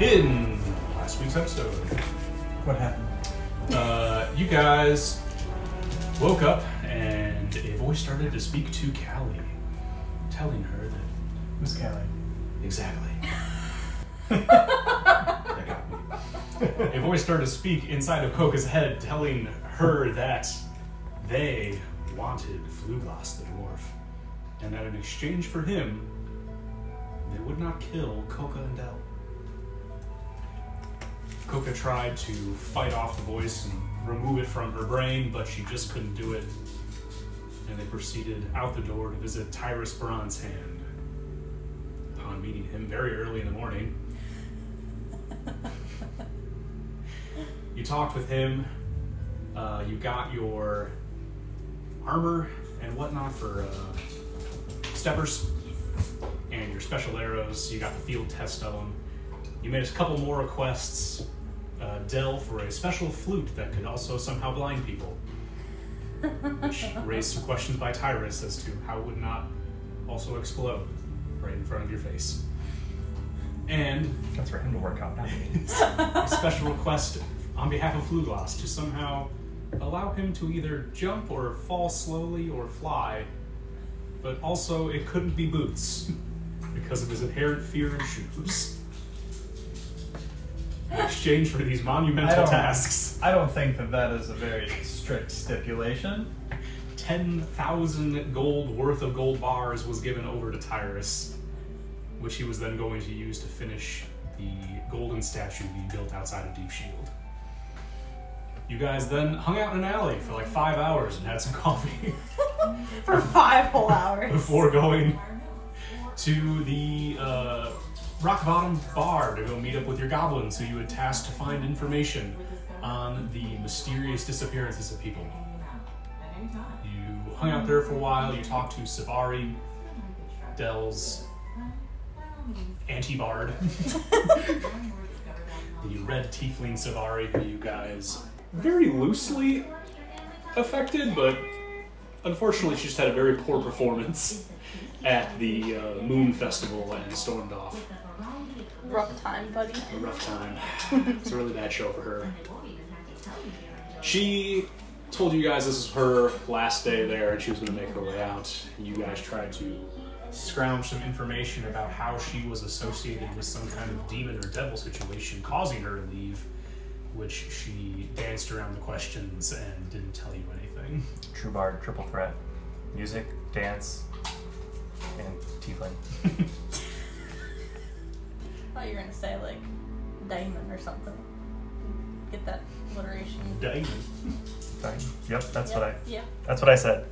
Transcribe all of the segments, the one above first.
In last week's episode, What happened? uh, you guys woke up and a voice started to speak to Callie, telling her that Who's Callie? exactly. That got me. A voice started to speak inside of Coca's head, telling her that they wanted Fluglass the dwarf, and that in exchange for him, they would not kill Coca and Dell. Coca tried to fight off the voice and remove it from her brain, but she just couldn't do it. And they proceeded out the door to visit Tyrus Bronzehand. Upon meeting him very early in the morning, you talked with him. Uh, you got your armor and whatnot for uh, steppers and your special arrows. You got the field test of them. You made a couple more requests. Uh, Dell for a special flute that could also somehow blind people. Which raised some questions by Tyrus as to how it would not also explode right in front of your face. And That's for him to work out. not me. a special request on behalf of Fluglass to somehow allow him to either jump or fall slowly or fly, but also it couldn't be boots because of his inherent fear of shoes. In exchange for these I monumental don't- tasks, I don't think that that is a very strict stipulation. 10,000 gold worth of gold bars was given over to Tyrus, which he was then going to use to finish the golden statue he built outside of Deep Shield. You guys then hung out in an alley for like five hours and had some coffee for five whole hours. before going to the uh, Rock Bottom Bar to go meet up with your goblins who you had tasked to find information on the mysterious disappearances of people. You hung out there for a while, you talked to Savari, Dell's anti bard, the red tiefling Savari, who you guys very loosely affected, but unfortunately, she just had a very poor performance at the uh, Moon Festival and stormed off. Rough time, buddy. A rough time. it's a really bad show for her. She told you guys this is her last day there and she was going to make her way out. You guys tried to scrounge some information about how she was associated with some kind of demon or devil situation causing her to leave, which she danced around the questions and didn't tell you anything. True Bard, Triple Threat, music, dance, and tiefling. I thought you were gonna say like diamond or something. Get that alliteration. Damon. Sorry. Yep, that's Yep, what I. Yep. That's what I said.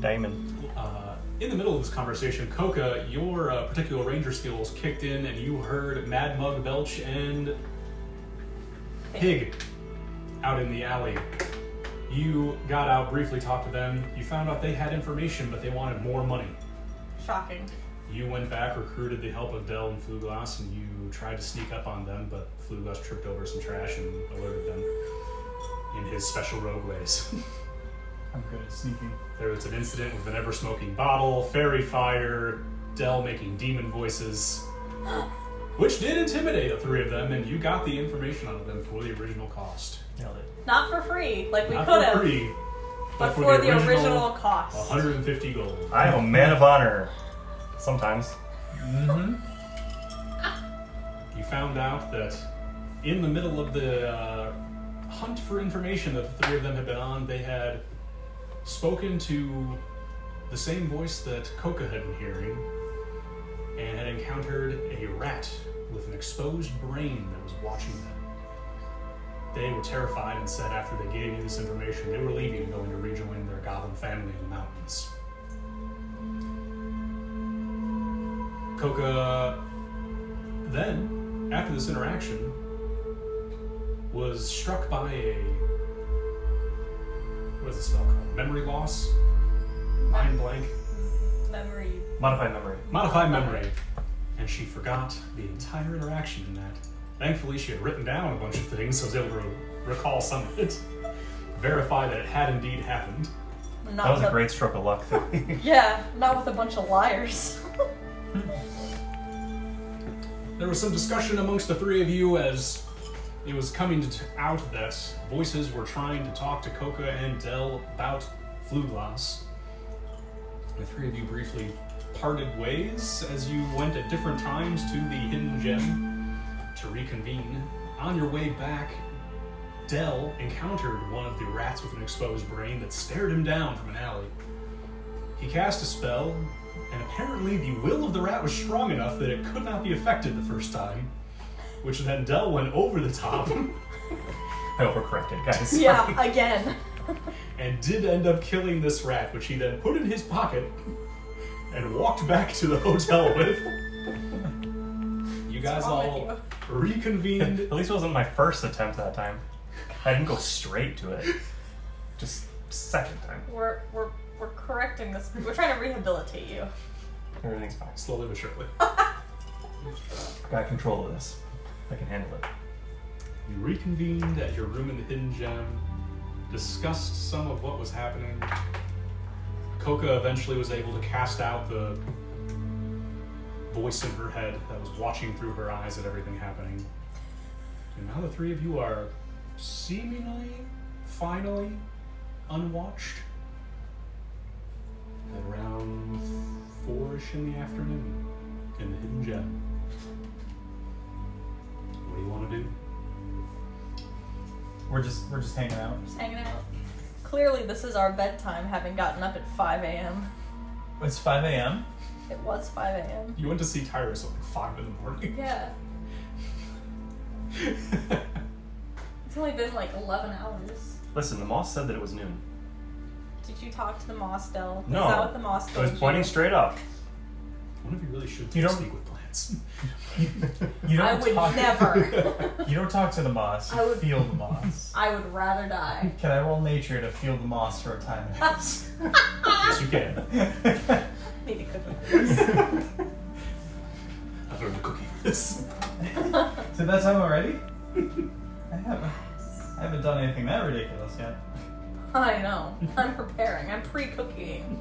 Diamond. Uh, in the middle of this conversation, Coca, your uh, particular ranger skills kicked in, and you heard Mad Mug belch and Pig out in the alley. You got out briefly, talked to them. You found out they had information, but they wanted more money. Shocking. You went back, recruited the help of Dell and Fluglass, and you tried to sneak up on them, but Fluglass tripped over some trash and alerted them in his special rogue ways. I'm good at sneaking. There was an incident with an ever smoking bottle, fairy fire, Dell making demon voices, which did intimidate the three of them, and you got the information out of them for the original cost. Nailed it. Not for free, like we Not could for have, free, but for the original, cost. 150 gold. I am a man of honor. Sometimes. Mm-hmm. You found out that in the middle of the uh, hunt for information that the three of them had been on, they had spoken to the same voice that Coca had been hearing and had encountered a rat with an exposed brain that was watching them. They were terrified and said after they gave you this information, they were leaving and going to rejoin their goblin family in the mountains. Coca then, after this interaction, was struck by a what is the spell called? Memory loss, mind blank, Memory. Modified memory. modified memory, and she forgot the entire interaction. In that, thankfully, she had written down a bunch of things, so I was able to recall some of it, verify that it had indeed happened. Not That was with a great stroke of luck. Yeah, not with a bunch of liars. there was some discussion amongst the three of you as it was coming to t- out that voices were trying to talk to Coca and Dell about Fluglass. The three of you briefly parted ways as you went at different times to the hidden gem to reconvene. On your way back, Dell encountered one of the rats with an exposed brain that stared him down from an alley. He cast a spell, and apparently the will of the rat was strong enough that it could not be affected the first time, which then Dell went over the top I overcorrected, guys. Yeah, again. and did end up killing this rat, which he then put in his pocket and walked back to the hotel with. You guys wrong all with reconvened. At least it wasn't my first attempt that time. I didn't go straight to it. Just second time. We're we're we're correcting this. We're trying to rehabilitate you. Everything's fine. Slowly but surely. I got control of this. I can handle it. You reconvened at your room in the Hidden Gem, discussed some of what was happening. Coca eventually was able to cast out the voice in her head that was watching through her eyes at everything happening. And now the three of you are seemingly, finally, unwatched. At around four-ish in the afternoon in the Hidden Gem. What do you want to do? We're just we're just hanging out. Just hanging out. Clearly, this is our bedtime, having gotten up at 5 a.m. It's 5 a.m. It was 5 a.m. You went to see Tyrus at like five in the morning. Yeah. It's only been like 11 hours. Listen, the moss said that it was noon. Did you talk to the Moss Dell? No. Is that what the Moss I told was you? pointing straight up. One of you really should You don't- speak with plants. You don't I would talk, never. You don't talk to the moss. You I would- feel the moss. I would rather die. Can I roll nature to feel the moss for a time? yes, you can. Need a cookie. I've earned a cookie for this. so that's time already? I haven't I haven't done anything that ridiculous yet. I know. I'm preparing. I'm pre-cooking.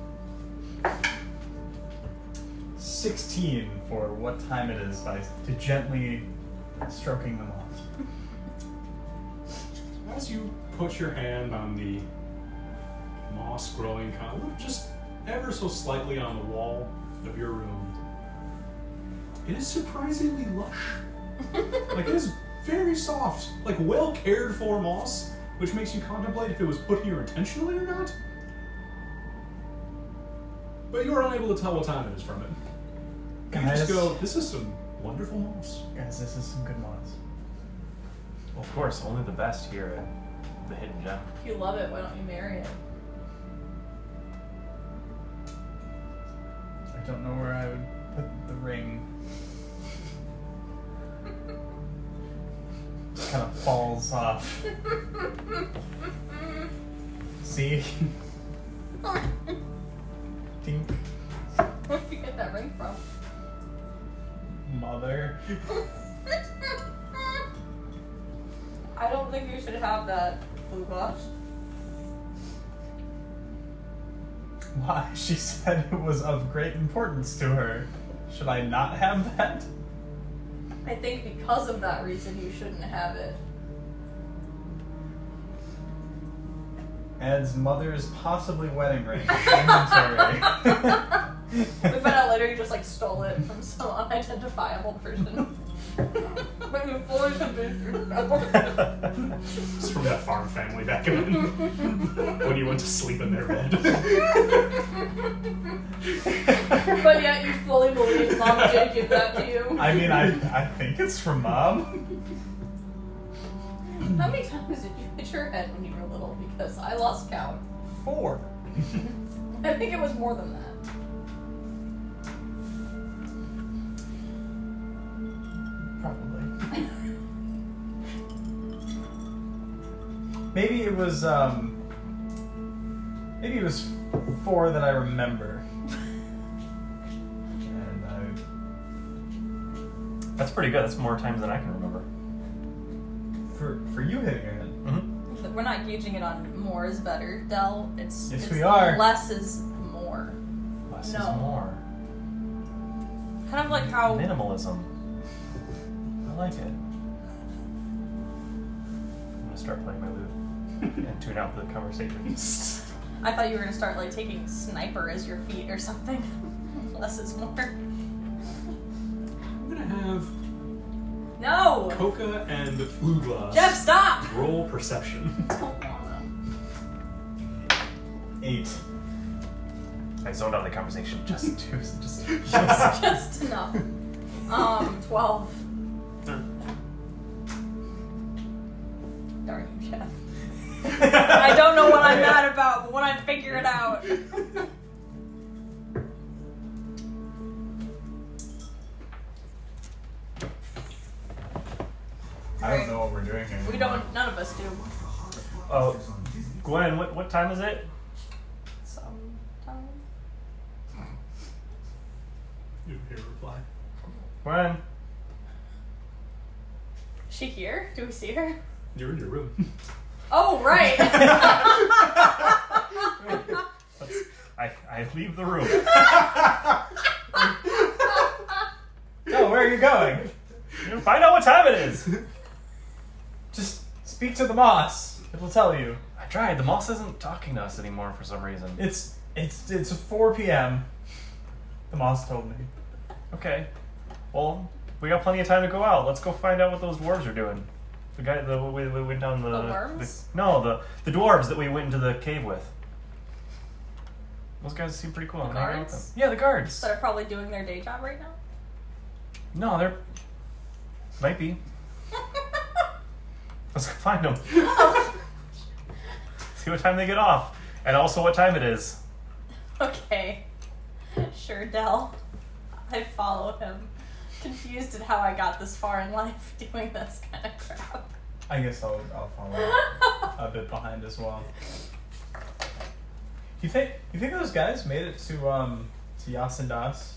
16 for what time it is by to gently stroking the moss. As you put your hand on the moss growing kind of just ever so slightly on the wall of your room, it is surprisingly lush. like it is very soft, like well cared for moss, which makes you contemplate if it was put here intentionally or not. But you are unable to tell what time it is from it. You Guys. just go, this is some wonderful moss. Guys, this is some good moss. Well, of course, only the best here at the Hidden Gem. If you love it, why don't you marry it? I don't know where I would put the ring. Just kind of falls off. See? Tink. Where'd you get that ring from? Mother. I don't think you should have that blue blush. Why? She said it was of great importance to her. Should I not have that? I think because of that reason you shouldn't have it. Ed's mother's possibly wedding ring. Inventory. We found out later you just like stole it from some unidentifiable person. But you foolish bitch. It's from that farm family back in when you went to sleep in their bed. But yet you fully believe Mom did give that to you. I mean, I, I think it's from um, mom. How many times did you hit your head when you were little? Because I lost count. Four. I think it was more than that. Probably. Maybe it was um. Maybe it was four that I remember. And I, That's pretty good. That's more times than I can remember. for for you hitting your head. Mm-hmm. We're not gauging it on more is better, Dell. It's, Yes, it's we are. less is more. Less No. is more. Kind of like how Minimalism. I like it. I'm gonna start playing my lute and tune out the conversation. I thought you were gonna start like taking sniper as your feet or something. Less is more. I'm gonna have No! Coca and the Flugla Jeff, stop! roll perception. Eight. I zoned out the conversation just to just. Just enough. Um, 12. Darn you, Jeff. I don't know what I'm mad about, but when I figure it out. I don't know what we're doing here. We don't, none of us do. Oh, Gwen, what what time is it? Sometime. You hear a reply. Gwen, Is she here? Do we see her? You're in your room. Oh, right! let's, I I leave the room. No, where are you going? You find out what time it is. Just speak to the moss. It will tell you. I tried. The moss isn't talking to us anymore for some reason. It's it's it's 4 p.m. The moss told me. Okay. Well, we got plenty of time to go out. Let's go find out what those dwarves are doing. The guy, the we, we went down the, The worms? the- no, the the dwarves that we went into the cave with. Those guys seem pretty cool. I'm hanging out with guards? them. Yeah, the guards. They're probably doing their day job right now. No, they're might be. Let's go find them. Oh. See what time they get off, and also what time it is. Okay. Sure, Dell. I follow him. Confused at how I got this far in life doing this kind of crap. I guess I'll I'll follow a bit behind as well. You think you think those guys made it to um to Yasindas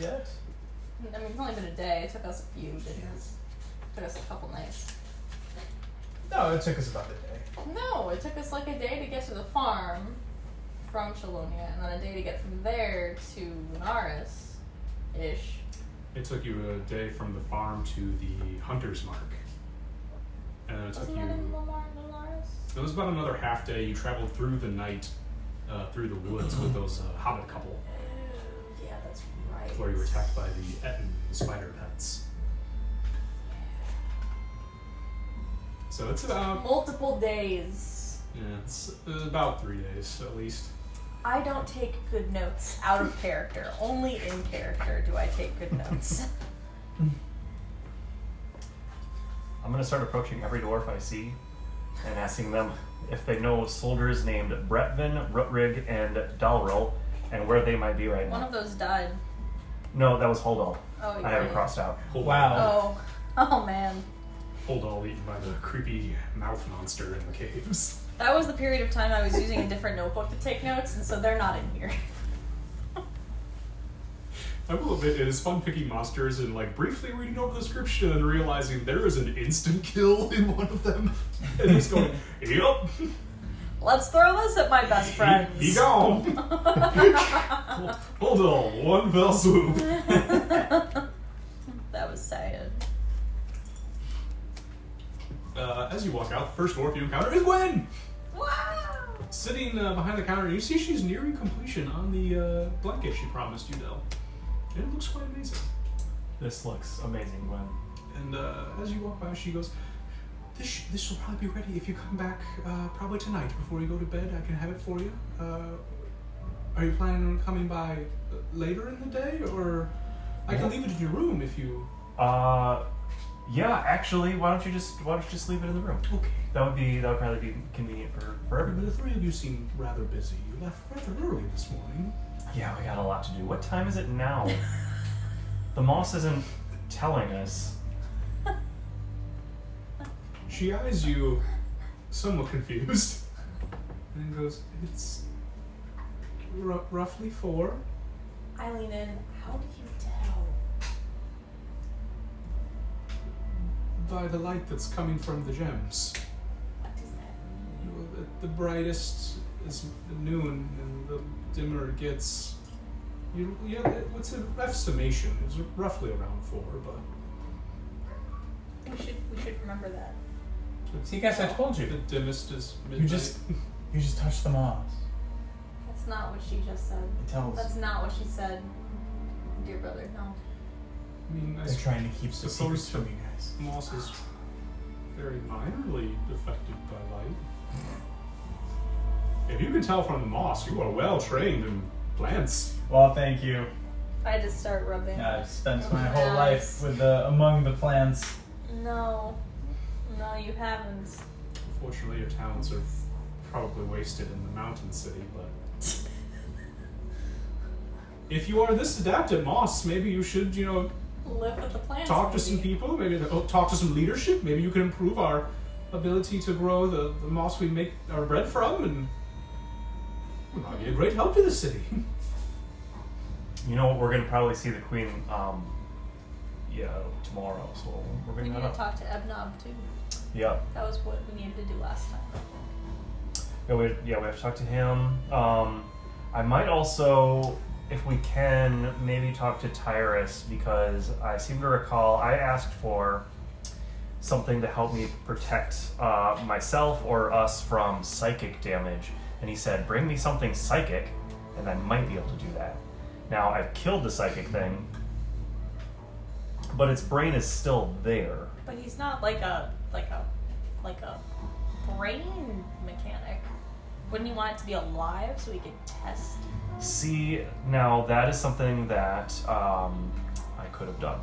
yet? I mean, it's only been a day. It took us a few days. It took us a couple nights. No, it took us about a day. No, it took us like a day to get to the farm from Shalonia, and then a day to get from there to Lunaris ish. It took you a day from the farm to the hunter's mark. And then it took Wasn't you. that in Lunar- Lunaris? It was about another half day. You traveled through the night, uh, through the woods with those uh, hobbit couple, Yeah, that's right. where you were attacked by the Etten spider pets. So it's about Multiple days. yeah, it's about three days at least. I don't take good notes out of character. Only in character do I take good notes. I'm gonna start approaching every dwarf I see and asking them if they know soldiers named Bretvin, Rutrig, and Dalril, and where they might be right One now. of those died. No, that was Holdall. Oh, I have it yeah. crossed out. Hold Wow. Oh, oh man, hold all eaten by the creepy mouth monster in the caves. that was the period of time I was using a different notebook to take notes, and so they're not in here. I will admit it is fun picking monsters and like briefly reading over the description and realizing there is an instant kill in one of them, and just going, "Yep, Let's throw this at my best friends. he, he gone." Hold on, one fell swoop. that was sad. Uh, as you walk out, the first dwarf you encounter is Gwen, Wow. sitting uh, behind the counter. You see she's nearing completion on the uh, blanket she promised you, Dell. And it looks quite amazing. This looks amazing, Gwen. And uh, as you walk by, she goes, "This sh- this will probably be ready if you come back uh, probably tonight before you go to bed. I can have it for you. Uh, are you planning on coming by uh, later in the day, or I can leave it in your room if you." Uh, yeah, actually, why don't you just why don't you just leave it in the room? Okay. That would be that would probably be convenient for for But everybody. the three of you seem rather busy. You left rather early this morning. Yeah, we got a lot to do. What time is it now? the moss isn't telling us. She eyes you somewhat confused and goes, It's r- roughly four. I lean in. How do you tell? By the light that's coming from the gems. What does that? You know, the- The brightest is noon, and the dimmer it gets. You, yeah, it- what's a rough summation? It's roughly around four, but We should we should remember that. See, guys, I told The you. dimmest is midnight. You just, you just touch the moss. That's not what she just said. It tells. That's not what she said, dear brother. No. I mean, I They're suppose trying to keep the Supposed secrets to- from you guys. Moss is very minorly affected by light. If you can tell from the moss, you are well trained in plants. Well, thank you. I just start rubbing. I've spent Oh, my whole nice. life with the among the plants. No. No, you haven't. Unfortunately, your talents are probably wasted in the mountain city, but. If you are this adept at moss, maybe you should, you know, Live with the plants. talk to some maybe. people, maybe oh, talk to some leadership. Maybe you can improve our ability to grow the, the moss we make our bread from, and we might be a great help to the city. You know what? We're gonna probably see the queen, um, yeah, tomorrow. So we're We bringing need that to up. talk to Ebnob too. yeah, That was what we needed to do last time. yeah, we yeah we have to talk to him. Um, I might also, if we can, maybe talk to Tyrus because I seem to recall I asked for something to help me protect uh, myself or us from psychic damage, and he said, "Bring me something psychic, and I might be able to do that." Now I've killed the psychic thing, but its brain is still there. But he's not like a like a like a brain mechanic. Wouldn't he want it to be alive so he could test? See, now that is something that um, I could have done,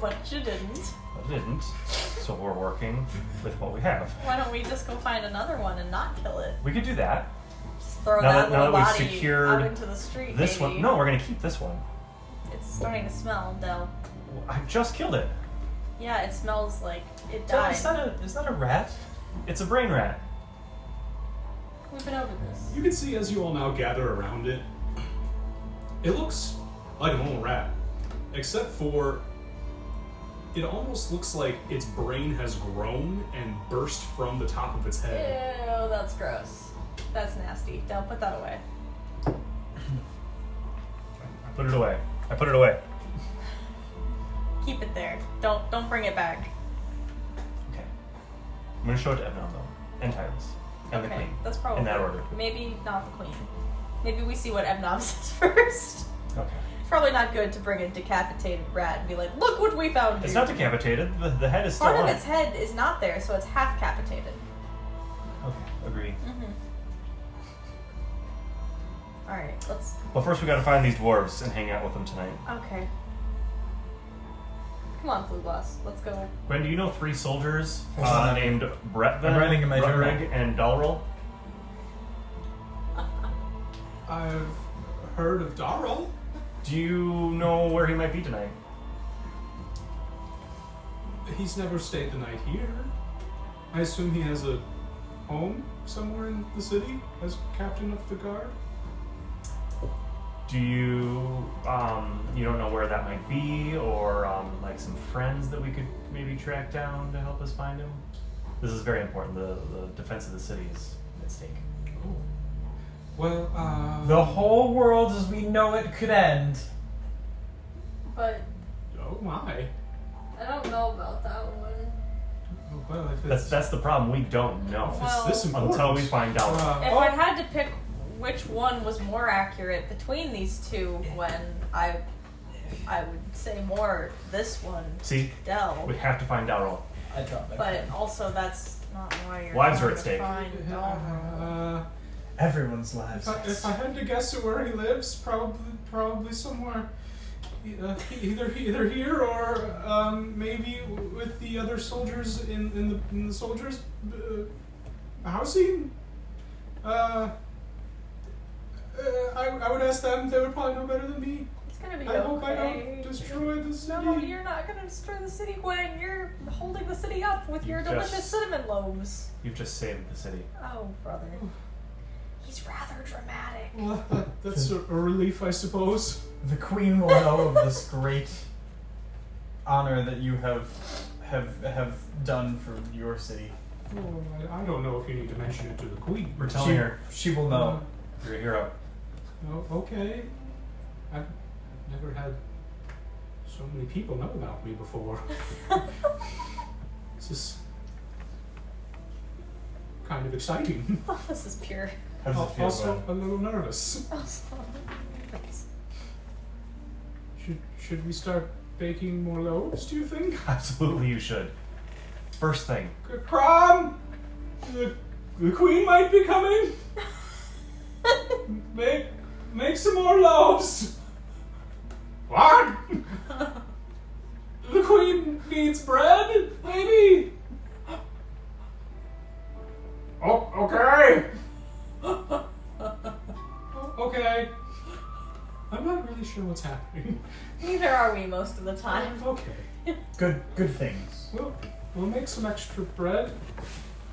but you didn't. but I didn't. So we're working with what we have. Why don't we just go find another one and not kill it? We could do that. Just throw Now that, that- now little that we've body secured out into the street. This maybe. one, no, we're gonna keep this one. It's starting to smell though. I just killed it. Yeah, it smells like it Well, died. Is that a is that a rat? It's a brain rat. We've been over this. You can see as you all now gather around it, it looks like a normal rat, except for it almost looks like its brain has grown and burst from the top of its head. Ew, that's gross. That's nasty. Del, put that away. I put it away. I put it away. Keep it there. Don't don't bring it back. Okay. I'm gonna show it to Ebnon though, and Tyrus, and the okay, queen. that's probably in that order. Maybe not the queen. Maybe we see what Ebnob says first. Okay. Probably not good to bring a decapitated rat and be like, "Look what we found." It's here." not decapitated. The, the head is still Part on. of its head is not there, so it's half capitated. Okay. Agree. Mm-hmm. All right, let's. Well, first we gotta find these dwarves and hang out with them tonight. Okay. Come on, Flu Boss. Let's go. Gwen, do you know three soldiers Hold uh, on. named Bretvin, I'm writing in my journal. Rutrig, and Dalril? I've heard of Darrell. Do you know where he might be tonight? He's never stayed the night here. I assume he has a home somewhere in the city as captain of the guard. Do you um, you don't know where that might be, or um, like some friends that we could maybe track down to help us find him? This is very important. The the defense of the city is at stake. Oh. Well, uh. The whole world as we know it could end. But Oh my. I don't know about that one. Oh, Well, if That's it's, that's the problem. We don't if know it's Well- this important. until we find out. Uh, If oh, I had to pick which one was more accurate between these two, when I, I would say more this one, See, Dell. we have to find Dalril. I dropped my But also, that's not why you're. Lives trying are at to stake. find Dahmer. uh, Everyone's lives. If I, if I had to guess at where he lives, probably probably somewhere, uh, either either here or um, maybe with the other soldiers in, in the in the soldiers' uh, housing. Uh, uh, I, I would ask them. They would probably know better than me. It's gonna be I hope I okay. don't destroy the city. No, you're not gonna destroy the city, Gwen. You're holding the city up with You your delicious just- cinnamon loaves. You've just saved the city. Oh, brother. He's rather dramatic. Well, that- that's a, a relief, I suppose. The queen will know of this great honor that you have have have done for your city. Oh, I, I don't know if you need to mention it to the queen. We're telling she, her Oh. she will know. you're a hero. Oh, okay. I've never had so many people know about me before. Oh, This is kind of exciting. oh, this is pure. Oh, How does it feel? also, a bud? little nervous. Also, Should should we start baking more loaves? Do you think? Absolutely, you should. First thing. Prom. The, the queen might be coming. Make make some more loaves. What? the queen needs bread, maybe. Oh, okay. O- Oh, okay. I'm not really sure what's happening. Um, neither are we most of the time. Okay. Good, good things. We'll, we'll make some extra bread.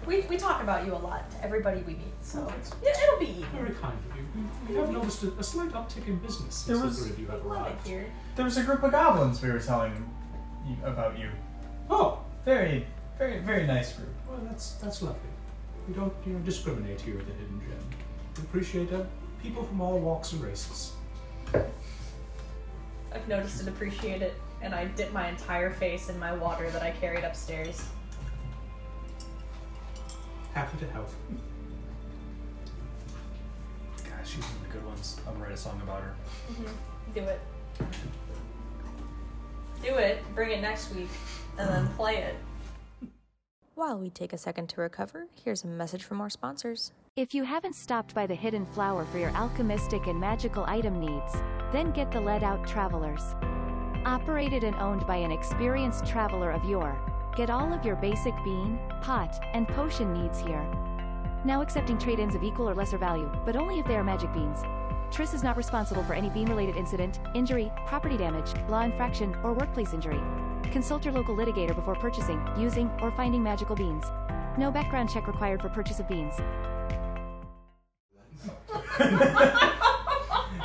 We, we talk about you a lot to everybody we meet, so it, it'll be easy. Very kind of you. We, we have noticed a, a slight uptick in business since There the was- three of you have Love it arrived. here. There was a group of goblins we were telling you, about you. Oh, Very, very, very nice group. well, that's that's lovely. We don't you know discriminate here at the Hidden Gem. We appreciate uh, people from all walks and races. I've noticed and appreciate it, and I dip my entire face in my water that I carried upstairs. Happy to help. Gosh, she's one of the good ones. I'm gonna write a song about her. Do it. Do it. Bring it next week, and then play it. While we take a second to recover, here's a message from our sponsors. If you haven't stopped by the hidden flower for your alchemistic and magical item needs, then get the Let Out Travelers. Operated and owned by an experienced traveler of yore, get all of your basic bean, pot, and potion needs here. Now accepting trade-ins of equal or lesser value, but only if they are magic beans. Triss is not responsible for any bean-related incident, injury, property damage, law infraction, or workplace injury. Consult your local litigator before purchasing, using, or finding magical beans. No background check required for purchase of beans.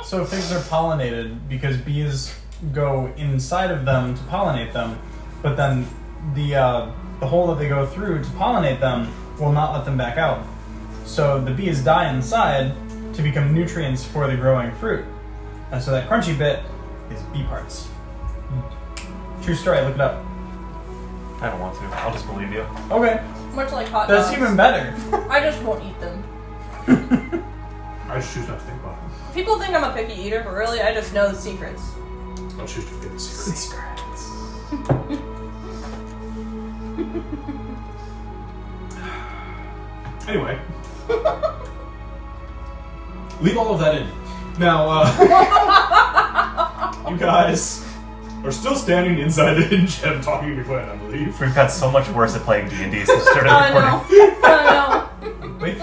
So figs are pollinated because bees go inside of them to pollinate them, but then the uh, the hole that they go through to pollinate them will not let them back out. So the bees die inside to become nutrients for the growing fruit, and so that crunchy bit is bee parts. True story. Look it up. I don't want to. I'll just believe you. Okay, Much like hot that's dogs. even better. I just won't eat them. I choose not to think about it. People think I'm a picky eater, but really, I just know the secrets. I'll choose to forget the secret. Secrets. Anyway, leave all of that in. Now, uh, you guys are still standing inside the Hidden Gem talking to Gwen, I believe. We've got so much worse at playing D&D since we started I recording. know. I know. We,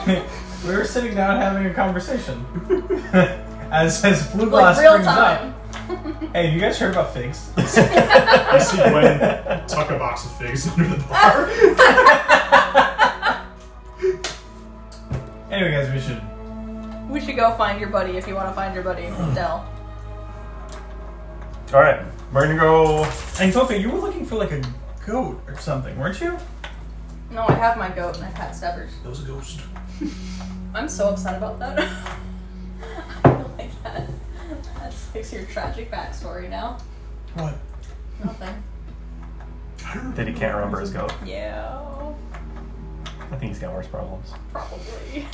we were sitting down having a conversation. as as Blue Glass Like real brings time. up, hey, have you guys heard about figs? I see Gwen tuck a box of figs under the bar. Anyway, guys, we should. We should go find your buddy if you want to find your buddy, Dell. All right, we're gonna go. And Toka, you were looking for like a goat or something, weren't you? No, I have my goat and I've had Stebbers. That was a ghost. I'm so upset about that. I don't like that. That's like your tragic backstory now. What? Nothing. That he can't remember his goat. Yeah, I think he's got worse problems. probably.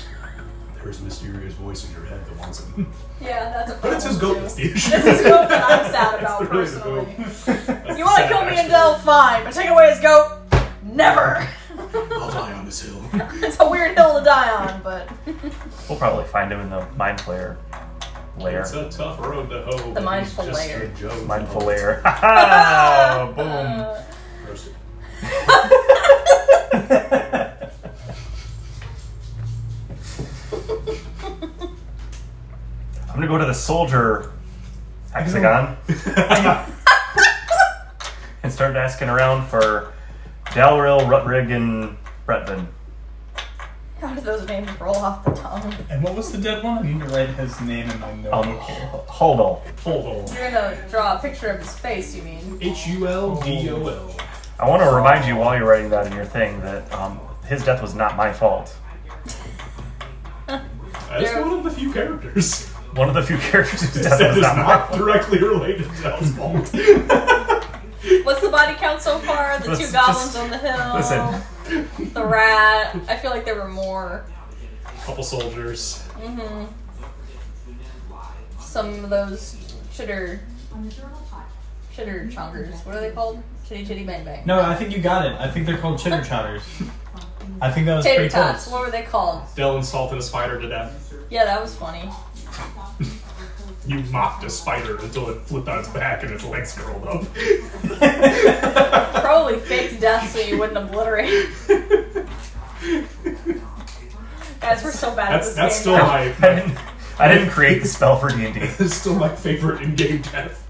There's a mysterious voice in your head that wants him. Yeah, that's a But problem. it's his goat that's too. the issue. It's his goat that I'm sad about It's really the goat. personally. You want to kill me and Dell? Fine, but take away his goat? Never! I'll die on this hill. it's a weird hill to die on, but. We'll probably find him in the mind flayer lair. It's a tough road to hoe. but mindful he's just layer. a joke. Mindful lair. Ha ha! Boom. Uh, Roasted. I'm gonna go to the soldier hexagon and start asking around for Dalrill, Rutrig, and Bretvin. how do those names roll off the tongue? And what was the dead one? Oh, I need to write his name in my Um, notebook here. Huldal. Hold on. You're gonna draw a picture of his face, you mean? H U L D O L. I want to remind you while you're writing that in your thing that um, his death was not my fault. That's one of the few characters One of the few characters whose death that was is not my not fault. directly related to Hell's fault. What's the body count so far? The two Let's goblins just- on the hill. Listen. The rat. I feel like there were more. Couple soldiers. Some of those chitter. Chitter chonkers. What are they called? Chitty chitty bang bang. No, I think you got it. I think they're called chitter chatters. I think that was Tater pretty tots. close. What were they called? Dell insulted a spider to death. Yeah, that was funny. You mocked a spider until it flipped on its back and its legs curled up. Probably faked death so you wouldn't obliterate. it. Guys, we're so bad That's at this that's game. still now. my I didn't, I didn't create the spell for D&D. that's still my favorite in-game death.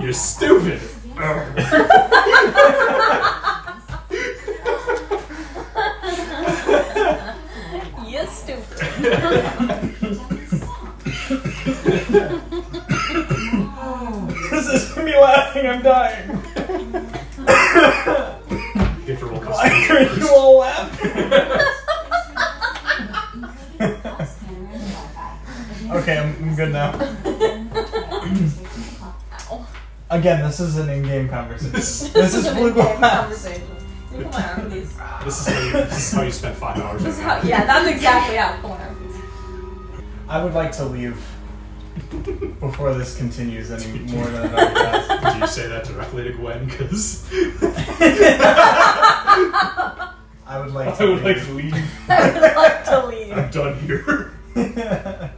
You're stupid. Ugh. You stupid. This is me laughing. I'm dying. Get your roll Why custom. are you all laughing? okay, I'm, I'm good now. Again, this is an in-game conversation. this, is an Blue in-game Glass. conversation. You can learn these. This is how you this is how you spent five hours. This is how, yeah, that's exactly how it corner. I would like to leave before this continues any more than it already has. Do you say that directly to Gwen? Because I would like to I would like leave. to leave. I would like to leave. I'm done here.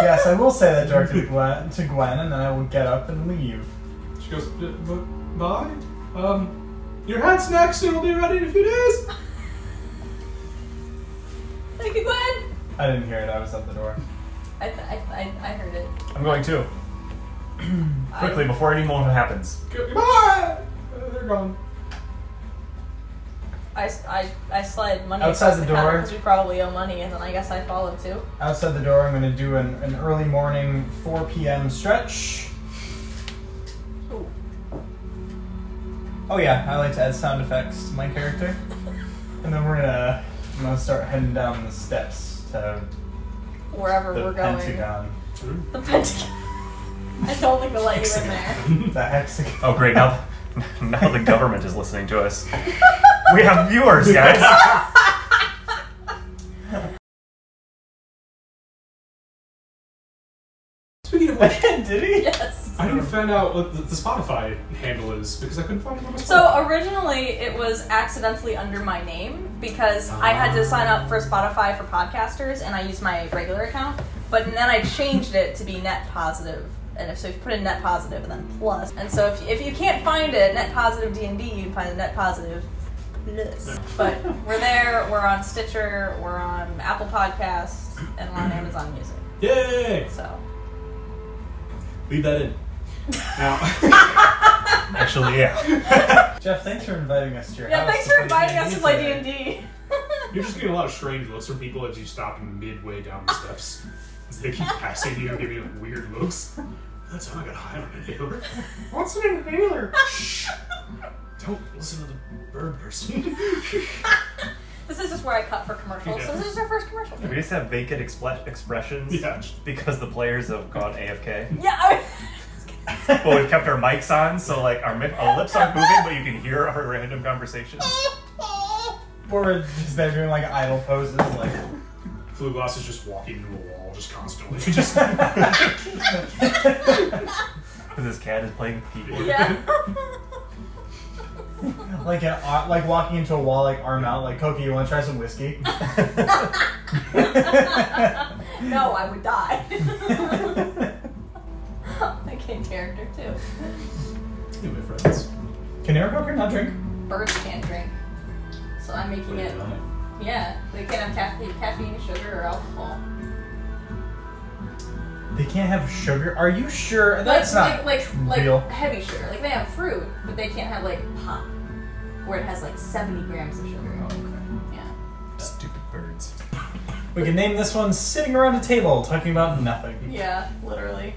yes, I will say that directly to Gwen, to Gwen, and then I will get up and leave. She goes, "B- b- bye. Um, your hat's next. It'll be ready in a few days. Thank you, Gwen. I didn't hear it. I was at the door. I, th- I, I, I heard it. I'm going too. Quickly, before any more happens. Go- Goodbye. Uh, they're gone. I, s- I- I slid money Outside across the counter door. because we probably owe money, and then I guess I followed too. Outside the door, I'm going to do an, an early morning 4 p.m. stretch. Ooh. Oh yeah, I like to add sound effects to my character. And then we're gonna, I'm gonna start heading down the steps to Wherever the we're going. Pentagon, The Pentagon. I don't think they'll let you in there. the hexagon. Oh, great. Now, now the government is listening to us. We have viewers, guys. Speaking of which, Did he? Yes. I didn't find out what the, the Spotify handle is because I couldn't find it on my Spotify. So originally it was accidentally under my name because I had to sign up for Spotify for podcasters and I used my regular account. But then I changed it to be net positive. And if so, if you put in net positive and then plus. And so if, if you can't find it, net positive D and D, you can find the net positive plus. But we're there. We're on Stitcher. We're on Apple Podcasts and we're on Amazon Music. Yay! So Leave that in. Now. Actually, yeah. Jeff, thanks for inviting us to your yeah, house. thanks for play inviting us to play today. D and D. You're just getting a lot of strange looks from people as you stop midway down the steps. As they keep passing you and giving you like, weird looks. That's how I got high on an inhaler. What's an inhaler? Shh. Don't listen to the bird person. This is just where I cut for commercials. So Yeah. this is our first commercial. We just have vacant expl- expressions yeah. because the players have gone AFK. Yeah. I, But we've kept our mics on, so like our, mi- our lips aren't moving, but you can hear our random conversations. Or we're just there doing like idle poses, like. Flu Glass is just walking into a wall just constantly. Just Because this cat is playing the keyboard. yeah. Like an, ar- like walking into a wall, like arm out, like Cokie, you want to try some whiskey? no, I would die. I can't character too. anyway, friends. Can air poker not drink? Birds can't drink, so I'm making it. Yeah, they can't have caffeine, caffeine, sugar, or alcohol. They can't have sugar. Are you sure? Like, That's like, not like, like real. heavy sugar. Like they have fruit, but they can't have like pop, where it has like 70 grams of Oh, sugar. Yeah. Stupid birds. We can name this one "Sitting Around a Table Talking About Nothing." Yeah, literally.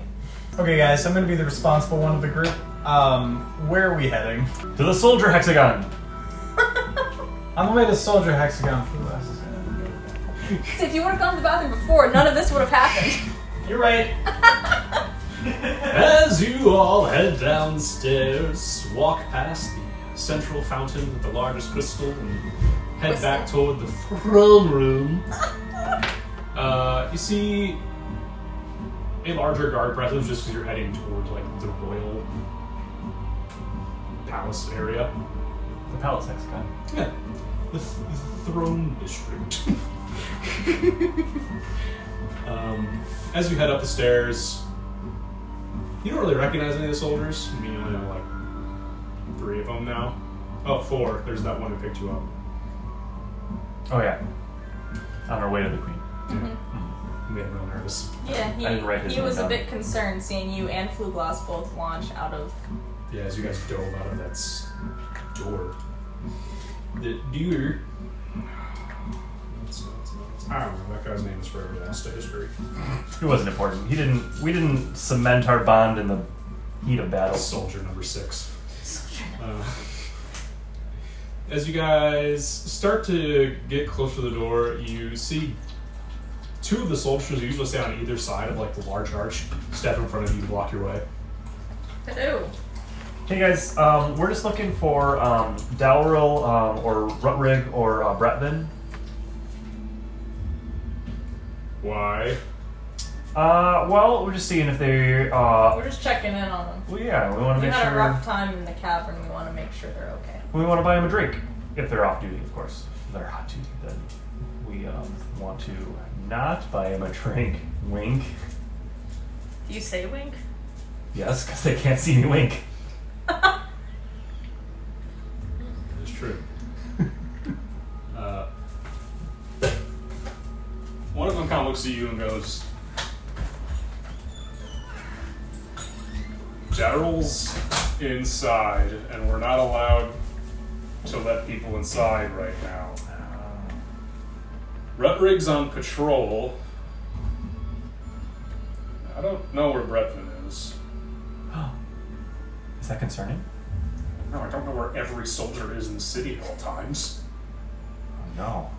Okay, guys, so I'm gonna be the responsible one of the group. Um, where are we heading? To the soldier hexagon. On the way to Soldier Hexagon for the last. See, if you would have gone to the bathroom before, none of this would have happened. You're right. As you all head downstairs, walk past the central fountain with the largest crystal, and head back toward the throne room, uh, you see a larger guard presence just because you're heading toward like the royal palace area. The palace hexagon. Yeah, the, th- the throne district. um, as you head up the stairs, you don't really recognize any of the soldiers. I mean, you only know like three of them now. Oh, four. There's that one who picked you up. Oh yeah. On our way to the queen. Made him real nervous. Yeah, he, I didn't write his he name was a down. bit concerned seeing you and Fluglass both launch out of. Yeah, as you guys dove out of that s- door. The deer. I don't know. That guy's name is forever lost to history. It wasn't important. He didn't. We didn't cement our bond in the heat of battle. Soldier number six. Uh, as you guys start to get close to the door, you see two of the soldiers who usually stay on either side of like the large arch step in front of you to block your way. Hello. Hey guys, um, we're just looking for um, Dowril um, or Rutrig or uh, Bretvin. Why? Uh, well, we're just seeing if they. Uh, Oh, We're just checking in on them. well, yeah, we want to We make had a sure. rough time in the cavern. We want to make sure they're okay. We want to buy them a drink if they're off duty, of course. If they're hot duty, then we um, want to not buy them a drink. Wink. Do you say wink? Yes, because they can't see me wink. It's true. uh, one of them kind of looks at you and goes, Daryl's inside, and we're not allowed to let people inside right now. Oh. Rutrig's on patrol. I don't know where Bretman is. Is that concerning? No, I don't know where every soldier is in the city at all times. Oh, no.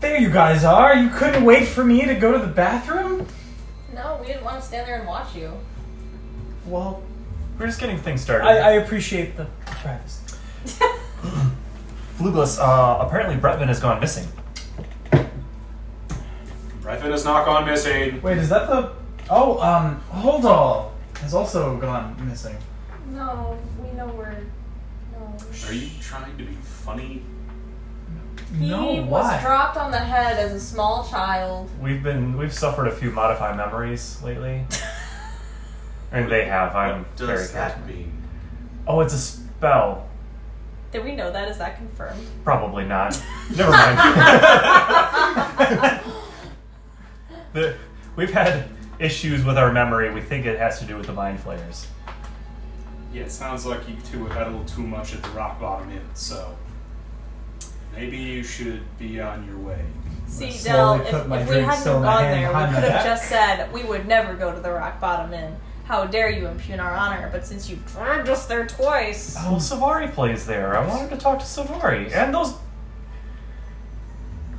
There you guys are. You couldn't wait for me to go to the bathroom? No, we didn't want to stand there and watch you. Well, We're just getting things started. I, I appreciate the privacy. Fluglas, uh, apparently Bretvin has gone missing. Bretman has not gone missing. Wait, is that the. Oh, um, Holdall has also gone missing. No, we know we're. No. Are you trying to be funny? He no, was why? dropped on the head as a small child. We've been we've suffered a few modify memories lately. and they have. I'm very happy. mean? Oh, it's a spell. Did we know that? Is that confirmed? Probably not. Never mind. the, we've had issues with our memory. We think it has to do with the mind flayers. Yeah, it sounds like you two have had a little too much at the rock bottom inn, so maybe you should be on your way. See, Dell, slowly if, put my if we drink hadn't still in have my gone hand there, behind we my could have back. just said we would never go to the rock bottom inn. How dare you impugn our honor? But since you've dragged us there twice, Oh, Savari plays there. I wanted to talk to Savari. And those.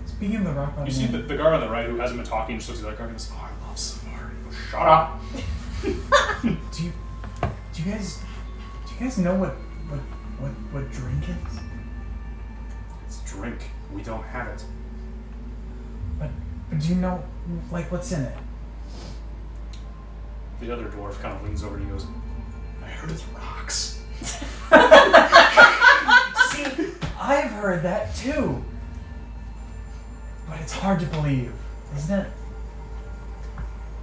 Speaking of the rock bottom, You see the, the guard on the right who hasn't been talking just looks at that guard and goes, oh, I love Savari. Shut up. do you do you guys do you guys know what what what, what drink is? It's drink. We don't have it. But, but do you know like what's in it? The other dwarf kind of leans over and he goes, I heard it's rocks. See, I've heard that too. But it's hard to believe, isn't it?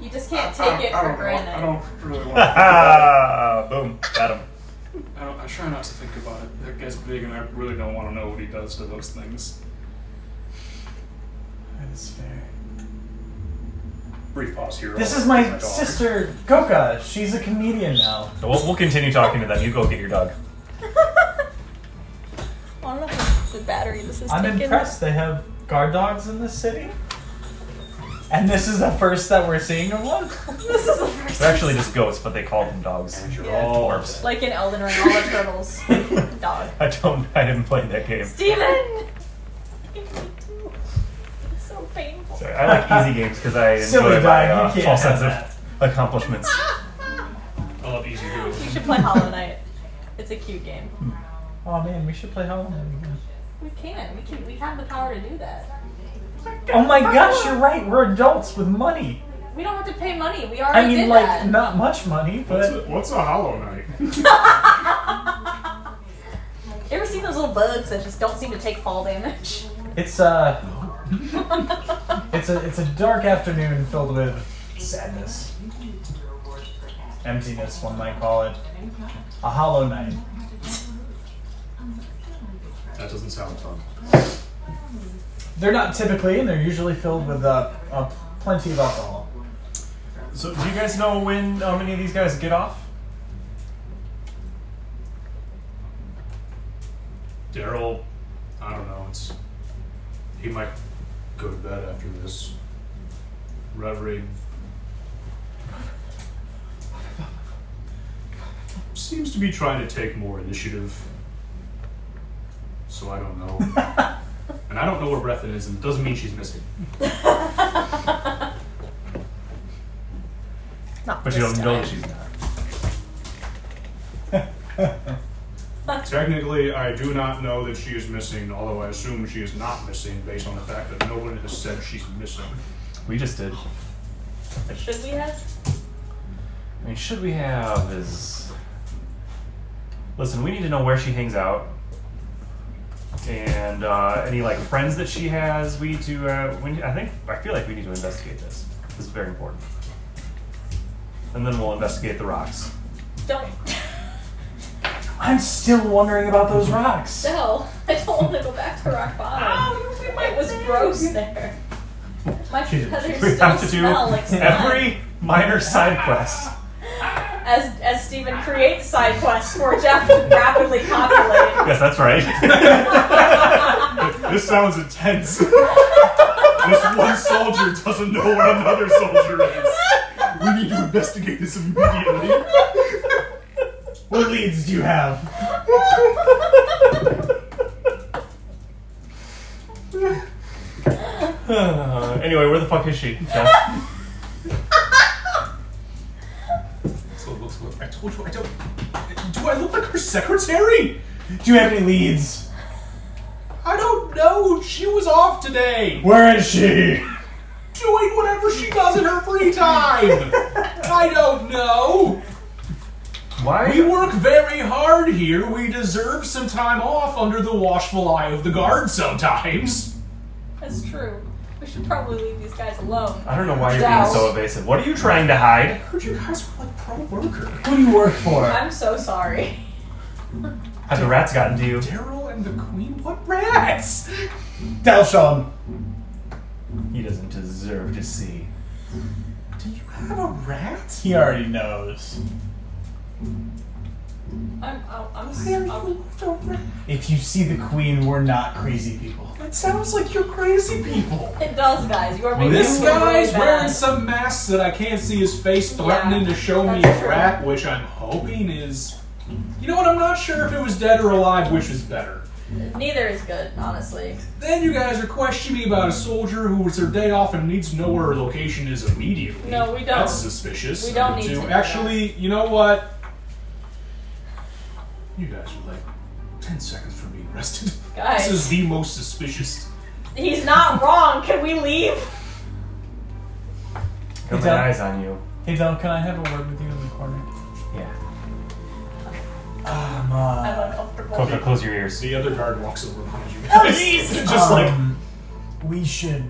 you just can't I don't- take it I for don't want- I granted. don't really want to. Ah! Boom. Got him. I, don't, I try not to think about it. That guy's big, and I really don't want to know what he does to those things. That is fair. Brief pause here. This I'll is get my dog. sister Goka. She's a comedian now. We'll, we'll continue talking to them. You go get your dog. I don't know if the battery this is I'm taking. impressed. They have guard dogs in this city. And this is the first that we're seeing of one. This is the first. They're actually just goats, but they call them dogs. You're Yeah. all Dwarfs. Like in Elden Ring, all the turtles. Dog. I don't. I didn't play that game. Steven! Me too. It's so painful. Sorry, I like easy games because I enjoy Silly my dog, you uh, can't false have sense of accomplishments. I love easy doing. You should play Hollow Knight. It's a cute game. Oh man, we should play Hollow Knight again. We can. We can. We have the power to do that. Oh my gosh, you're right. We're adults with money. We don't have to pay money. We already I mean, did like that. not much money, What's but a, what's a Hollow Knight? You ever seen those little bugs that just don't seem to take fall damage? it's uh, it's a it's a dark afternoon filled with sadness, emptiness. One might call it a hollow night. That doesn't sound fun. They're not typically, and they're usually filled with uh, uh plenty of alcohol. So, do you guys know when how many of these guys get off? Daryl, I don't know. It's he might go to bed after this reverie. Seems to be trying to take more initiative. So I don't know. and I don't know where Breathin is, and it doesn't mean she's missing. Not But you don't know that she's not. Technically, I do not know that she is missing, although I assume she is not missing based on the fact that no one has said she's missing. We just did. Should we have? I mean, should we have is. Listen, we need to know where she hangs out, and uh, any like friends that she has. We need to. Uh, we, I think I feel like we need to investigate this. This is very important. And then we'll investigate the rocks. Don't. I'm still wondering about those Mm-hmm. rocks. No, I don't want to go back to rock bottom. it was gross there. My She did. feathers We still have to do smell like slime. every minor side quest. As as Steven creates side quests for Jeff to rapidly populate. Yes, that's right. This sounds intense. this one soldier doesn't know where another soldier is. We need to investigate this immediately. What leads do you have? Uh, anyway, where the fuck is she? Jeff? So it looks like I told you I don't. Do I look like her secretary? Do you have any leads? I don't know. She was off today, Where is she? doing whatever she does in her free time. I don't know. Why? We work very hard here. We deserve some time off under the watchful eye of the guard sometimes. That's true. We should probably leave these guys alone. I don't know why you're being so evasive. What are you trying to hide? I heard you guys were like pro worker. Who do you work for? I'm so sorry. Have the rats gotten to you? Daryl and the Queen? What rats? Dalshon. He doesn't deserve to see. Do you have a rat? He already knows. I'm I'm, I'm, so- I'm A rat? If you see the queen, we're not crazy people. That sounds like you're crazy people. it does, guys. You are making This me feel guy's really bad. wearing some mask that I can't see his face, threatening Yeah, to show me that's a true. rat, which I'm hoping is. You know what? I'm not sure if it was dead or alive, which is better. Neither is good, honestly. Then you guys are questioning me about a soldier who was their day off and needs to know where her location is immediately. No, we don't. That's suspicious. We don't Number need two, to know Actually, you know what? You guys are like ten seconds from being arrested. Guys. This is the most suspicious. He's not wrong. Can we leave? Got He's out. my eyes on you. Hey, Dal, can I have a word with you in the corner? Yeah. Um, I'm uh, uncomfortable. Coco, close your ears. The other guard walks over behind you. Oh, jeez. Just like um, we should.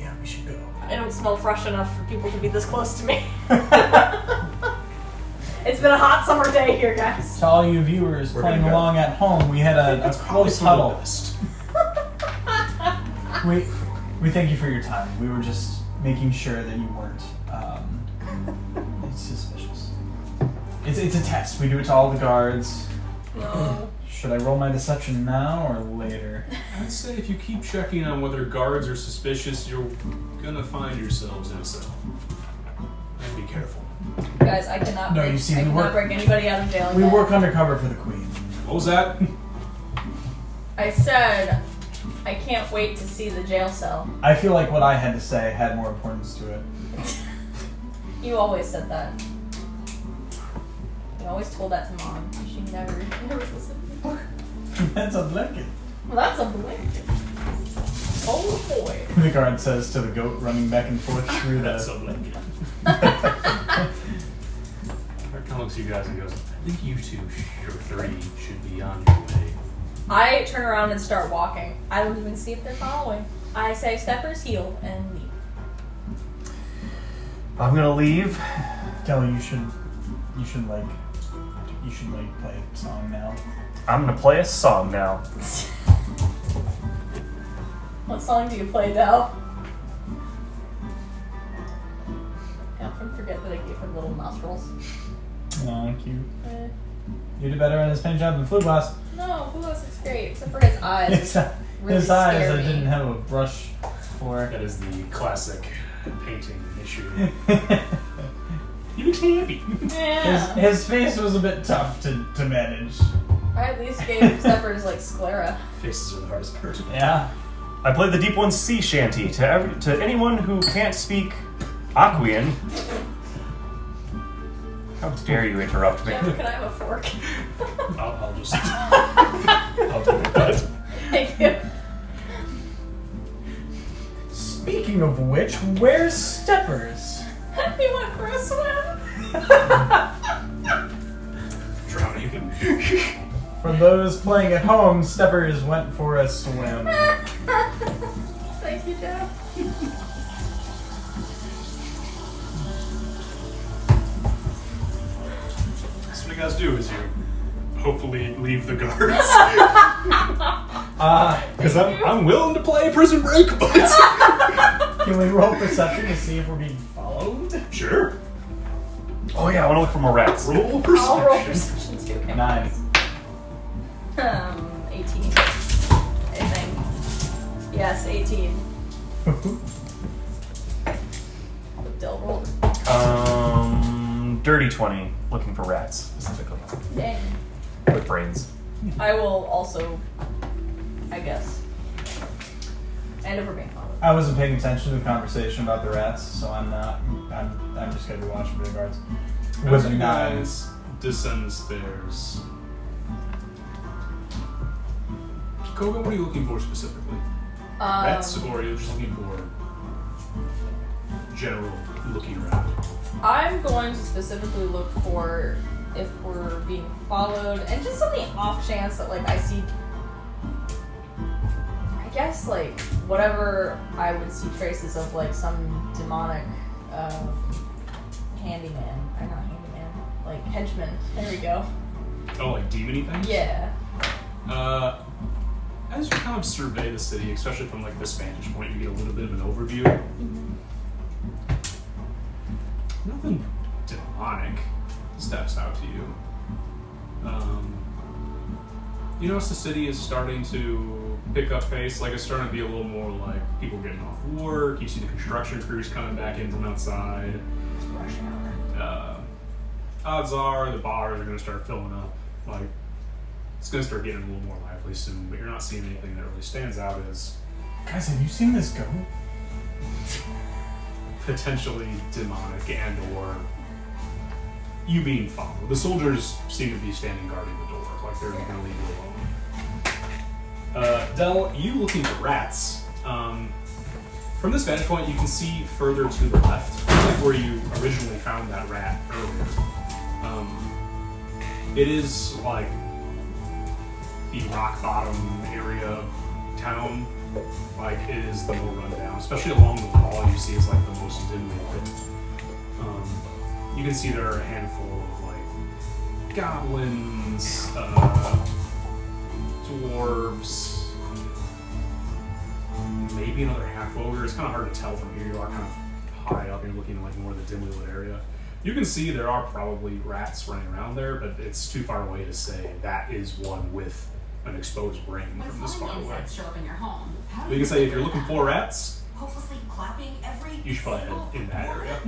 Yeah, we should go. I don't smell fresh enough for people to be this close to me. it's been a hot summer day here, guys. To all you viewers We're playing gonna go. along at home, we had a, a that's probably close for the huddle. best. We we thank you for your time. We were just making sure that you weren't. Um, it's suspicious. It's it's a test. We do it to all the guards. No. Should I roll my deception now or later? I'd say if you keep checking on whether guards are suspicious, you're gonna find yourselves in a cell. And be careful. Guys, I cannot No, break, you see, I we cannot work- break anybody out of jail. We again. work undercover for the queen. What was that? I said, I can't wait to see the jail cell. I feel like what I had to say had more importance to it. You always said that. You always told that to mom. She never, never listened. Well, That's a blanket. that's a blink. Oh boy. The guard says to the goat running back and forth through That's the. so blanket. Eric looks at you guys and goes, I think you two, sh- or three, should be on your way. I turn around and start walking. I don't even see if they're following. I say, "Steppers, heel," and leave. I'm gonna leave. Kelly, you should, you should like, you should like play a song now. I'm gonna play a song now. What song do you play, Dell? I often forget that I gave him little nostrils. Aw, cute. Eh, You did better on his paint job than Flu Blast. no, who else is great except for his eyes. His, which really his eyes, scare I me. didn't have a brush for. That is the classic painting issue. He looks happy. his, Yeah. his face was a bit tough to, to manage. I at least gave Steppers like sclera. Faces are the hardest part. Yeah. I play the Deep One Sea Shanty to every, to anyone who can't speak Aquian. How dare you interrupt me? Jeff, could I have a fork? I'll, I'll just. I'll do that. Thank you. Speaking of which, where's Steppers? he went for a swim. Drowning. For those playing at home, Steppers went for a swim. Thank you, Jeff. So what you guys do is you hopefully leave the guards. Uh, Because I'm, I'm willing to play prison break, but can we roll perception to see if we're being followed? sure. Oh yeah, I want to look for more rats. Roll I'll roll perception. perception too. Okay. Nine. Um, 18. I think. Yes, 18. Dell rolled. Um, dirty twenty, looking for rats specifically Dang. with brains. I will also, I guess. And if we're being followed. I wasn't paying attention to the conversation about the rats, so I'm not. I'm, I'm just gonna be watching for the guards. As With a you nine. guys descend the stairs, Koga, what are you looking for specifically? Um, Rats, or are you just looking for general looking around? I'm going to specifically look for if we're being followed, and just on the off chance that like I see, I guess like whatever I would see traces of like some demonic uh, handyman, or not handyman, like henchman. There we go. Oh, like demony things? Yeah. Uh, as you kind of survey the city, especially from like this vantage point, you get a little bit of an overview. Nothing demonic steps out to you. Um, you notice the city is starting to pick up pace. Like it's starting to be a little more like people getting off work. You see the construction crews coming back in from outside. Uh, odds are the bars are going to start filling up. Like it's going to start getting a little more lively soon, but you're not seeing anything that really stands out as Guys, have you seen this go? potentially demonic and or you being followed. The soldiers seem to be standing guarding the door, like they're going to leave you alone. Uh, Dell, you looking for rats? Um, from this vantage point, you can see further to the left, like where you originally found that rat earlier. Um, it is like the rock bottom area of town. Like it is the more rundown, especially along the wall. You see is like the most dimly lit. Um, you can see there are a handful of like goblins, uh, dwarves, maybe another half ogre. It's kind of hard to tell from here. You are kind of high up. You're looking at like more of the dimly lit area. You can see there are probably rats running around there, but it's too far away to say that is one with an exposed brain from this far away. show up in your home. We can say if you're looking for rats, Hopelessly clapping every you should probably head in that area.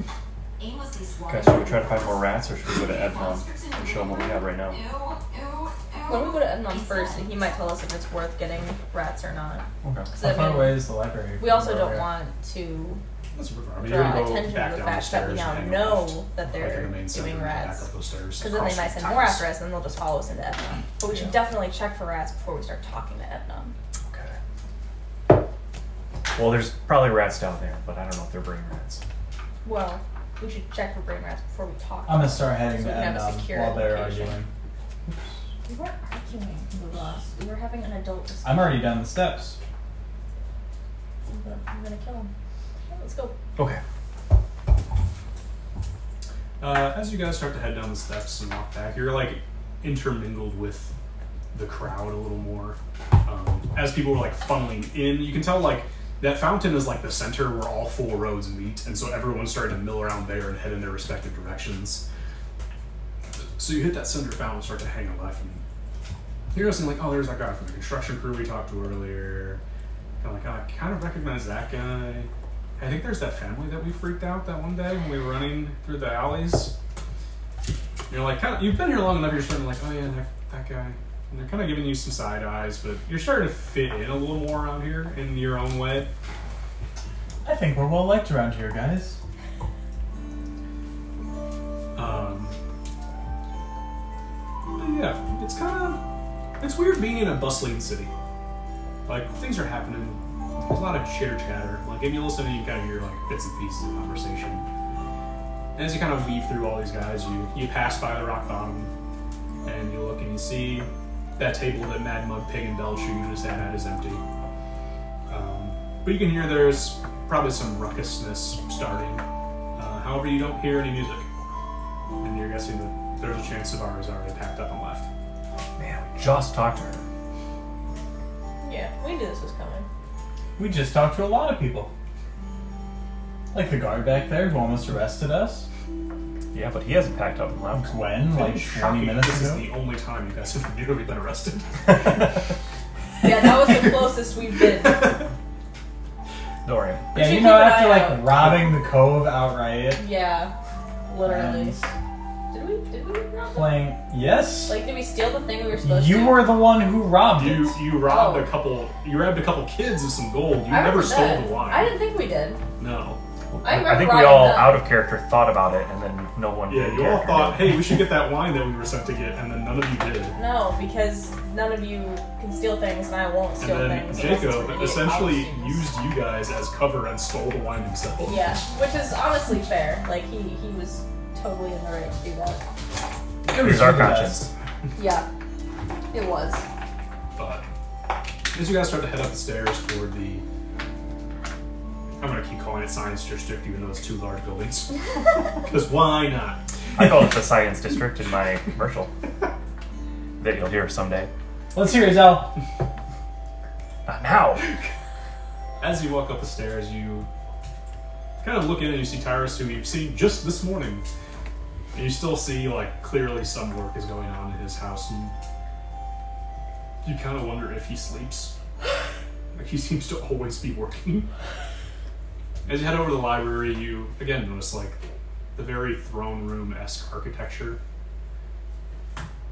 aimlessly Okay, should we try to find more rats, or should we go to Edmond and show them what we have right now? Why don't we go to Edmund first, and he might tell us if it's worth getting rats or not. Okay. 'Cause How I far mean, away is the library? we from also where don't we're at? want to That's what we're- I mean, you're draw gonna go attention back to the down fact that we stairs now and know left, that like, in the they're main center doing and rats. Back up those stairs. Because then they across might the send more after tiles. us, and they'll just follow us into Etna. But we should definitely check for rats before we start talking to Etna. Okay. Well, there's probably rats down there, but I don't know if they're brain rats. Well, we should check for brain rats before we talk. I'm gonna start heading So to we can have end a secure while they're location. arguing. we weren't arguing, Lula. We were having an adult discussion. I'm already down the steps. I'm gonna- I'm gonna kill him. Okay, Let's go. Okay. Uh, as you guys start to head down the steps and walk back, you're like intermingled with the crowd a little more. Um, as people are like funneling in, you can tell like that fountain is like the center where all four roads meet, and so everyone's starting to mill around there and head in their respective directions. So you hit that center fountain and start to hang a left, and you're noticing like, oh, there's that guy from the construction crew we talked to earlier. Kind of like, oh, I kind of recognize that guy. I think there's that family that we freaked out that one day when we were running through the alleys. And you're like, kind of, you've been here long enough. You're starting to like, oh yeah, that, that guy. And they're kind of giving you some side eyes, but you're starting to fit in a little more around here in your own way. I think we're well liked around here, guys. Um, but yeah, it's kind of it's weird being in a bustling city. Like things are happening. There's a lot of chitter chatter. Like if you listen, you kind of hear like bits and pieces of conversation. And as you kind of weave through all these guys, you you pass by the rock bottom, and you look and you see that table that Mad Mug Pig and Bell Shoe just had at is empty. Um, but you can hear there's probably some ruckusness starting. Uh, however, you don't hear any music and you're guessing that there's a chance Savara's already packed up and left. Man, we just talked to her. Yeah, we knew this was coming. We just talked to a lot of people. Like the guard back there who almost arrested us. Yeah, but he hasn't packed up and left. When? Like 20 Shocking, minutes this ago? is the only time you guys have nearly been arrested. Yeah, that was the closest we've been. Don't worry. Yeah, should you know, keep an after eye like out. robbing the cove outright Yeah, literally. and Did we? Did we rob them? playing. Yes? Like, did we steal the thing we were supposed to? you were the one who robbed you it. you robbed Oh. a couple you robbed a couple kids of some gold. You I never remember stole that. the wine. I didn't think we did. No. I remember think we robbing all, them. out of character, thought about it, and then no one. Yeah, in you all character thought, did. hey, we should get that wine that we were sent to get, and then none of you did. No, because none of you can steal things, and I won't And steal then things. unless it's Jacob for you. essentially I'll steal. used you guys as cover and stole the wine himself. Yeah, which is honestly fair. Like he he was totally in the right to do that. It was our conscience. Yeah, it was. But as you guys start to head up the stairs toward the I'm gonna keep calling it science district even though it's two large buildings. Because why not? I call it the science district in my commercial that you'll hear someday. Let's hear it, Zell. Not now. As you walk up the stairs, you kind of look in and you see Tyrus, who you've seen just this morning. And you still see, like, clearly some work is going on in his house. And you kind of wonder if he sleeps. Like, he seems to always be working. As you head over to the library, you again notice, like, the very throne room esque architecture.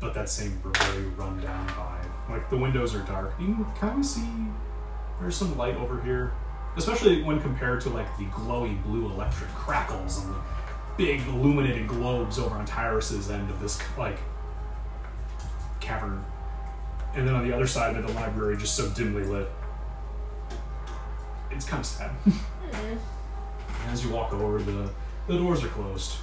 But that same very rundown vibe. Like, the windows are dark. You can kind of see there's some light over here, especially when compared to like the glowy blue electric crackles and the big illuminated globes over on Tyrus's end of this like cavern. And then on the other side of the library, just so dimly lit. It's kind of sad. And As you walk over, the, the doors are closed.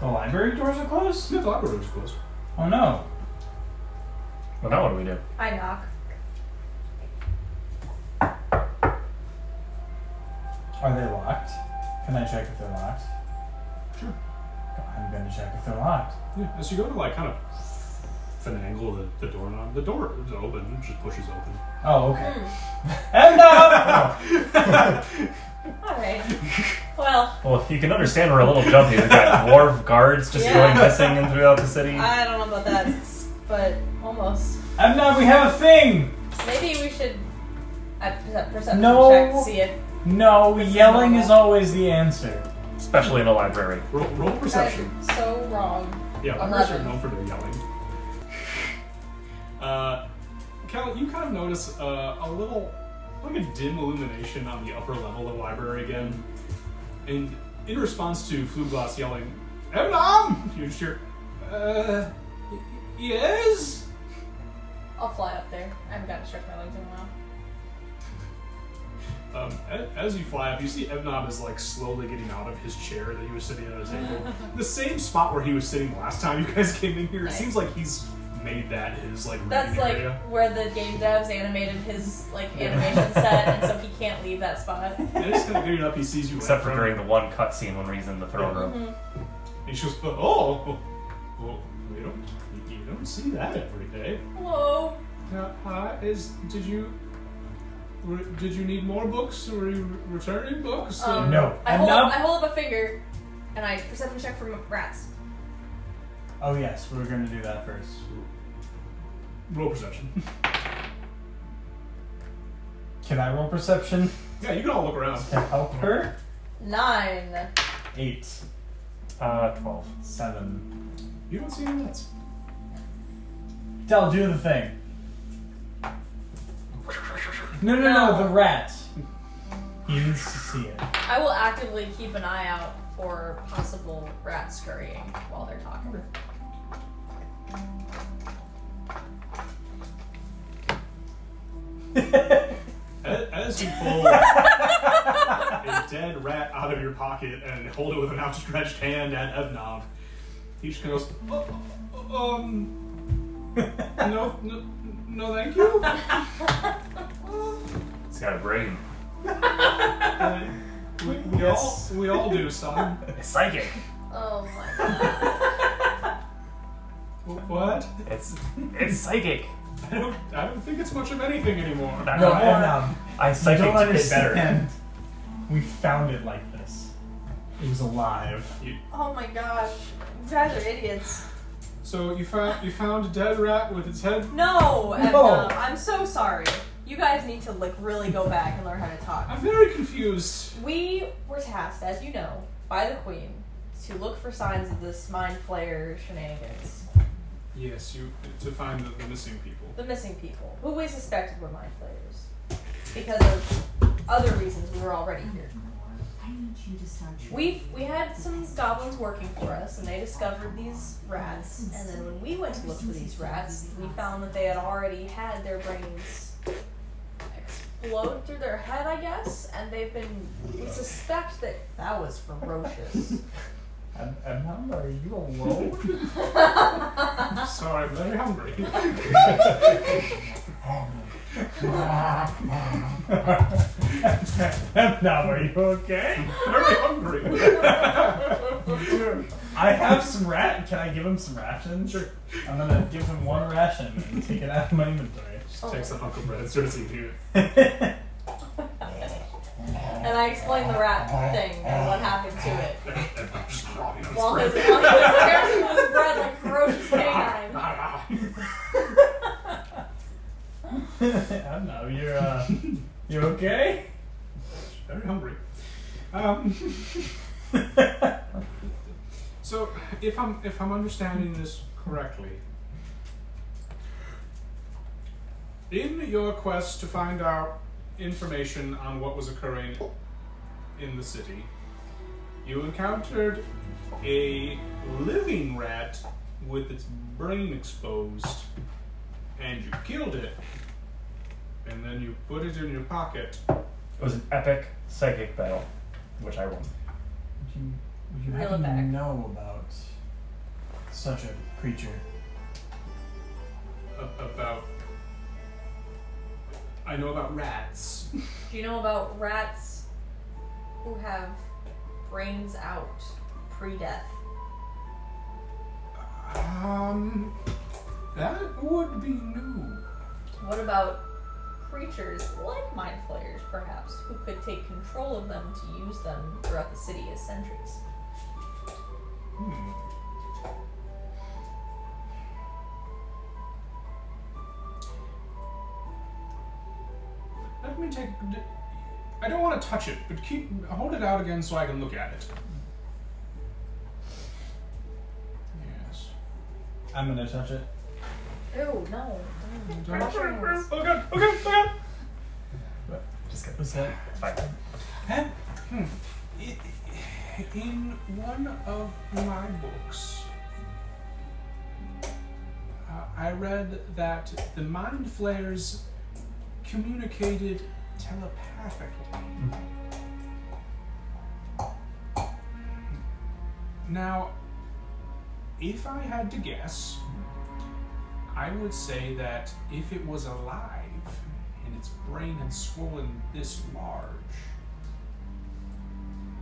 The library doors are closed? Yeah, the library is closed. Oh no. Well, now what do we do? I knock. Are they locked? Can I check if they're locked? Sure. I'm gonna check if they're locked. Yeah, as you go to like kind of finagle the, the doorknob, the door is open. It just pushes open. Oh, okay. Hmm. Oh, and up! All right. Well, Well, you can understand we're a little jumpy. We've got dwarf guards just Yeah. going missing and throughout the city. I don't know about that, but almost. And now we have a thing! Maybe we should. I perception No. check to see if No, yelling is normal. always the answer. Especially in a library. Roll, roll perception. I'm so wrong. Yeah, libraries are Eleven. known for their yelling. Uh, Cal, you kind of notice uh, a little like a dim illumination on the upper level of the library again. And in response to Fluglass yelling, Evan! You just hear, uh, y- yes? I'll fly up there. I haven't gotten to stretch my legs in a while. Um, a- as you fly up, you see Evnob is like slowly getting out of his chair that he was sitting at his table. the same spot where he was sitting last time you guys came in here. It Nice. seems like he's made that his like reading That's like area. where the game devs animated his like animation set, and so he can't leave that spot. And it's kind of getting up. He sees you. Except for Evnob, during the one cutscene when he's in the throne room. Mm-hmm. and she goes, "Oh, well, you don't, you don't see that every day." Hello. Uh, hi, is did you? Were, did you need more books? Were you re- returning books? Uh, Um, No. I hold, No. up, I hold up a finger, and I perception check for rats. Oh yes, we were going to do that first. roll perception. Can I roll perception yeah, you can all look around. to help her? Nine. Eight, Uh, 12. seven. You don't see any lights. Del, do the thing. No, no, no, No. the rat. He needs to see it. I will actively keep an eye out for possible rats scurrying while they're talking. A- As you pull a dead rat out of your pocket and hold it with an outstretched hand at Evnob, he just goes, "Oh, oh, um, no, no, no, thank you. He's got a brain. Uh, we, we all, we all do, son. It's psychic. Oh my god. Wh- What? It's it's psychic. I don't, I don't think it's much of anything anymore. Not No, anymore. Emnam, I I psychic don't to get better. understand. We found it like this. It was alive. Oh my gosh. You guys are idiots. So you found, you found a dead rat with its head. No, No. Edna, I'm so sorry. You guys need to like really go back and learn how to talk. I'm very confused. We were tasked, as you know, by the Queen to look for signs of this mind flayer shenanigans. Yes, you to find the, the missing people. The missing people, who we suspected were mind flayers. Because of other reasons we were already here. I need you to start. We we had some goblins working for us, and they discovered these rats. And then when we went to look for these rats, we found that they had already had their brains explode through their head, I guess. And they've been we suspect that that was ferocious. Em- Emnam, are you alone? Sorry, I'm very hungry. Emnam, are you okay? very hungry. I have some rat. Can I give him some rations? Sure. I'm gonna give him one ration and take it out of my inventory. Takes a hunk of bread and starts eating it. and I explained the rat thing and what happened to it. While his, Well, while he was tearing his bread like ferocious canine. I'm not. You're uh, you okay? Very hungry. Um, That's so, if I'm if I'm understanding this correctly, in your quest to find out information on what was occurring in the city, you encountered a living rat with its brain exposed, and you killed it, and then you put it in your pocket. It was an epic psychic battle, which I won. Would you, would you Reel it happen to back. know about such a creature? a- about. I know about rats. Do you know about rats who have brains out pre-death? Um, that would be new. What about creatures like mind flayers, perhaps, who could take control of them to use them throughout the city as sentries? Hmm. Let me take. I don't want to touch it, but keep hold it out again so I can look at it. Yes. I'm gonna touch it. Ew, Oh, no. Oh god! Oh god! Oh god! But It's good. Was that It's fine. Hmm. In one of my books, uh, I read that the mind flayers communicated telepathically. Hmm. Now, if I had to guess, I would say that if it was alive and its brain had swollen this large,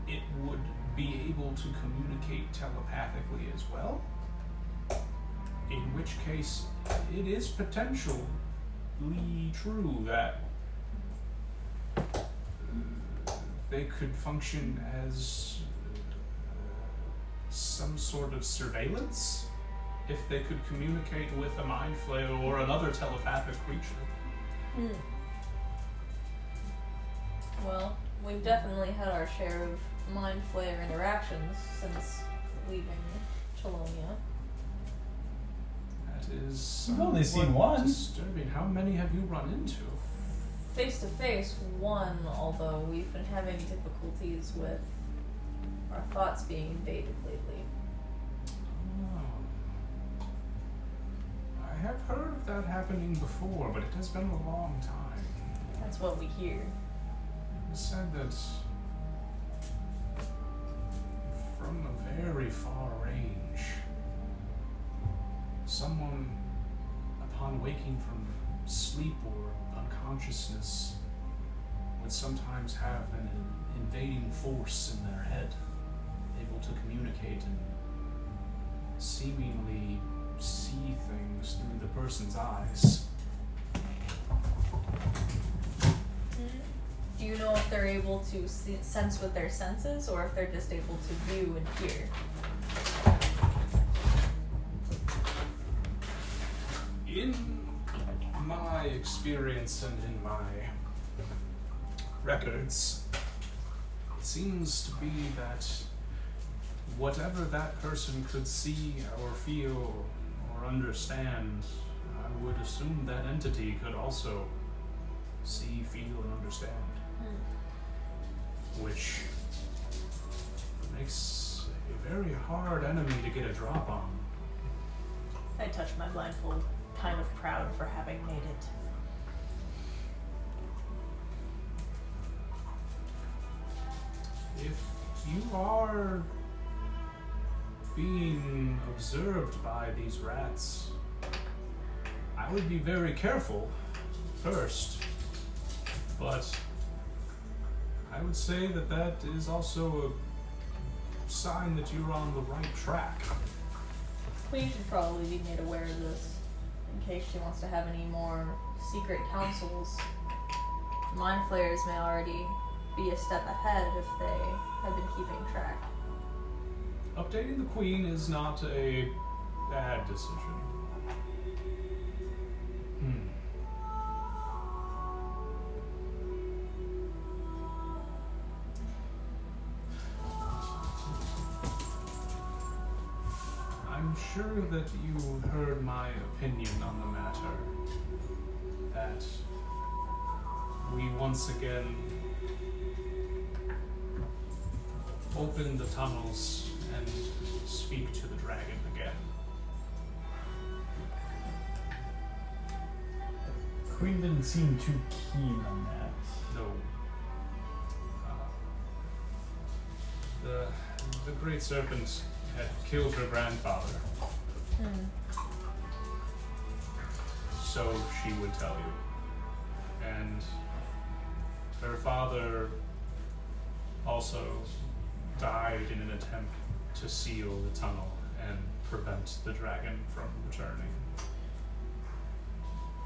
it would be able to communicate telepathically as well. In which case, it is potentially true that uh, they could function as uh, some sort of surveillance if they could communicate with a mind flayer or another telepathic creature. Mm. Well, we've definitely had our share of mind flayer interactions since leaving Chelonia. That is You've only seen somewhat one. Disturbing. How many have you run into? Face to face, one, although we've been having difficulties with our thoughts being invaded lately. Oh. I have heard of that happening before, but it has been a long time. That's what we hear. It said that from a very far range, someone, upon waking from sleep or unconsciousness, would sometimes have an in- invading force in their head, able to communicate and seemingly see things through the person's eyes. Do you know if they're able to se- sense with their senses or if they're just able to view and hear? in my experience and in my records, it seems to be that whatever that person could see or feel or understand, I would assume that entity could also see, feel, and understand. Which makes a very hard enemy to get a drop on. I touch my blindfold, kind of proud for having made it. If you are being observed by these rats, I would be very careful first. But I would say that that is also a sign that you're on the right track. We should probably be made aware of this in case she wants to have any more secret councils. Mind flayers may already be a step ahead if they have been keeping track. Updating the queen is not a bad decision. Hmm. I'm sure that you heard my opinion on the matter. That we once again open the tunnels and speak to the dragon again. Queen didn't seem too keen on that. No. Uh, the the great serpent had killed her grandfather, so she would tell you. And her father also died in an attempt to seal the tunnel and prevent the dragon from returning.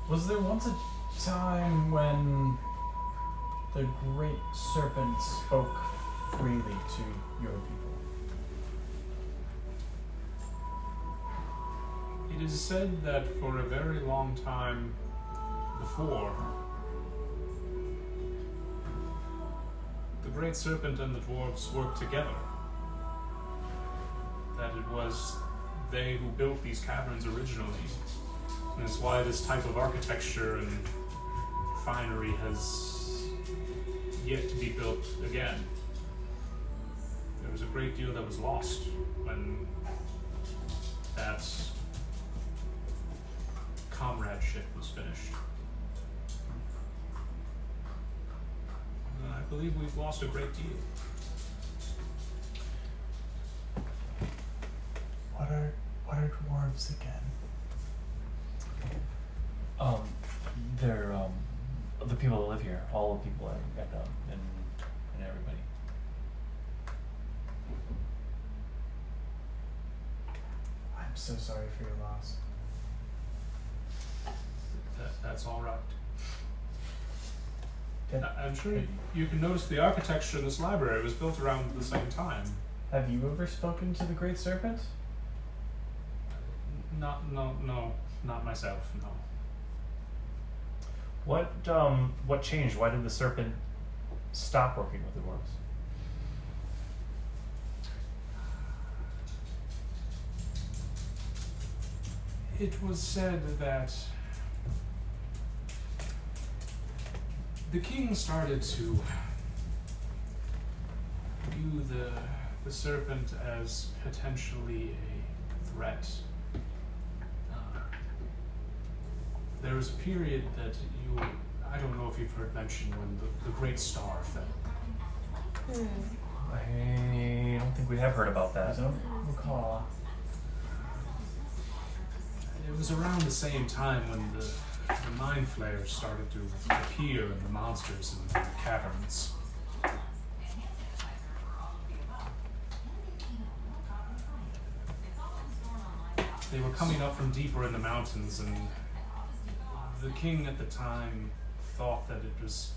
Was there once a time when the great serpent spoke freely to your people? It is said that for a very long time before, the Great Serpent and the dwarves worked together. That it was they who built these caverns originally. And it's why this type of architecture and finery has yet to be built again. There was a great deal that was lost when that comradeship was finished. And Uh, I believe we've lost a great deal. What are what are dwarves again? Um, they're um, the people that live here, all the people I, I know, and and everybody. I'm so sorry for your loss. That, that's all right. Did- I- I'm sure you can notice the architecture in this library was built around the same time. Have you ever spoken to the Great Serpent? Not, no, no, not myself, no. What um, what changed? Why did the serpent stop working with the dwarves? It was said that the king started to view the, the serpent as potentially a threat. Uh, there was a period that you, I don't know if you've heard mentioned, when the, the great star fell. I don't think we have heard about I that. don't recall. It was around the same time when the, the mind flayers started to appear and the monsters in the caverns. They were coming up from deeper in the mountains, and the king at the time thought that it was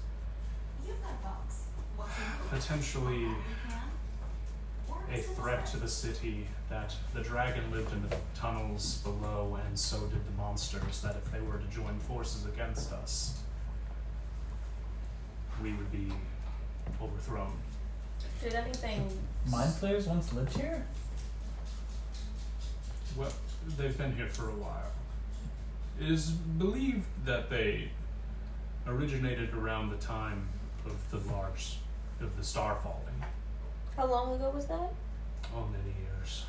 potentially a threat to the city that the dragon lived in the tunnels below and so did the monsters that if they were to join forces against us we would be overthrown Did anything? Mind flayers once lived here? well they've been here for a while it is believed that they originated around the time of the large of the star falling How long ago was that? oh many years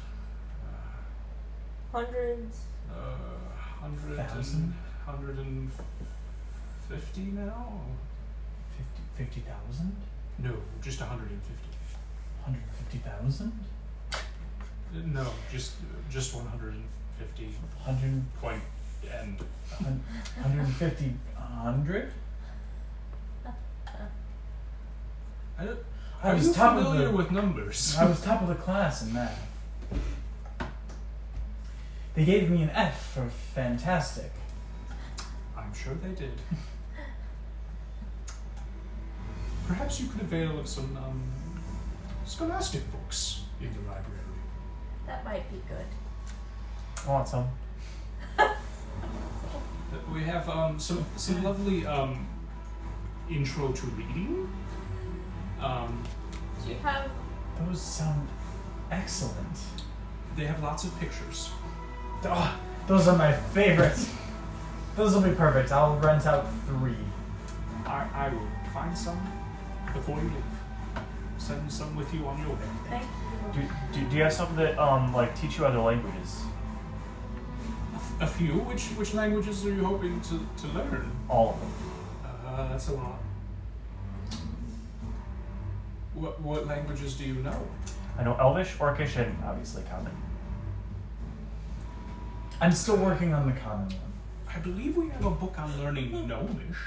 Hundreds. Uh, hundred and Thousand? hundred and fifty now? Fifty thousand? No, just hundred and fifty. Hundred fifty thousand? Uh, No, just just one hundred and fifty Hundred point and hundred fifty hundred? I don't- I are was you top of familiar the- with numbers? I was top of the class in math. They gave me an F for fantastic. I'm sure they did. Perhaps you could avail of some um, scholastic books in the library. That might be good. I want some. That We have um, some some lovely um, intro to reading. Um, Do you have? Those sound excellent. They have lots of pictures. Oh, those are my favorites. Those will be perfect. I'll rent out three. I, I will find some before you leave. Send some with you on your way. Thank you. Do, do, do you have something that um, like teach you other languages? A few. Which which languages are you hoping to, to learn? All of them. Uh, that's a lot. What what languages do you know? I know Elvish, Orcish, and obviously Common. I'm still working on the common one. I believe we have a book on learning Gnomish.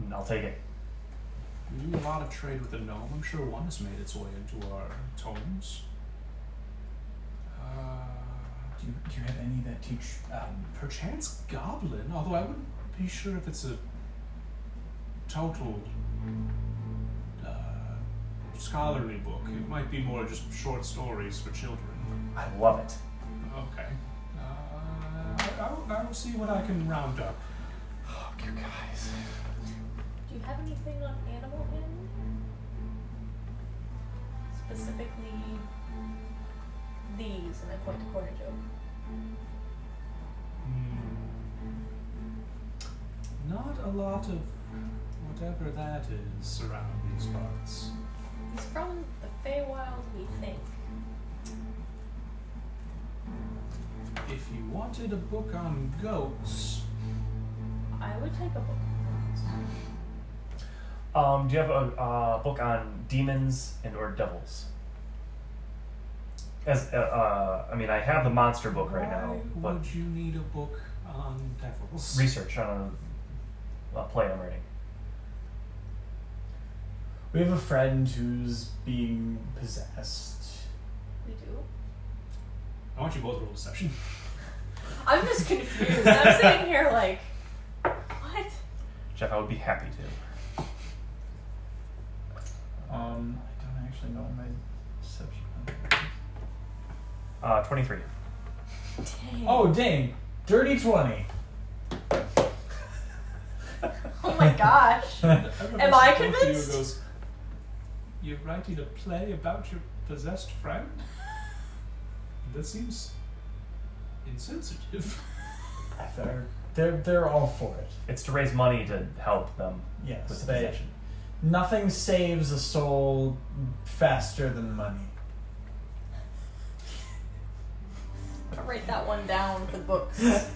Mm, I'll take it. We do a lot of trade with the gnome. I'm sure one has made its way into our tomes. Uh, Do you, do you have any that teach? Um, perchance goblin, although I wouldn't be sure if it's a total uh, scholarly book. It might be more just short stories for children. I love it. Okay. Uh, I- I, will, I will see what I can round up. Oh, you guys. Do you have anything on animal handling? Specifically, these, and I point to corner joke. Hmm. Not a lot of what Whatever that is surround these parts. He's from the Feywild, we think. If you wanted a book on goats, I would take a book. Um, do you have a uh, book on demons and or devils? As uh, uh, I mean, I have the monster book right now, why but would you need a book on devils? research on a, a play I'm writing. We have a friend who's being possessed. We do. I want you both to roll deception. I'm just confused. I'm sitting here like, what? Jeff, I would be happy to. Um, I don't actually know what my deception. Uh, Twenty-three. Oh dang, dirty twenty. Oh my gosh. Am I convinced? You goes, You're writing a play about your possessed friend? That seems insensitive. They're they're they're all for it. It's to raise money to help them Yes, with the they. possession. Nothing saves a soul faster than money. Write that one down for the books.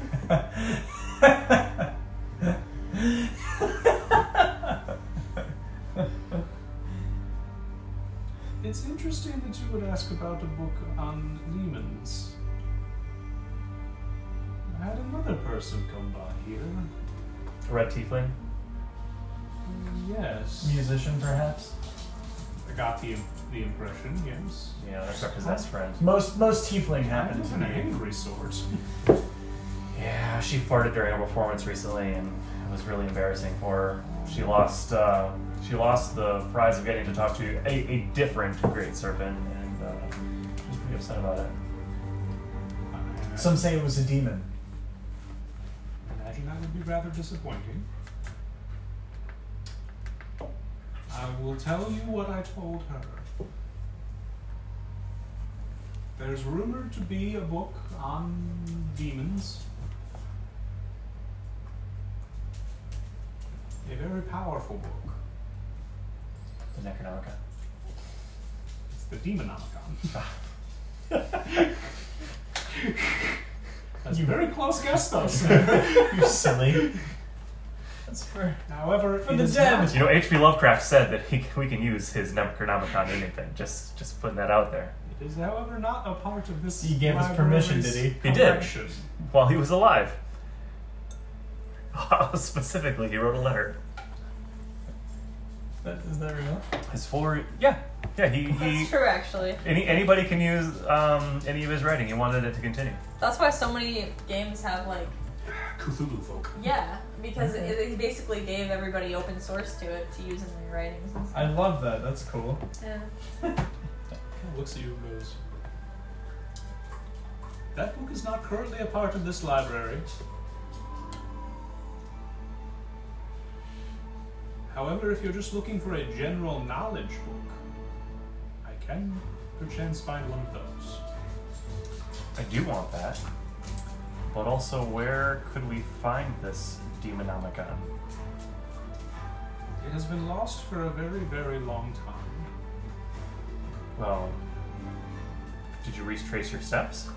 It's interesting that you would ask about a book on demons. I had another person come by here. A red tiefling. Yes. Musician, perhaps. I got the, the impression, yes. Yeah, that's our possessed friend. Most most tiefling I'm happen of to an me. angry sort. Yeah, she farted during a performance recently, and it was really embarrassing for her. She lost. Uh, she lost the prize of getting to talk to a, a different great serpent, and uh, she was pretty upset about it. Some say it was a demon. Imagine that would be rather disappointing. I will tell you what I told her. There's rumored to be a book on demons. A very powerful book. The Necronomicon. It's the Demonomicon. That's a You- very close guess, though. sir. You silly. That's for However, it for the is dead. You know, H.P. Lovecraft said that he, we can use his Necronomicon in anything. Just, just putting that out there. It is, however, not a part of this. He gave us permission, did he? He did. While he was alive. Specifically, he wrote a letter. That, is that real? His full, re- yeah, yeah. He, he That's true, actually. any, anybody can use um, any of his writing. He wanted it to continue. That's why so many games have like Cthulhu folk. yeah, because it, it basically gave everybody open source to it to use in their writings. And stuff. I love that. That's cool. Yeah. looks at you and goes, That book is not currently a part of this library. However, if you're just looking for a general knowledge book, I can perchance find one of those. I do want that. But also, where could we find this Demonomicon? It has been lost for a very, very long time. Well, did you retrace your steps?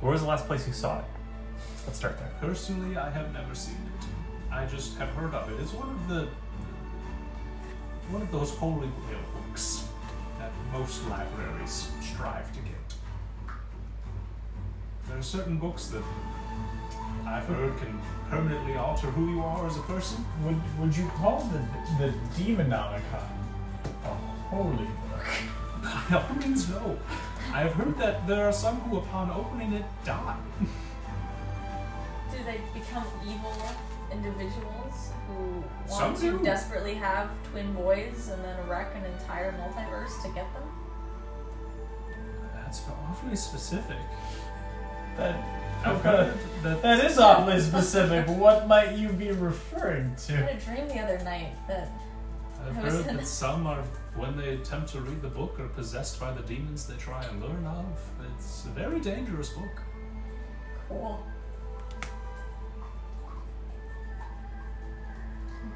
Where was the last place you saw it? Let's start there. Personally, I have never seen it. I just have heard of it. It's one of the one of those holy grail books that most libraries strive to get. There are certain books that I've heard can permanently alter who you are as a person. Would Would you call the the Demonomicon a holy book? By all means, no. I have heard that there are some who, upon opening it, die. Do they become evil individuals who want Some to do. desperately have twin boys and then wreck an entire multiverse to get them? That's awfully specific. That I've heard that that is awfully specific. What might you be referring I to? had a dream the other night that I've I was heard in that a- some are, when they attempt to read the book, are possessed by the demons they try and learn of. It's a very dangerous book. cool.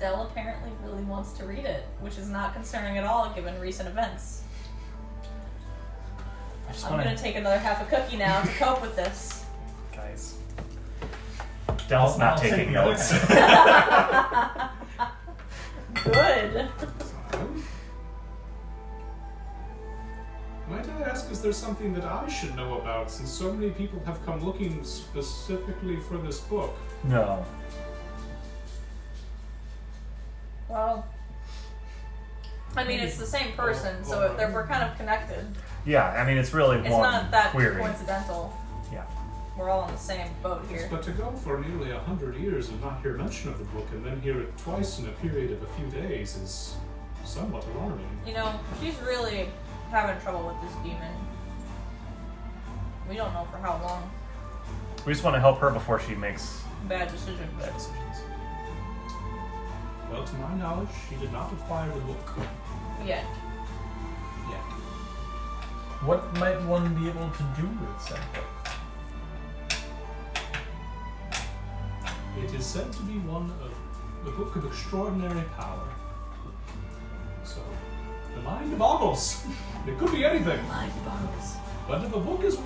Dell apparently really wants to read it, which is not concerning at all given recent events. I just I'm want gonna take another half a cookie now to cope with this. guys. Dell's not I'll take taking the other notes. Good. Might I ask, is there something that I should know about since so many people have come looking specifically for this book? no. Well, I mean, it's the same person, so if they're, we're kind of connected. Yeah, I mean it's really It's one not that query. coincidental. Yeah. We're all on the same boat here. But to go for nearly a hundred years and not hear mention of the book and then hear it twice in a period of a few days is somewhat alarming. You know, she's really having trouble with this demon. We don't know for how long. We just want to help her before she makes Bad decision, but bad decisions. Well, to my knowledge, she did not acquire the book yeah. yet. What might one be able to do with said book? It is said to be one of the book of extraordinary power. So, the mind boggles. It could be anything. Mind boggles. But if a book is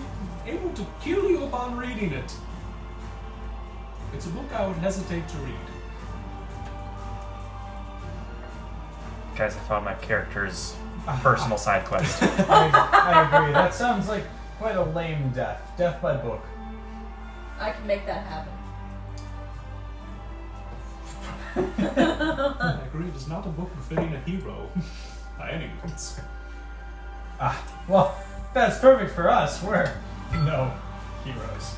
able to kill you upon reading it, it's a book I would hesitate to read. Guys, I found my character's Ah. personal side quest. I, I agree. That sounds like quite a lame death. Death by book. I can make that happen. Uh-uh. I agree, it is not a book befitting a hero by any means. Ah, well, that's perfect for us. We're no heroes.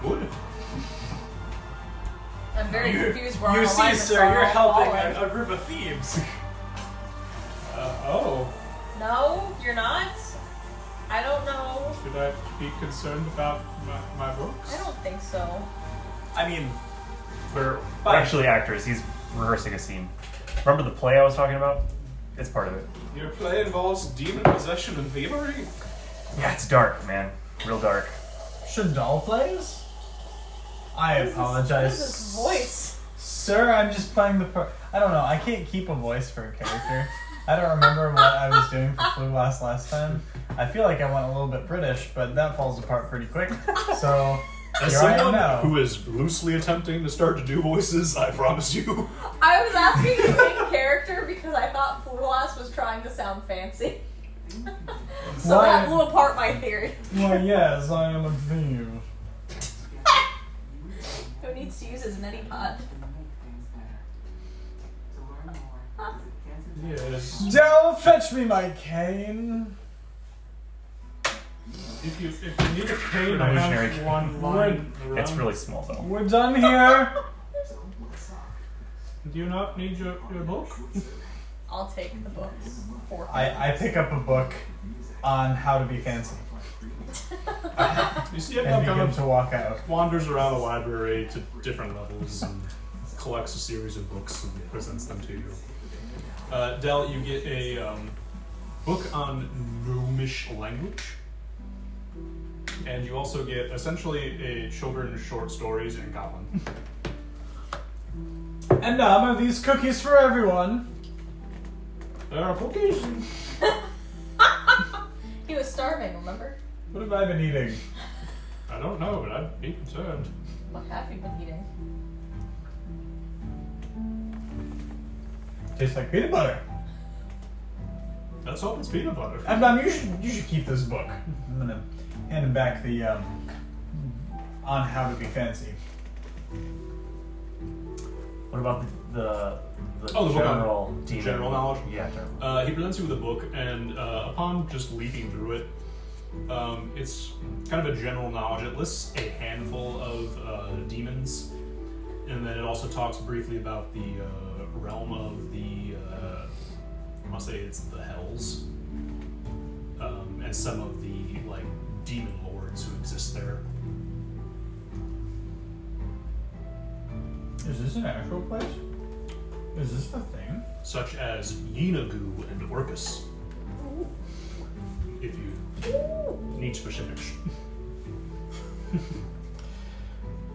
Good. I'm very confused where you our see, alignments sir, are you're all helping falling. a, a group of thieves. Uh, oh, No, you're not. I don't know. should I be concerned about my, my books? I don't think so. I mean, We're, we're Bye. actually actors. He's rehearsing a scene. Remember the play I was talking about? It's part of it. Your play involves demon possession and thievery? Yeah, it's dark, man. Real dark. should doll plays? I apologize, This voice. sir. I'm just playing the part. I don't know. I can't keep a voice for a character. I don't remember what I was doing for Flu Glass last time. I feel like I went a little bit British, but that falls apart pretty quick. So As here I am someone now. who is loosely attempting to start to do voices, I promise you. I was asking to make character because I thought Flulas was trying to sound fancy. so Why- that blew apart my theory. Well, yes, I am a thief. Who needs to use his mini pod? Yes. Dell, fetch me my cane. If you, if you need a cane, I Revolutionary. have one line. It's around. really small though. We're done here. Do you not need your, your book? I'll take the books. For I, I pick up a book on how to be fancy You see, I've and got begin kind to walk out. wanders around the library to different levels and collects a series of books and presents them to you. Uh, Dell, you get a um, book on Gnomish language, and you also get essentially a children's short stories in Goblin. And uh, now are these cookies for everyone? there are cookies. He was starving, remember? What have I been eating? I don't know, but I'd be concerned. What have you been eating? Tastes like peanut butter. Let's hope it's peanut butter. And um, you should you should keep this book. I'm gonna hand him back the um, on how to be fancy. What about the the, the Oh, the book on general demon? general knowledge? Yeah, general. Uh, he presents you with a book, and uh, upon just leaping through it, um, it's kind of a general knowledge. It lists a handful of uh, demons, and then it also talks briefly about the uh, realm of the. Uh, I want to say it's the Hells, um, and some of the like demon lords who exist there. Is this an actual place? Is this the thing? such as Yinagu and Orcus. If you need specifics.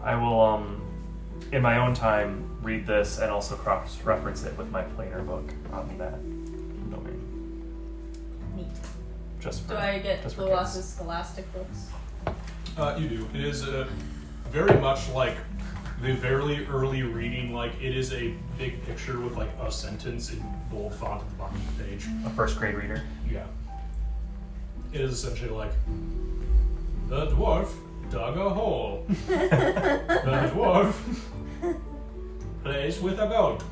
I will um in my own time, read this and also cross reference it with my planer book on that domain. Neat. Just for, Do I get just for Blue kids. Wasp's Scholastic books? Uh, you do. It is uh, very much like the very early reading. Like it is a big picture with like a sentence in bold font at the bottom of the page. a first grade reader? Yeah. It is essentially like the dwarf dug a hole. the dwarf plays with a goat.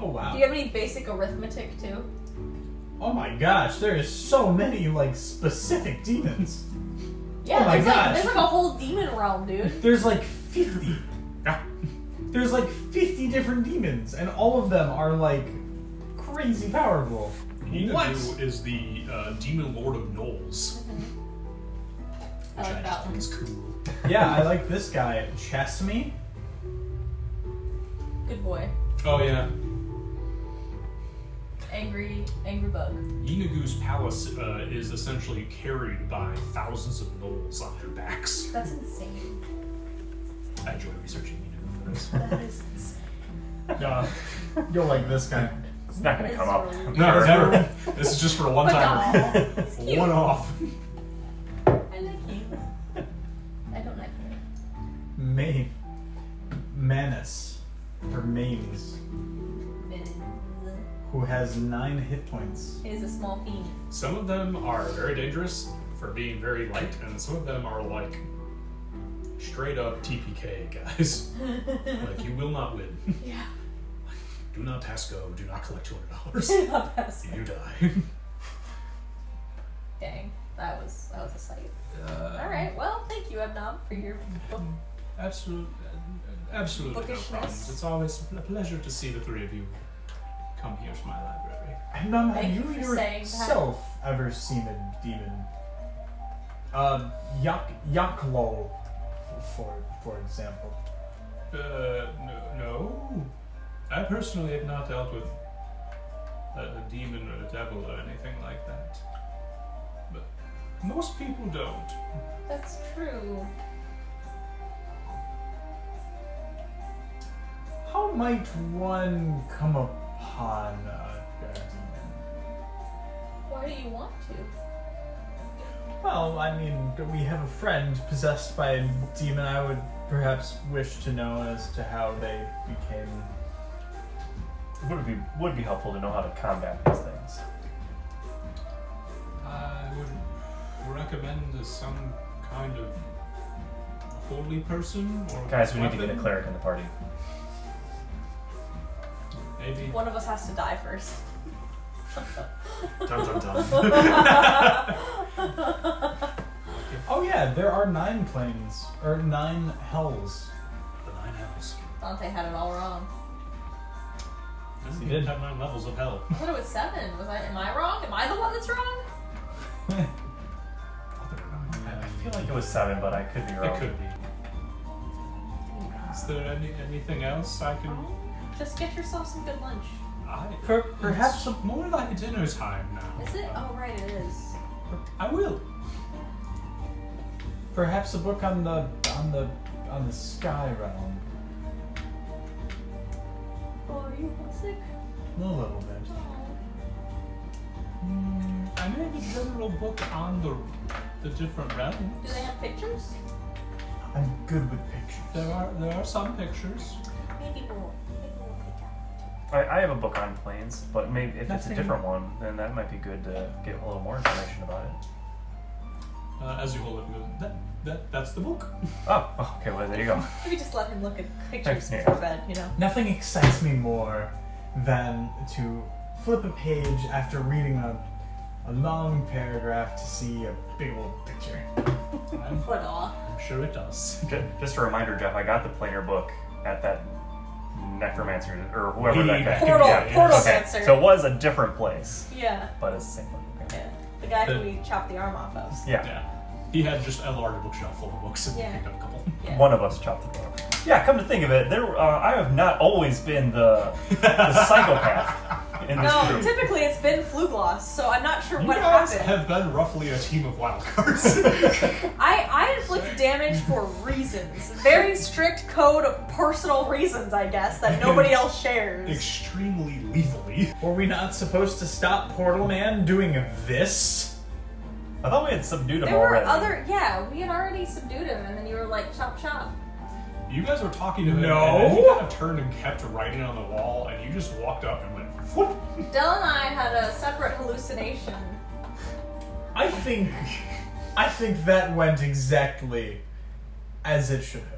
Oh wow. Do you have any basic arithmetic too? Oh my gosh, there is so many like specific demons. Yeah, Oh my there's gosh. like there's like a whole demon realm, dude. There's like 50. Yeah. There's like 50 different demons, and all of them are like crazy powerful. Neither What? do is the uh, demon lord of Knowles. I like that one. It's cool. Yeah, I like this guy, Chesme. Good boy. Oh yeah. Angry angry bug. Yinagu's palace uh, is essentially carried by thousands of gnolls on their backs. That's insane. I enjoy researching Yinagu for this. That is insane. No, You'll like this guy. it's not going to come up. Miserable. no, never. This is just for a one But time. aw, cute. One off. I like you. I don't like you. Mame. Manus. Or Mames. It Who has nine hit points. is a small fiend. Some of them are very dangerous for being very light, and some of them are like straight up TPK guys. like you will not win. Yeah. Do not pass go. Do not collect two hundred dollars. Not best. You die. Dang, that was that was a sight. Uh, All right, well, thank you, Abnob, for your book. Absolute, uh, absolutely no Bookishness. problems. It's always a pleasure to see the three of you come here to my library. And um, have Thank you you for saying that. yourself ever seen a demon? Uh, Yak Yaklol, f- for for example. Uh, no, no. I personally have not dealt with a, a demon or a devil or anything like that. But most people don't. That's true. How might one come upon a, a demon? Why do you want to? Well, I mean, we have a friend possessed by a demon. I would perhaps wish to know as to how they became. It would be would be helpful to know how to combat these things. I would recommend some kind of holy person or Guys, we need to get a cleric in the party. Maybe. One of us has to die first. Dun dun dun. Oh yeah, there are nine planes or nine hells. the nine hells. Dante had it all wrong. You did. did have nine levels of hell. I thought it was seven. Was I? Am I wrong? Am I the one that's wrong? I feel like it was seven, but I could be wrong. It could be. Is there any, anything else I can? Just get yourself some good lunch. I, Per- perhaps it's more like dinner time now. Is it? Oh right, it is. I will. Perhaps a book on the on the on the sky realm. Oh, are you homesick? A little bit. I may have a general book on the the different realms. Do they have pictures? I'm good with pictures. There are there are some pictures. Maybe we'll. Maybe we'll pick up. I, I have a book on planes, but maybe if Nothing. it's a different one, then that might be good to get a little more information about it. Uh, as you hold it, you go, that that that's the book. Oh, okay. Well, there you go. Maybe just let him look at pictures Yeah. before bed. You know. Nothing excites me more than to flip a page after reading a, a long paragraph to see a big old picture. I'm, What off. I'm sure it does. Ju- Just a reminder, Jeff. I got the planer book at that necromancer or whoever that guy. Portal- yeah. portal okay. dancer. So it was a different place, Yeah. but it's the same one. Okay. Yeah. The guy The- who we chopped the arm off of. Yeah. Yeah. He had just a large bookshelf full of books and we Yeah. picked up a couple. Yeah. One of us chopped the book. Yeah, come to think of it, there uh, I have not always been the, the psychopath. in this No, group. typically it's been flu gloss, so I'm not sure you what guys happened. have been roughly a team of wildcards. I, I inflict damage for reasons. Very strict code of personal reasons, I guess, that nobody else shares. Extremely lethally. Were we not supposed to stop Portal Man doing this? I thought we had subdued him There were already. other, yeah, we had already subdued him, and then you were like, chop chop. You guys were talking to him, and then he kind of turned and kept writing on the wall, and you just walked up and went, whoop. Dell and I had a separate hallucination. I think, I think that went exactly as it should have.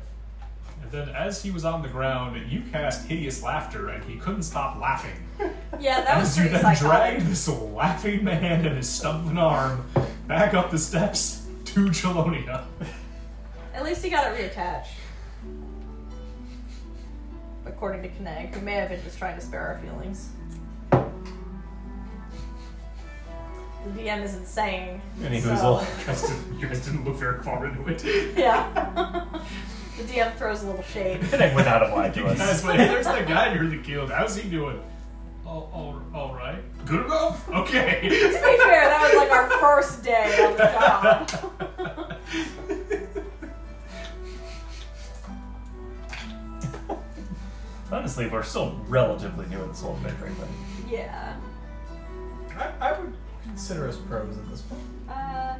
And then as he was on the ground, you cast hideous laughter, and he couldn't stop laughing. Yeah, that was As you pretty then psychotic. dragged this laughing man and his stumping arm back up the steps to Chelonia. At least he got it reattached. According to Kineg, who may have been just trying to spare our feelings. The DM isn't saying. Any so- You guys didn't, you guys didn't look very far into it. Yeah. the DM throws a little shade. Kinnick would not have lied to You guys us. went, there's the guy you really killed. How's he doing? All, all, all right. Good enough? Okay. To be fair, that was like our first day on the job. Honestly, we're still relatively new at this whole bickering thing. Yeah. I, I would consider us pros at this point. Uh,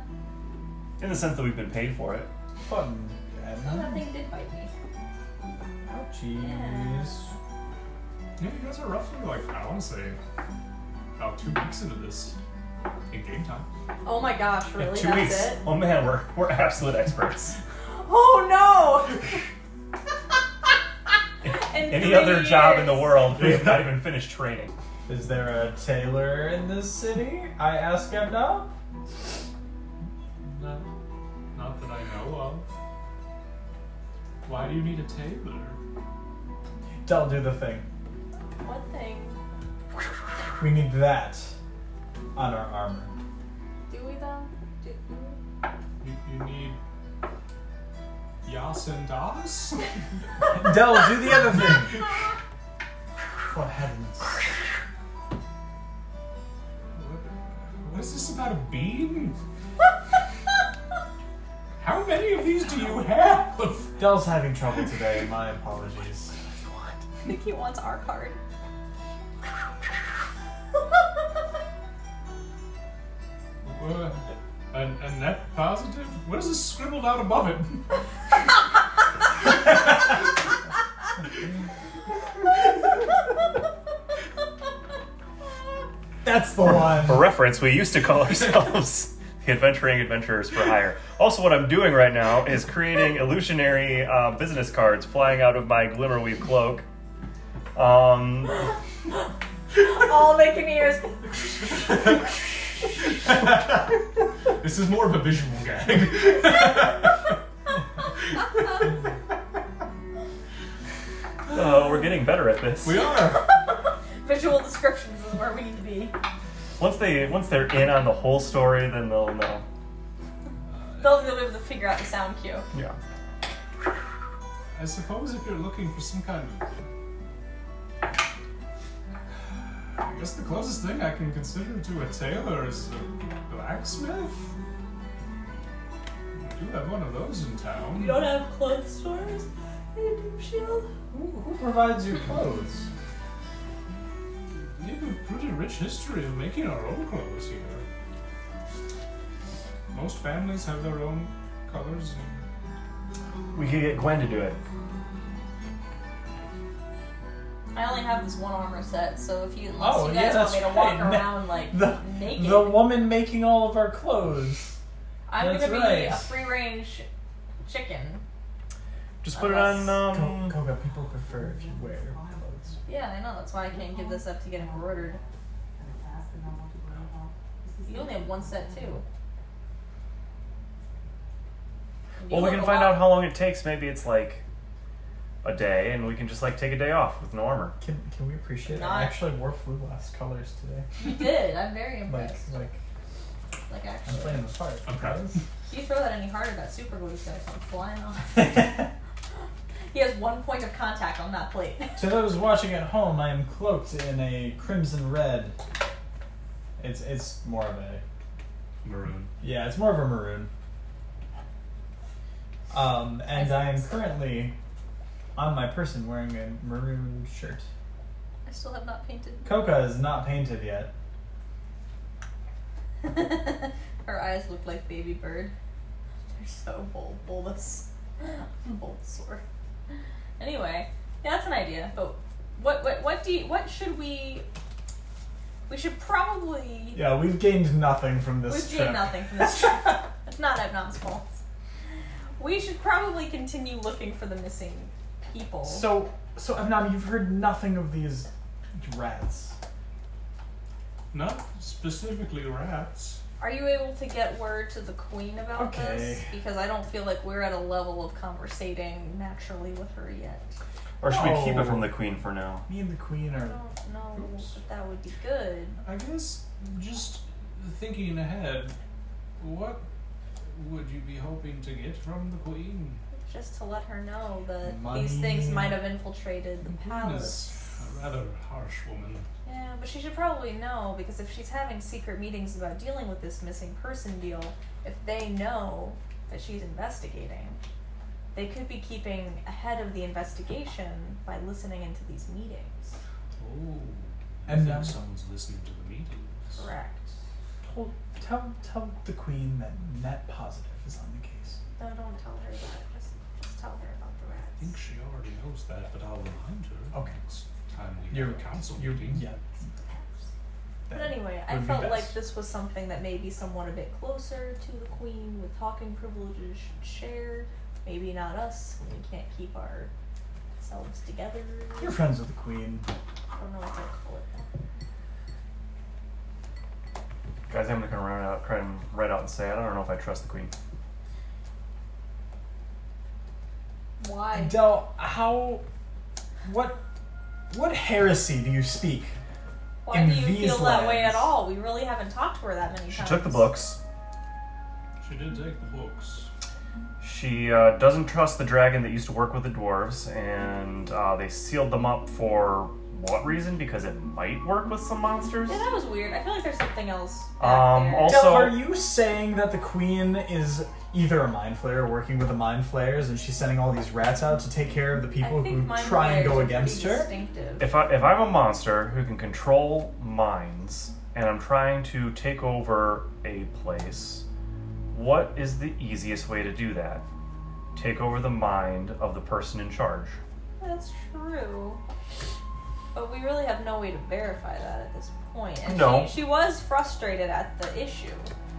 In the sense that we've been paid for it. Fun. that Adnan. thing did bite me. Ouchies. Yeah, you guys are roughly like, I want to say, about two weeks into this in game time. Oh my gosh, really? Two That's weeks. it? Oh man, we're, we're absolute experts. Oh no! In Any three other job in the years. world, we have not even finished training. Is there a tailor in this city? I ask Adnan. Not, not that I know of. Why do you need a tailor? Del, do the thing. One thing. We need that on our armor. Do we though? Do- You, you need Yasin Das? Del, do the other thing. For heavens. What- What is this about a bean? How many of these do you have? Del's having trouble today. My apologies. I think he wants our card. Uh, And, and net positive? What is this scribbled out above it? That's the one. For reference, we used to call ourselves the Adventuring Adventurers for Hire. Also, what I'm doing right now is creating illusionary uh, business cards flying out of my Glimmerweave cloak. Um, All they can hear is This is more of a visual gag. uh, we're getting better at this. we are. visual descriptions is where we need to be. Once they once they're in on the whole story, then they'll know. They'll, they'll be able to figure out the sound cue. Yeah. I suppose if you're looking for some kind of. I guess the closest thing I can consider to a tailor is a blacksmith? We do have one of those in town. You don't have clothes stores in Doom Shield? Who, who provides you clothes? We have a pretty rich history of making our own clothes here. Most families have their own colors and We could get Gwen to do it. I only have this one armor set, so if you unless Oh, you yeah, guys that's want me to right. walk Na- around like The, naked, the woman making all of our clothes. I'm that's gonna be a right. free range chicken. Just put Unless- it on. Um, Koga, people prefer if you wear clothes. Yeah, I know. That's why I can't give this up to get embroidered. You only have one set too. You well, we look can a find lot- out how long it takes. Maybe it's like a day, and we can just like take a day off with no armor. Can, can we appreciate it? Not- I actually wore flu last colors today. You did. I'm very Like, impressed. like Like, I'm actually, playing the part. I'm proud. if you throw that any harder, that super glue is gonna come flying off. He has one point of contact on that plate. To those watching at home, I am cloaked in a crimson red. It's it's more of a Maroon. yeah, it's more of a maroon. Um, and I am currently on my person wearing a maroon shirt. I still have not painted. Coca is not painted yet. Her eyes look like baby bird. They're so bul- bulbous. Bulbasaur. Anyway, that's an idea. But what what what do you, what should we? We should probably. Yeah, we've gained nothing from this We've trip. gained nothing from this trip. it's not Ebnon's fault. We should probably continue looking for the missing people. So, so Abnam, you've heard nothing of these rats. Not specifically rats. Are you able to get word to the queen about Okay. this? Because I don't feel like we're at a level of conversating naturally with her yet. Or should we keep No. it from the queen for now? Me and the queen I are. don't know if that would be good. I guess just thinking ahead, what would you be hoping to get from the queen? Just to let her know that these Money. things might have infiltrated the Queen is palace. a rather harsh woman. Yeah, but she should probably know because if she's having secret meetings about dealing with this missing person deal, if they know that she's investigating, they could be keeping ahead of the investigation by listening into these meetings. Oh, And, I um, think someone's listening to the meetings. Correct. Told, tell, tell the queen that net positive is on the case. No, don't tell her that. Just, just tell her about the I think rats. she already knows that, but I'll remind her. Okay. Next time we You're have a council You're, meeting. yeah. But That anyway, I would be felt like best. this was something that maybe someone a bit closer to the queen with talking privileges should share. Maybe not us. We can't keep ourselves together. You're friends with the queen. I don't know what to call it. Guys, I'm gonna come run out, try and right out and say I don't know if I trust the queen. Why? Del, how, what, what heresy do you speak? Why in do you these feel that way at lands. all? We really haven't talked to her that many She times. took the books. She did take the books. She uh, doesn't trust the dragon that used to work with the dwarves, and uh, they sealed them up for what reason? Because it might work with some monsters. Yeah, that was weird. I feel like there's something else. Back Um, there. also- Del, are you saying that the queen is either a mind flayer working with the mind flayers and she's sending all these rats out to take care of the people I think who mind try and flayers go are pretty against her? distinctive. If I if I'm a monster who can control minds and I'm trying to take over a place, what is the easiest way to do that? Take over the mind of the person in charge. That's true. But we really have no way to verify that at this point. And No. she, she was frustrated at the issue.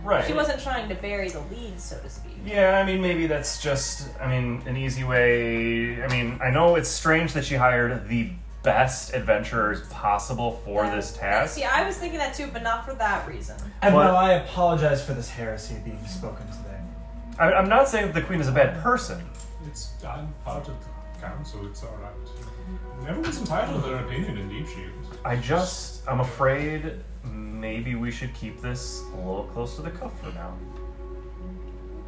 Right. She wasn't trying to bury the lead, so to speak. Yeah, I mean maybe that's just I mean an easy way. I mean, I know it's strange that she hired the best adventurers possible for That- this that- task. See, I was thinking that too, but not for that reason. And What- no, I apologize for this heresy being spoken today. I, I'm not saying that the queen is a bad person. It's I'm part of the council. It's all right. Everyone's entitled to their opinion in Deep Shoes. I just, I'm afraid maybe we should keep this a little close to the cuff for now.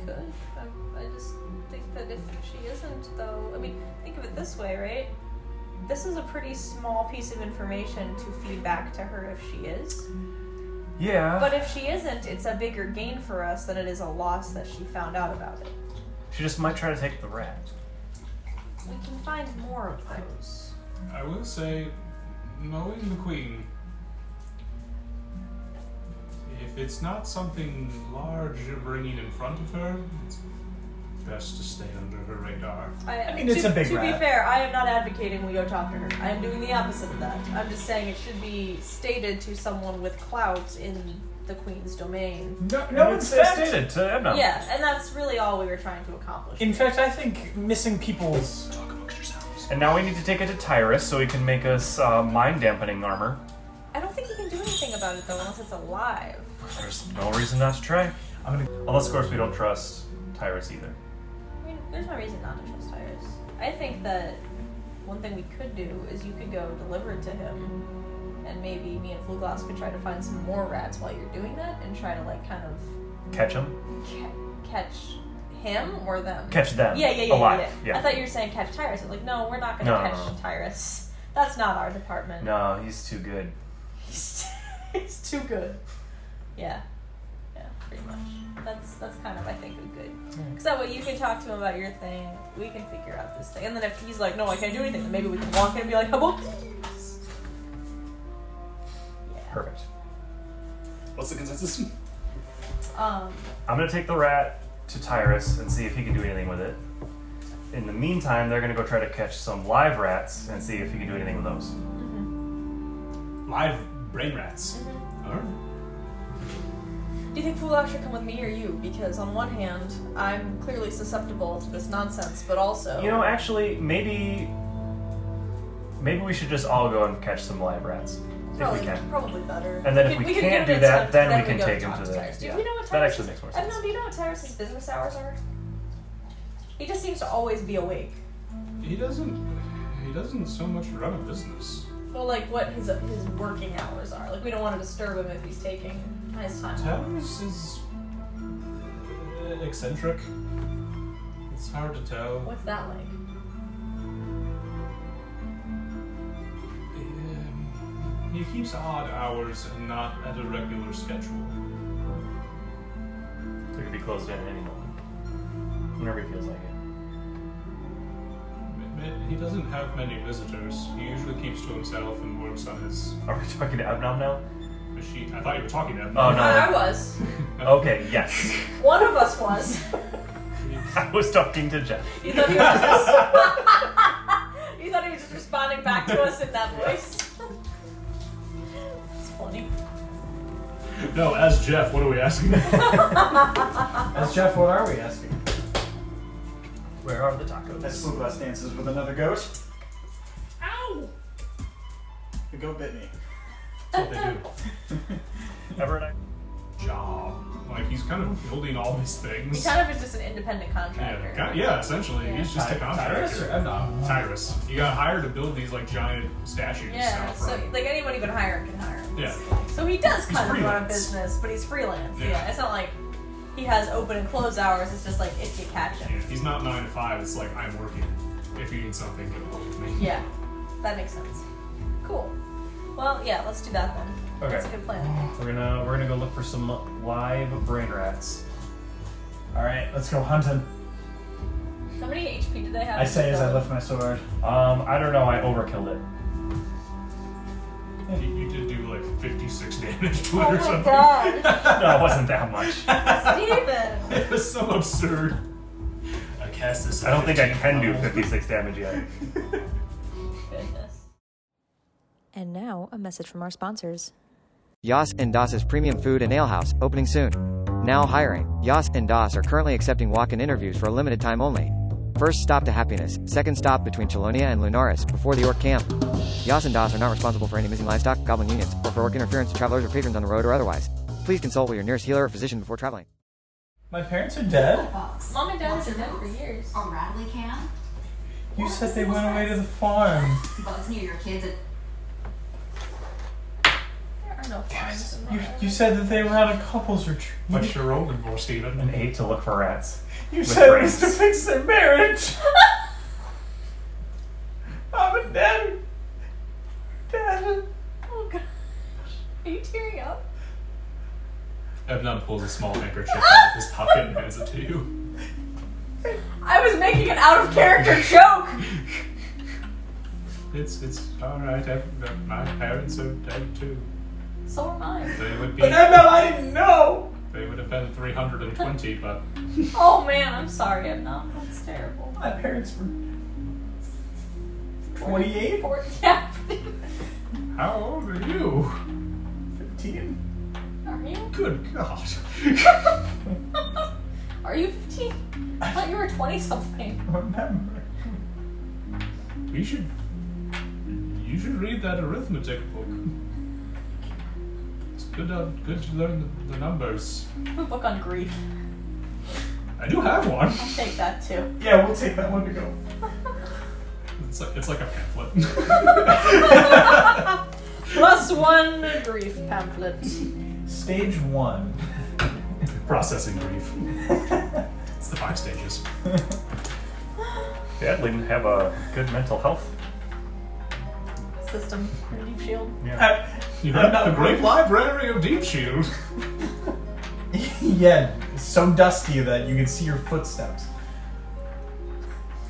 Good. I, I just think that if she isn't, though, I mean, think of it this way, right? This is a pretty small piece of information to feed back to her if she is. Yeah. But if she isn't, it's a bigger gain for us than it is a loss that she found out about it. she just might try to take the rat. We can find more of those. I will say, knowing the Queen, if it's not something large you're bringing in front of her, it's best to stay under her radar. I mean, it's to, a big To be rat. fair, I am not advocating we go talk to her. I am doing the opposite of that. I'm just saying it should be stated to someone with clout in the queen's domain. No, no, in it's fact, stated to Ebnon. Yeah, and that's really all we were trying to accomplish. in fact, I think missing people's Talk amongst yourselves. And now we need to take it to Tyrus so he can make us uh, mind dampening armor. I don't think he can do anything about it though, unless it's alive. There's no reason not to try. I'm gonna. Unless, of course, we don't trust Tyrus either. I mean, there's no reason not to trust Tyrus. I think that one thing we could do is you could go deliver it to him, and maybe me and Fluglass could try to find some more rats while you're doing that, and try to like kind of Catch him. ca- catch him or them? Catch them Yeah, yeah, yeah, alive. yeah, yeah. Yeah. I thought you were saying catch Tyrus. I was like, no, we're not going to No, catch no, no. Tyrus. That's not our department. No, he's too good. He's, he's too good. Yeah, yeah, pretty much. That's that's kind of I think a good. Hmm. Because that way you can talk to him about your thing. We can figure out this thing. And then if he's like, no, I can't do anything, then maybe we can walk in and be like, how about these? Perfect. What's the consensus? Um, I'm gonna take the rat to Tyrus and see if he can do anything with it. In the meantime, they're gonna go try to catch some live rats and see if he can do anything with those. Live brain rats. All right. Do you think Fulash should come with me or you? Because on one hand, I'm clearly susceptible to this nonsense, but also You know, actually, maybe maybe we should just all go and catch some live rats if probably we can. probably better. And then if could- we could can't give it do a that, time to- then we we can go take him talk to the- Tyrus. Do yeah. you know what That Tyrus actually makes more I don't know. sense. Do you know what Tyrus's business hours are? He just seems to always be awake. He doesn't. He doesn't so much run a business. Well, like what his his working hours are. Like we don't want to disturb him if he's taking his time. Towers is uh, eccentric. It's hard to tell. What's that like? Um, He keeps odd hours and not at a regular schedule. They could be closed in at any moment. Whenever he feels like it. M- m- He doesn't have many visitors. He usually keeps to himself and works on his Are we talking to Abnom now? machine. I thought you were talking to him. Oh I no. was. Okay, yes. One of us was. I was talking to Jeff. You thought he was just. you thought he was just responding back to us in that voice. It's funny. No, as Jeff, what are we asking? As Jeff, what are we asking? Where are the tacos? As Sluglass dances with another goat. Ow! The goat bit me. That's what they do. Everett, I- Job. Like he's kind of building all these He things. kind of is just an independent contractor. yeah, ki- yeah, essentially, he's just a Tyrus or contractor. Ebnon? Tyrus, you got hired to build these like giant statues. Yeah, out so front. like anyone who can hire him can hire him. Yeah. So he does kind of run a freelance. business, but he's freelance. Yeah. Yeah. it's not like he has open and closed hours. It's just like if you catch Yeah, him. he's not nine to five. It's like I'm working. If you need something, get a hold of me. Yeah, that makes sense. Cool. Well, yeah, let's do that then. That's a Okay. good plan. We're gonna we're gonna go look for some live brain rats. Alright, let's go hunting. How many HP did they have? I say as I lift my sword. Um, I don't know, I overkilled it. You, you did do like 56 damage to it Oh or my something. god, No, it wasn't that much. Steven! It was so absurd. I cast this. I don't think I can do 56 damage yet. Goodness. And now, a message from our sponsors. Yas and Das's Premium Food and Ale House, opening soon. Now hiring, Yas and Das are currently accepting walk-in interviews for a limited time only. First stop to Happiness, second stop between Chelonia and Lunaris, before the Orc camp. Yas and Das are not responsible for any missing livestock, goblin units, or for orc interference to travelers or patrons on the road or otherwise. Please consult with your nearest healer or physician before traveling. My parents are dead? Box. Mom and Dad Lots have of been dead for those. years. A rattly can. You said they went away to the farm. Bugs near your kids. At- There are no farms in You, Mars. you said that they were on a couple's retreat. What's your role anymore, Steven? An eight to look for rats. You With said it grace. was to fix their marriage. Mom and Dad. Dad. Oh gosh. Are you tearing up? Ebnon pulls a small handkerchief out of his pocket and hands it to you. I was making an out of character joke! It's it's all right. Eb- my parents are dead too. So am I. They would be. But ML, I didn't know. They would have been 320, but Oh man, I'm sorry, I'm not. That's terrible. My parents were 28, Or- Yeah. how old are you? 15. Are you? Good God. Are you 15? I thought you were 20 something. Remember. You should. You should read that arithmetic book. It's good. Uh, good to learn the, the numbers. A book on grief. I do have one. Take that too. Yeah, we'll take that one to go. It's like it's like a pamphlet. Plus one grief pamphlet. Stage one. Processing grief. It's the five stages. Badly have a good mental health. System. Deep shield. Yeah. You have a great library of Deep Shield. yeah, it's so dusty that you can see your footsteps.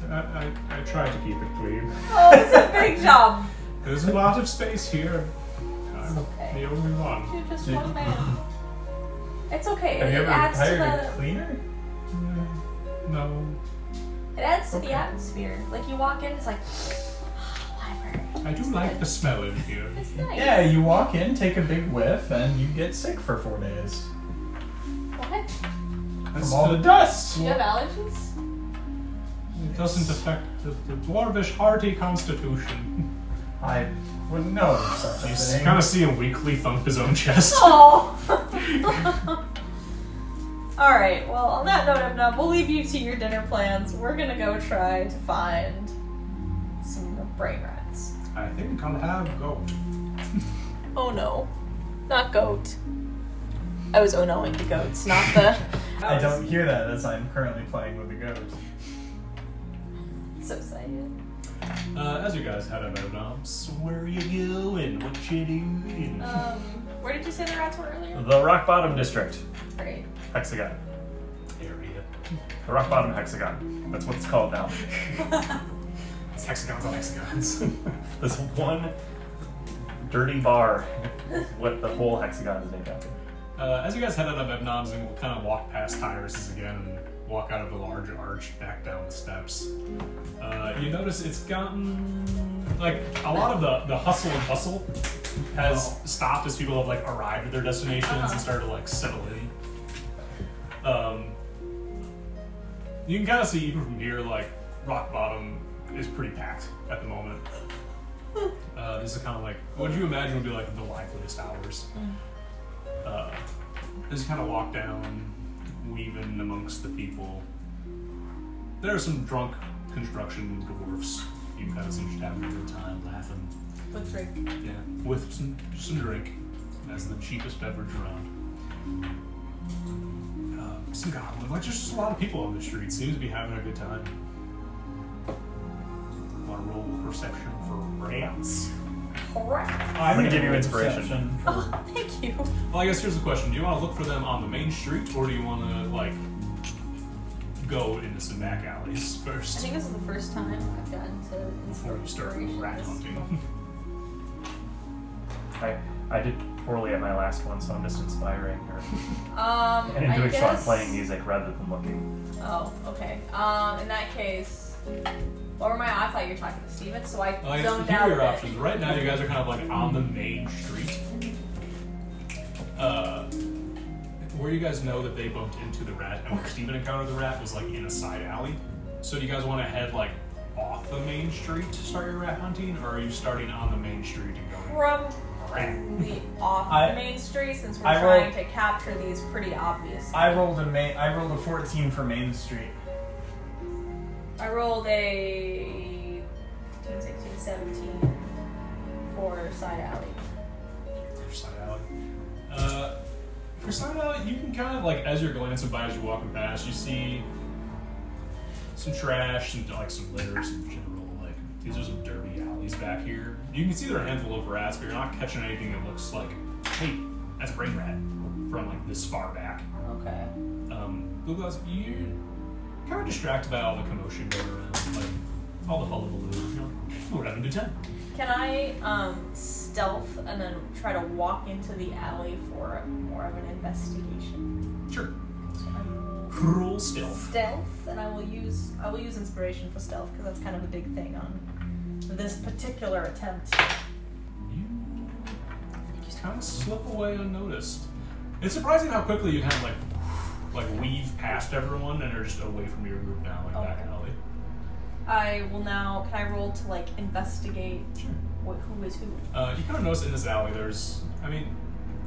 I, I, I try to keep it clean. Oh, it's a big job. There's a lot of space here. I'm the only one. You're just one man. It's okay. Have It, you it ever adds to hired a the cleaner? No. it adds to the atmosphere. Like you walk in, it's like library. I do like the smell in here. It's nice. Yeah, you walk in, take a big whiff, and you get sick for four days What? from all the dust. Do you have allergies? It doesn't affect the, the dwarvish hearty constitution. I wouldn't know of such a You thing. kind of see him weakly thump his own chest. Oh. All right. Well, on that note, Ebna, we'll leave you to your dinner plans. We're gonna go try to find some brain rats. I think I'll have goat. Oh no. Not goat. I was oh noing the goats, not the. I don't hear that as I'm currently playing with the goat. So excited. Uh, as you guys head out of Noms, where you going? What you doing? Um, where did you say the rats were earlier? The Rock Bottom District. Mm. Great. Hexagon. Area. The Rock Bottom Hexagon. That's what it's called now. It's hexagons on hexagons. This one dirty bar is what the whole hexagon is named after. Uh, as you guys head out of Ebnom's and we'll kind of walk past Tyrus's again and walk out of the large arch back down the steps, uh, you notice it's gotten like a lot of the, the hustle and bustle has stopped as people have like arrived at their destinations and started to like settle in. Um, you can kind of see even from here like rock bottom is pretty packed at the moment. Uh, this is kind of like what you imagine would be like the liveliest hours uh, just kind of walk down, weaving amongst the people. There are some drunk construction dwarfs. You guys are just having a good time, laughing. With Drake. Yeah, with some, some drink. That's the cheapest beverage around. Uh, some goblin. Like, there's just a lot of people on the street. Seems to be having a good time. Want to roll perception for rants? Correct. I'm gonna give you inspiration. Oh, thank you. Well, I guess here's the question: Do you want to look for them on the main street, or do you want to like go into some back alleys I first think this is the first time I've gotten to before you start rat hunting? I, I did poorly at my last one, so I'm just inspiring her. Um, And in I doing guess. so, I'm playing music rather than looking. Oh, okay. Um, in that case, or my I thought you were talking to Steven, so I Like, zoned here out. are Oh, your a bit. options. Right now, you guys are kind of like on the main street, uh, where you guys know that they bumped into the rat, and where Steven encountered the rat was like in a side alley. So, do you guys want to head like off the main street to start your rat hunting, or are you starting on the main street and going? Probably off I- the main street since we're I trying rolled- to capture these pretty obvious. I, I rolled a main, I rolled a 14 for Main Street. rolled a 15, 16, 17 for side alley. For side alley. Uh, for side alley, uh, you can kind of like as you're glancing by, as you're walking past, you see some trash and like some litter, some general like these are some dirty alleys back here. You can see there are a handful of rats, but you're not catching anything that looks like, hey, that's a brain rat from like this far back. Okay. Um, Google you're kind of distracted by all the commotion going around, like all the hullabaloo. You know, we're having a good time. Can I um, stealth and then try to walk into the alley for more of an investigation? Sure. So I'm Roll stealth. stealth, and I will use I will use inspiration for stealth because that's kind of a big thing on this particular attempt. You just kind of slip away unnoticed. It's surprising how quickly you kind of like like weave past everyone and are just away from your group now, like back Okay. alley. I will now. Can I roll to like investigate what who is who? Uh, you kind of notice in this alley there's, I mean,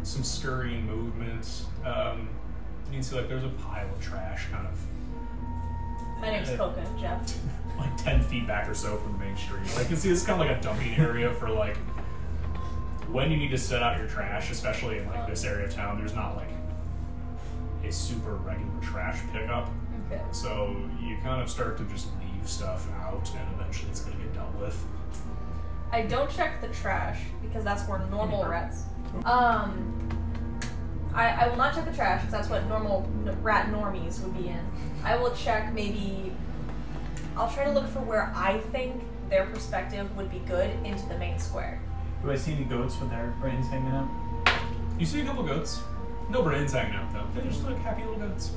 some scurrying movement. Um, you can see like there's a pile of trash, kind of My name's Uh, Coca Jeff. like ten feet back or so from the main street. Like you can see it's kind of like a dumping area for like when you need to set out your trash, especially in like this area of town. There's not like a super regular trash pickup. Okay. So you kind of start to just leave stuff out, and eventually it's going to get dealt with. I don't check the trash because that's where normal rats. Um, I, I will not check the trash because that's what normal n- rat normies would be in. I will check maybe. I'll try to look for where I think their perspective would be good into the main square. Do I see any goats with their brains hanging out? You see a couple goats. No brains hanging out, though. They're just like happy little goats.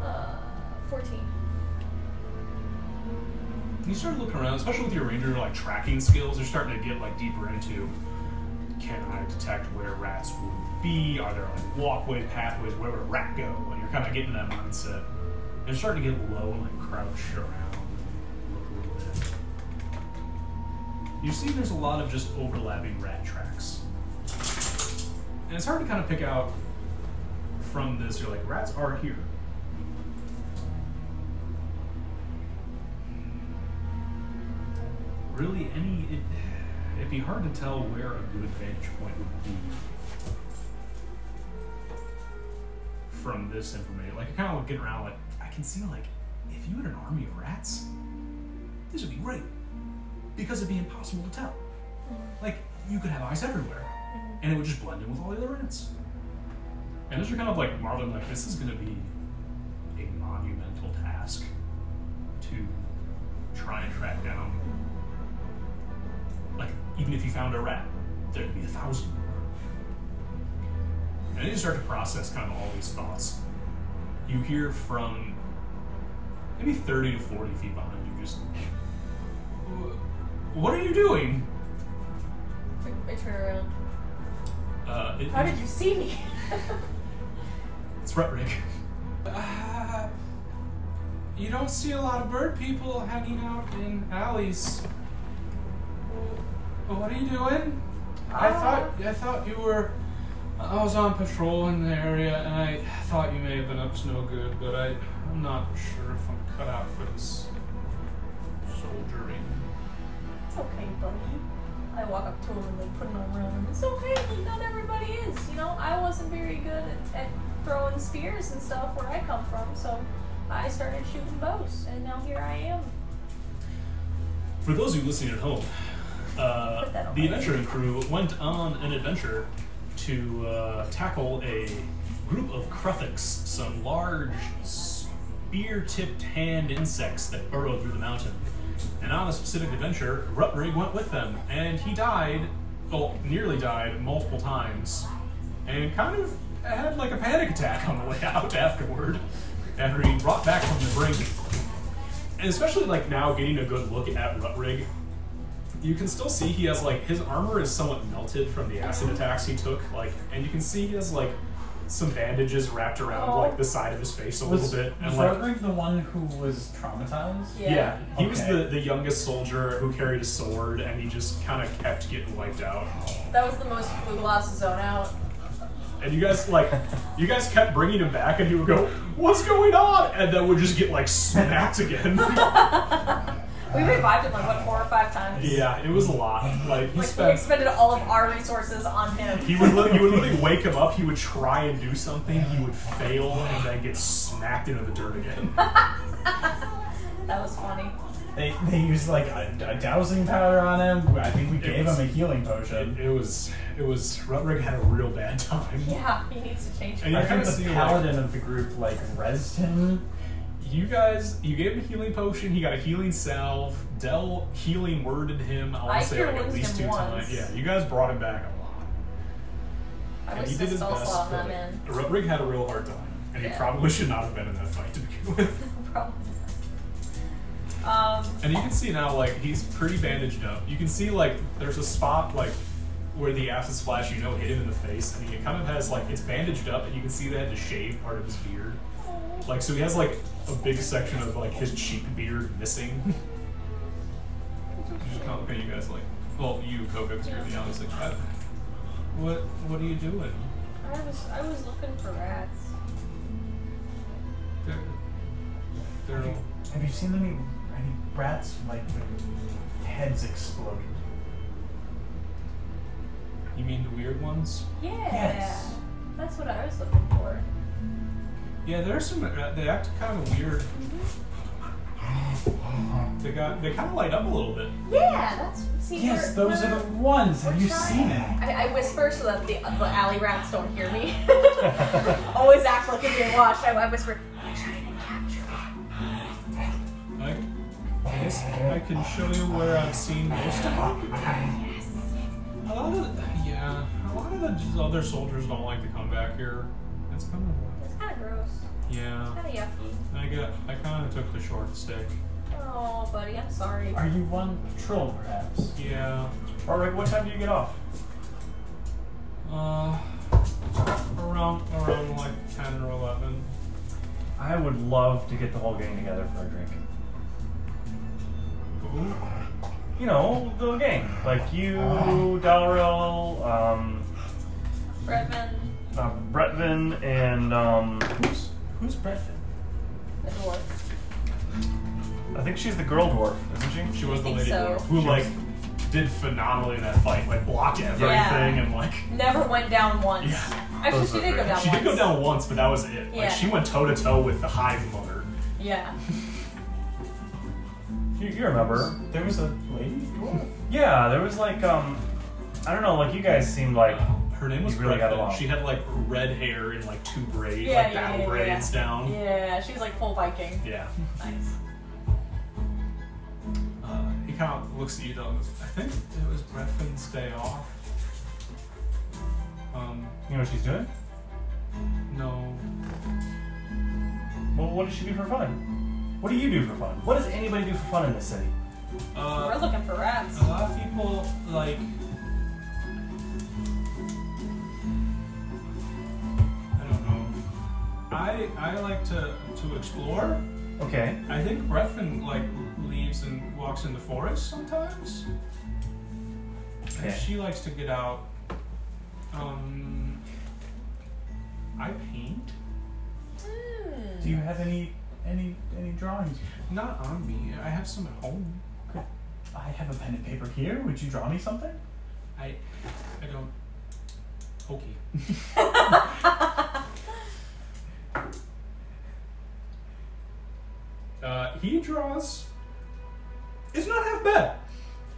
Uh, fourteen. You start looking around, especially with your ranger like tracking skills. You're starting to get like deeper into. Can I detect where rats would be? Are there like walkways, pathways? Where would a rat go? And you're kind of getting that mindset. And you're starting to get low and like crouch around. Look a little bit. You see, there's a lot of just overlapping rat tracks, and it's hard to kind of pick out from this. You're like, rats are here. really any it, it'd be hard to tell where a good vantage point would be from this information like i kind of get around like i can see like if you had an army of rats this would be great because it'd be impossible to tell like you could have eyes everywhere and it would just blend in with all the other rats and as you're kind of like marveling like this is going to be a monumental task to try and track down like even if you found a rat, there'd be a thousand. And then you start to process kind of all these thoughts. You hear from maybe 30 to 40 feet behind you just, "Wh- What are you doing? I turn around. Uh, it- How did you see me? It's Rutrick. Uh, you don't see a lot of bird people hanging out in alleys. What are you doing? I thought I thought you were. I was on patrol in the area, and I thought you may have been up to no good, but I, I'm not sure if I'm cut out for this soldiering. It's okay, buddy. I walk up to him and like put him on run. It's okay, like not everybody is. You know, I wasn't very good at, at throwing spears and stuff where I come from, so I started shooting bows, and now here I am. For those of you listening at home, uh, Put that on the my adventuring crew went on an adventure to uh, tackle a group of cruffics, some large spear-tipped hand insects that burrow through the mountain. And on a specific adventure, Rutrig went with them, and he died, well, nearly died multiple times, and kind of had like a panic attack on the way out afterward, after he brought back from the brink and especially like now getting a good look at Rutrig, you can still see he has like his armor is somewhat melted from the acid attacks he took, like, and you can see he has like some bandages wrapped around Oh. like the side of his face a Was, little bit, and was like. Roderick the one who was traumatized? Yeah, he was Okay. the, the youngest soldier who carried a sword, and he just kind of kept getting wiped out. That was the most Fuglas zone out. And you guys like, you guys kept bringing him back, and he would go, "What's going on?" And then would just get like smacked again. We revived him like what four or five times. Uh, yeah, it was a lot. Like he Like we spent expended all of our resources on him. He would li- you would literally wake him up. He would try and do something. He would fail and then get smacked into the dirt again. That was funny. They, they used like a, a dowsing powder on him. I think we gave was- him a healing potion. It was it was Rutrig had a real bad time. Yeah, he needs to change. And you I kind think of see the like, paladin of the group like rezzed him. you guys you gave him a healing potion. He got a healing salve. Dell healing worded him. I want I to say cure like at wounds least two him once. times. Yeah, you guys brought him back a lot, I and wish he did this his spell best. slot But I'm in. Rutrig had a real hard time, and he Yeah. probably should not have been in that fight to begin with. Probably. Um, And you can see now, like, he's pretty bandaged up. You can see, like, there's a spot, like, where the acid splash, you know, hit him in the face, and he kind of has, like, it's bandaged up, and you can see they had to shave part of his beard. Like, so he has, like, a big section of, like, his cheek beard missing. Just kind of looking at you guys, like, well, you, Coco, because you're the alley, like, "I- what, what are you doing? I was I was looking for rats. They're, they're, Have you seen any any rats like with heads exploded? you mean the weird ones? Yeah. Yes. That's what I was looking for. Yeah, there's some. Uh, they act kind of weird. They got. They kind of light up a little bit. Yeah, that's. See, Yes, we're- those we're- are the ones. Have you seen it? I, I whisper so that the, the alley rats don't hear me. Always act like you're being watched. I, I whisper, I'm trying to capture I, I guess I can show you where I've seen most of them. A lot of the, yeah, a lot of the j- other soldiers don't like to come back here. That's kind of It's kind of gross. yeah. Kind of yucky. I got I kind of took the short stick. Oh, buddy, I'm sorry. Are you on patrol, perhaps? Yeah. All right. What time do you get off? Uh, around around like ten or eleven. I would love to get the whole gang together for a drink. You know, the gang. Like you, Oh. Dalrell, um, Redman, uh, Bretvin, and um, who's, Who's Bretvin? the dwarf. I think she's the girl dwarf, isn't she? She was the think lady so. dwarf who She like was- did phenomenally in that fight, like blocked everything and like Never went down once. Actually, Those she are did go great. down she once. did go down once, but that was it. Yeah. Like she went toe to toe with the hive mother. Yeah. You, you remember? There was a lady dwarf. Yeah, there was like um, I don't know. Like you guys seemed like Her name You was really really got along. She had like red hair and like two braids, Yeah, like yeah, battle yeah, braids yeah. down. Yeah, she was like full Viking. Yeah. Nice. Uh, he kind of looks at you though. and goes, I think it was Bretfin's day off. Um, you know what she's doing. no. Well, what does she do for fun? What do you do for fun? What does anybody do for fun in this city? Uh, We're looking for rats. A lot of people like. I don't know. I I like to to explore. Okay. I think Breathin like leaves and walks in the forest sometimes. And Okay. she likes to get out. Um. I paint. Do you have any any any drawings? Not on me. I have some at home. Could- I have a pen and paper here. Would you draw me something? I I don't. Okay. uh, he draws. It's not half bad.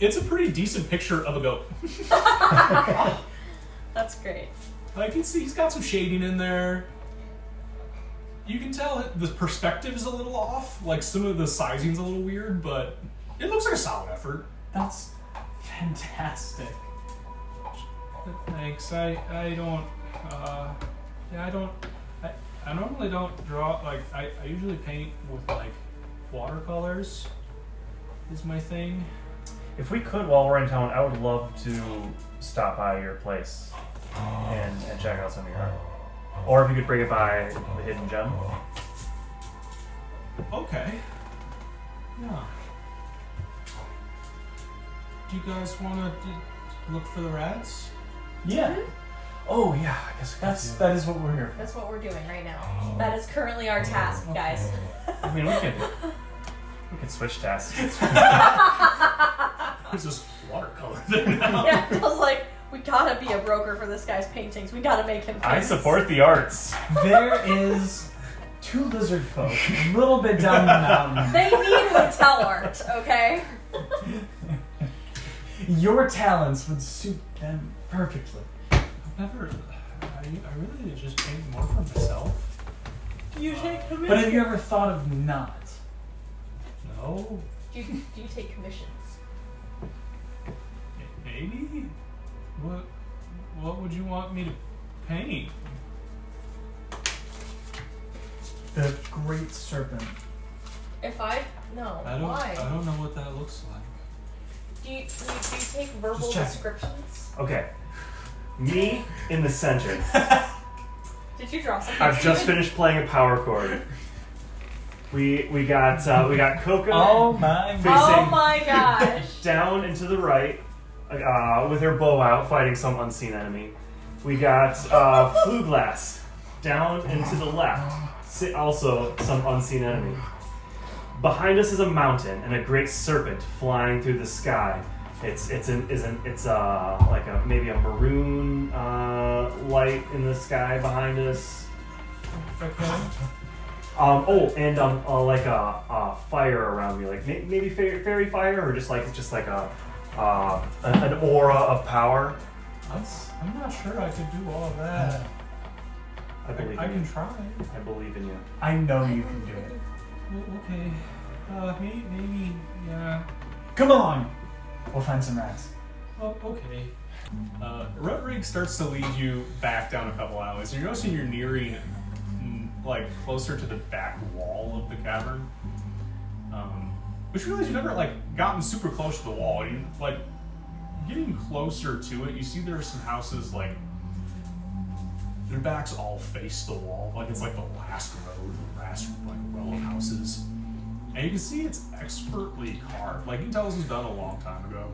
It's a pretty decent picture of a goat. That's great. Like you see, he's got some shading in there. You can tell it, the perspective is a little off. Like some of the sizing's a little weird, but it looks like a solid effort. That's fantastic. Thanks. I I don't. Uh, yeah, I don't. I, I normally don't draw. Like I, I usually paint with like watercolors. Is my thing. If we could, while we're in town, I would love to stop by your place and, and check out some of your art. Or if you could bring it by the hidden gem. Okay. Yeah. Do you guys want to look for the rats? Yeah. Oh yeah, I guess we could That's do that is what we're here for. That's what we're doing right now. That is currently our task, guys. that. I mean, we could we could switch tasks. It's just watercolor thing. yeah, I was like, we gotta be a broker for this guy's paintings. We gotta make him. I famous. support the arts. There is two lizard folk a little bit down the mountain. They need hotel art, okay? Your talents would suit them perfectly. I've never. I, I really need to just paint more for myself. You take But have you ever thought of not? No. Do you, do you take commissions? Maybe. What? What would you want me to paint? The great serpent. If I no, I don't. why? I don't know what that looks like. do, you, do you do you take verbal Just check. descriptions? Okay. Me in the center. Did you draw something? I've just finished playing a power chord. We we got uh, we got Coco. Oh my Face- god. Oh facing- my gosh! down and to the right uh, with her bow out fighting some unseen enemy. We got uh, Fluglass down and to the left, si- also some unseen enemy. Behind us is a mountain and a great serpent flying through the sky. It's it's an is an it's uh like a maybe a maroon uh, light in the sky behind us. Okay. Um, oh, and um, uh, like a, a fire around me, like may- maybe fairy, fairy fire, or just like just like a uh, an an aura of power. That's, I'm not sure I could do all that. I believe. I in can you. try. I believe in you. I know you can do it. Well, okay. Uh, maybe, maybe, yeah. Come along. We'll find some rats. Oh, okay. Uh, Rutrig starts to lead you back down a couple alleys. You're noticing you're nearing, mm, like, closer to the back wall of the cavern. Um, which you realize you've never, like, gotten super close to the wall. You, like, getting closer to it, you see there are some houses, like, their backs all face the wall. Like, it's like the last row, the last, like, row of houses. And you can see it's expertly carved. Like, you can tell this was done a long time ago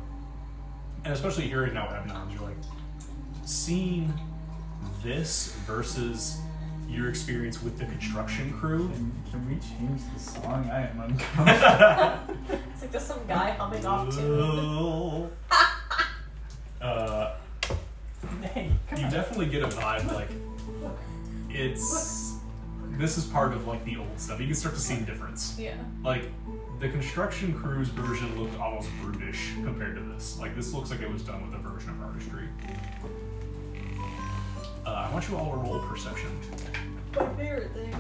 and especially hearing now what happened to you're like seeing this versus your experience with the construction crew. Uh, Can we change the song? I am uncomfortable. It's like there's some guy humming off too. Well, uh, hey, you definitely get a vibe like it's this is part of like the old stuff. You can start to see the difference. Yeah. Like the construction crew's version looked almost brutish compared to this. Like this looks like it was done with a version of artistry. Uh, I want you all to roll perception. My favorite thing.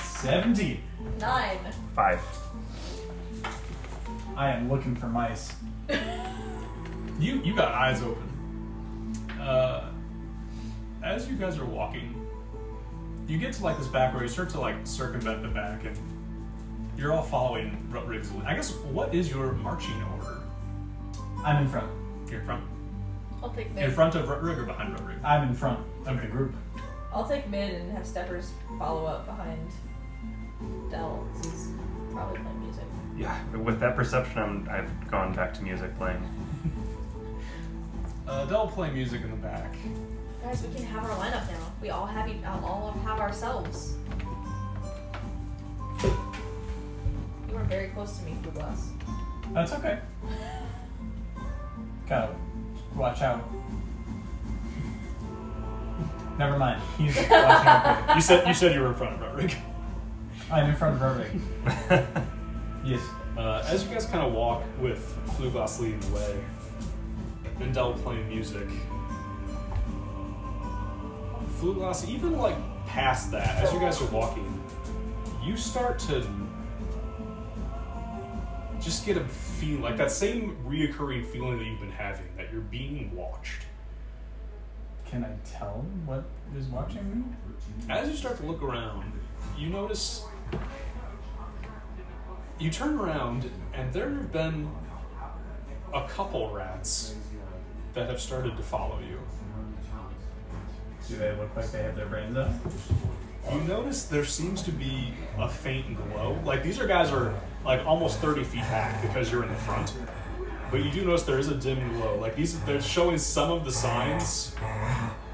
70. Nine. Five. I am looking for mice. You you got eyes open. Uh, as you guys are walking, you get to like this back where you start to like circumvent the back, and you're all following Rutrig's lead. I guess what is your marching order? I'm in front. You're in front, I'll take mid. in front of Rutrig or behind Rutrig? I'm in front of the group. I'll take mid and have Steppers follow up behind Dell. 'cause He's probably playing music. Yeah. With that perception, I'm, I've gone back to music playing. Uh, they'll play music in the back. Guys, we can have our lineup now. We all have each, all have ourselves. You were very close to me, Blue Glass. That's okay. Gotta watch out. Never mind. He's watching out. You said you said you were in front of Rutrig. for- I'm in front of Irving. yes. Uh, as you guys kind of walk with Fluglass leading the way, and Dell playing music, Fluglass, even like past that, as you guys are walking, you start to just get a feel like that same reoccurring feeling that you've been having that you're being watched. Can I tell what is watching me? As you start to look around, you notice. You turn around, and there have been a couple rats that have started to follow you. Do they look like they have their brains out? You notice there seems to be a faint glow. Like these are guys are like almost 30 feet back because you're in the front. But you do notice there is a dim glow. Like these, they're showing some of the signs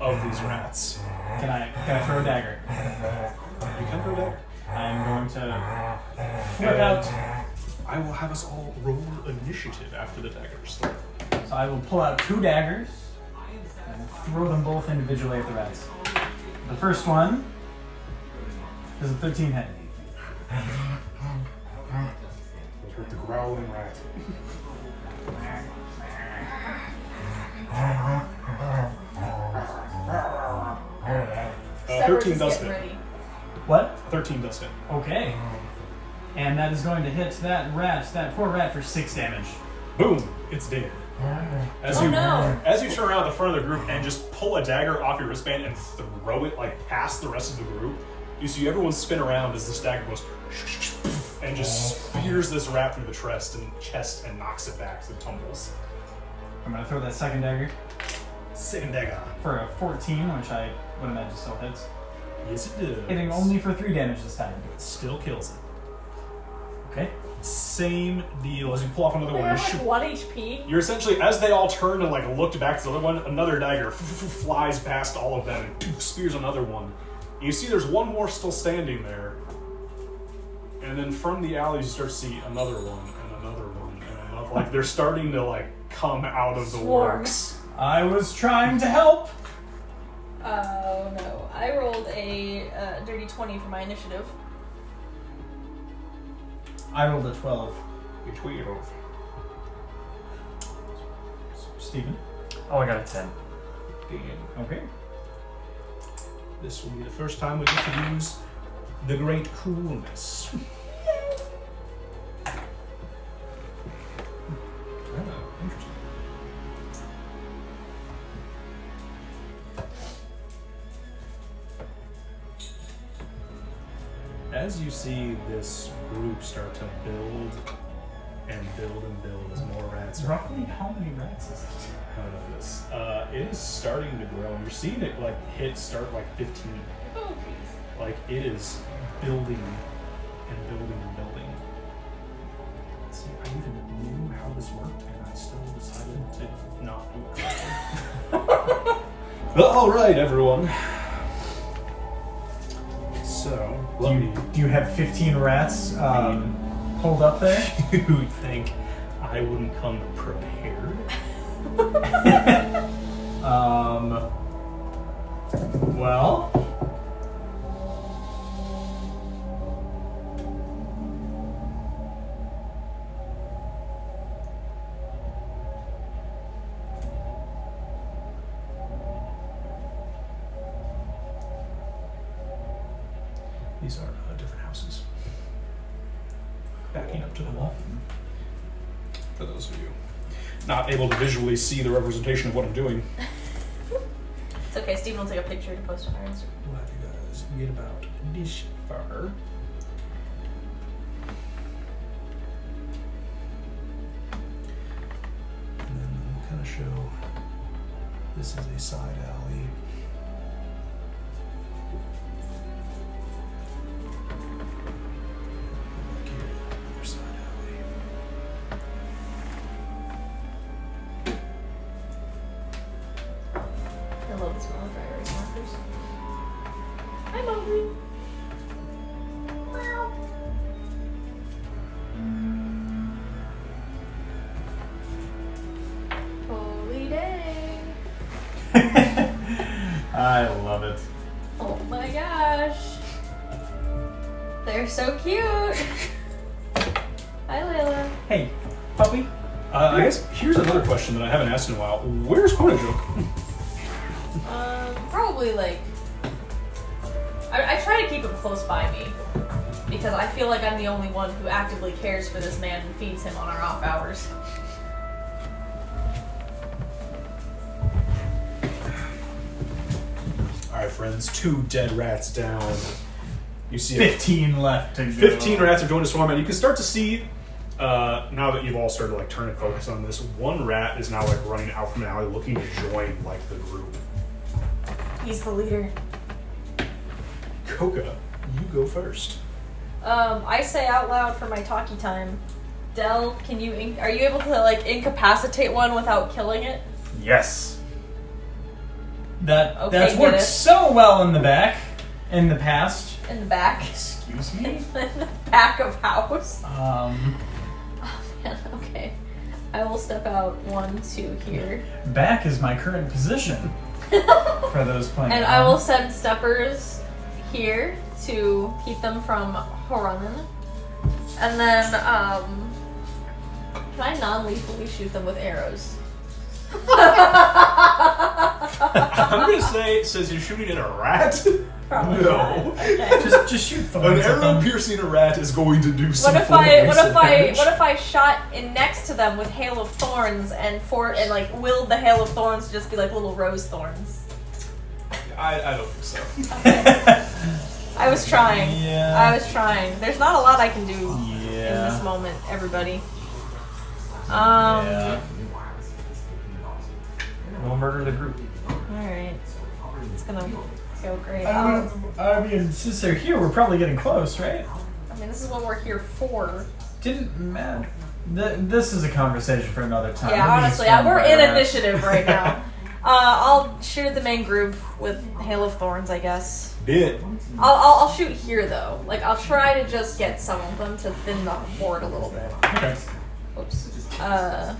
of these rats. Can I, can I throw a dagger? You can go back. I'm going to flip out. I will have us all roll initiative after the daggers. So I will pull out two daggers and throw them both individually at the rats. The first one is a 13 hit. Heard the growling rat. Uh, Steppers 13 is does getting hit. ready. What? 13 does hit. Okay. And that is going to hit that rat, that poor rat, for six damage. Boom! It's dead. As Oh you no! as you turn around at the front of the group and just pull a dagger off your wristband and throw it like past the rest of the group, you see everyone spin around as this dagger goes and just spears this rat through the chest and chest and knocks it back as it tumbles. I'm going to throw that second dagger Second dagger. for a 14, which I would imagine still hits. Yes, it does. Hitting only for three damage this time. still kills it. Okay. Same deal as you pull off another They one. have You're like shoo- one HP. You're essentially, as they all turned and like looked back to the other one, another dagger flies past all of them and spears another one. You see, there's one more still standing there, and then from the alleys you start to see another one and another one and another. Like they're starting to like come out of the Swarm. works. I was trying to help! Oh no! I I rolled a uh, dirty 20 for my initiative. I rolled a 12. Your 12. Steven? Oh, I got a 10. Okay. This will be the first time we get to use the great coolness. Oh, interesting. As you see this group start to build and build and build as more rats are Roughly how many rats is it? coming out of this, uh, it is starting to grow. and You're seeing it like hit start like 15. Oh, Like it is building and building and building. See, I even knew how this worked, and I still decided to not do it. But all right, everyone. So, Do you, do you have 15 rats um, pulled up there? you think I wouldn't come prepared? Um. Well. These are uh, different houses. Backing up to the wall. For those of you not able to visually see the representation of what I'm doing, It's okay, Steven will take a picture to post on our Instagram. we'll have you guys get about this far. And then we'll kind of show this is a side alley. Back here, other side alley. I love the smell of dry erase markers. I'm hungry. Holy day. I love it. Oh my gosh. They're so cute. Hi, Layla. Hey, puppy. Uh, I guess here's another question that I haven't asked in a while. Where's Quanajook? Um, probably like. I, I try to keep him close by me because I feel like I'm the only one who actively cares for this man and feeds him on our off hours. All right, friends, two dead rats down. You see a 15 left to go. 15 rats are joined a swarm, and you can start to see uh, now that you've all started like turning focus on this. One rat is now like running out from an alley, looking to join like the group. He's the leader. Coca, you go first. Um, I say out loud for my talkie time. Dell, can you in- are you able to like incapacitate one without killing it? Yes. That Okay, that's get worked it. so well in the back, in the past. In the back. Excuse In me. the back of house. Um, Oh man, okay. I will step out one, two here. back is my current position for those playing. And I along. will send steppers here to keep them from running. And then, um, can I non-lethally shoot them with arrows? I'm gonna say, since you're shooting at a rat, Probably No. not. Okay. just just shoot an thorns at arrow them. piercing a rat is going to do some What if form of I what if I damage. what if I shot in next to them with hail of thorns and for and like willed the hail of thorns to just be like little rose thorns? I, I don't think so. I was trying. Yeah. I was trying. There's not a lot I can do in this yeah. moment, everybody. Um. yeah. We'll murder the group. Alright. It's gonna go great. I Um, mean, I mean, since they're here, we're probably getting close, right? I mean, this is what we're here for. Didn't matter. Th- this is a conversation for another time. Yeah, Let me honestly, just run I, we're by in that. initiative right now. Uh, I'll shoot at the main group with Hail of Thorns, I guess. Bit. I'll, I'll, I'll shoot here, though. Like, I'll try to just get some of them to thin the horde a little bit. Okay. Oops. Uh,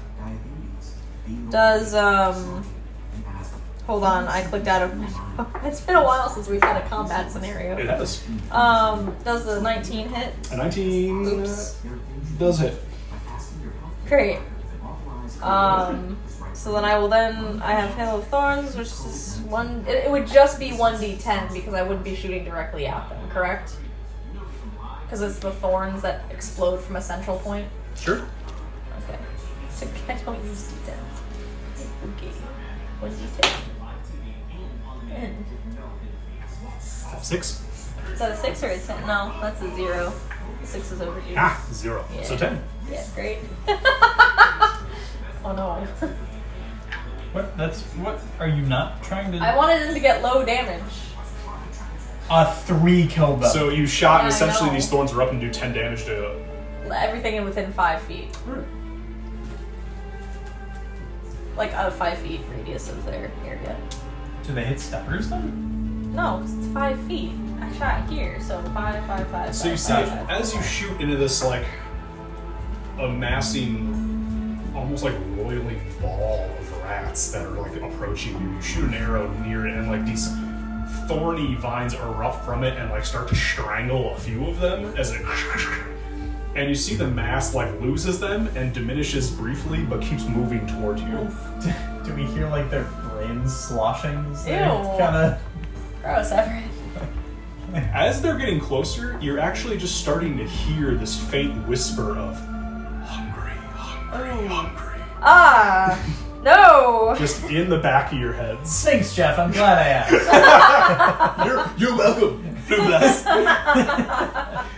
does, um, Hold on, I clicked out of. it's been a while since we've had a combat scenario. It has. Um, does the 19 hit? A 19 Oops. does it. Great. Um, so then I will then I have Hail of Thorns, which is one. It, it would just be one d10 because I wouldn't be shooting directly at them, correct? Because it's the thorns that explode from a central point. Sure. Okay. So I don't use d10s. Okay. One d10. And Six. is that a six or a ten? No, that's a zero. The six is overdue. Ah, zero. So ten. Yeah, great. oh no. What? That's what? Are you not trying to? I wanted him to get low damage. a three kill bell. So you shot, and Yeah, I essentially know. these thorns were up and do 10 damage to Everything in within five feet. Like a five feet radius of their area. Do they hit steppers then? No, 'cause it's five feet. I shot here, so five, five, five. So you five, see, five, five. as you shoot into this like amassing, almost like roiling ball of rats that are like approaching you. You shoot an arrow near it, and like these thorny vines erupt from it and like start to strangle a few of them as it. And you see the mass like loses them and diminishes briefly, but keeps moving toward you. Oh, Do we hear like their brains sloshing? as they Ew. Kinda. Gross, Everett. As they're getting closer, you're actually just starting to hear this faint whisper of hungry, hungry, hungry. Ah! No! Just in the back of your heads. Thanks, Jeff. I'm glad I asked. You're, you're welcome, Blue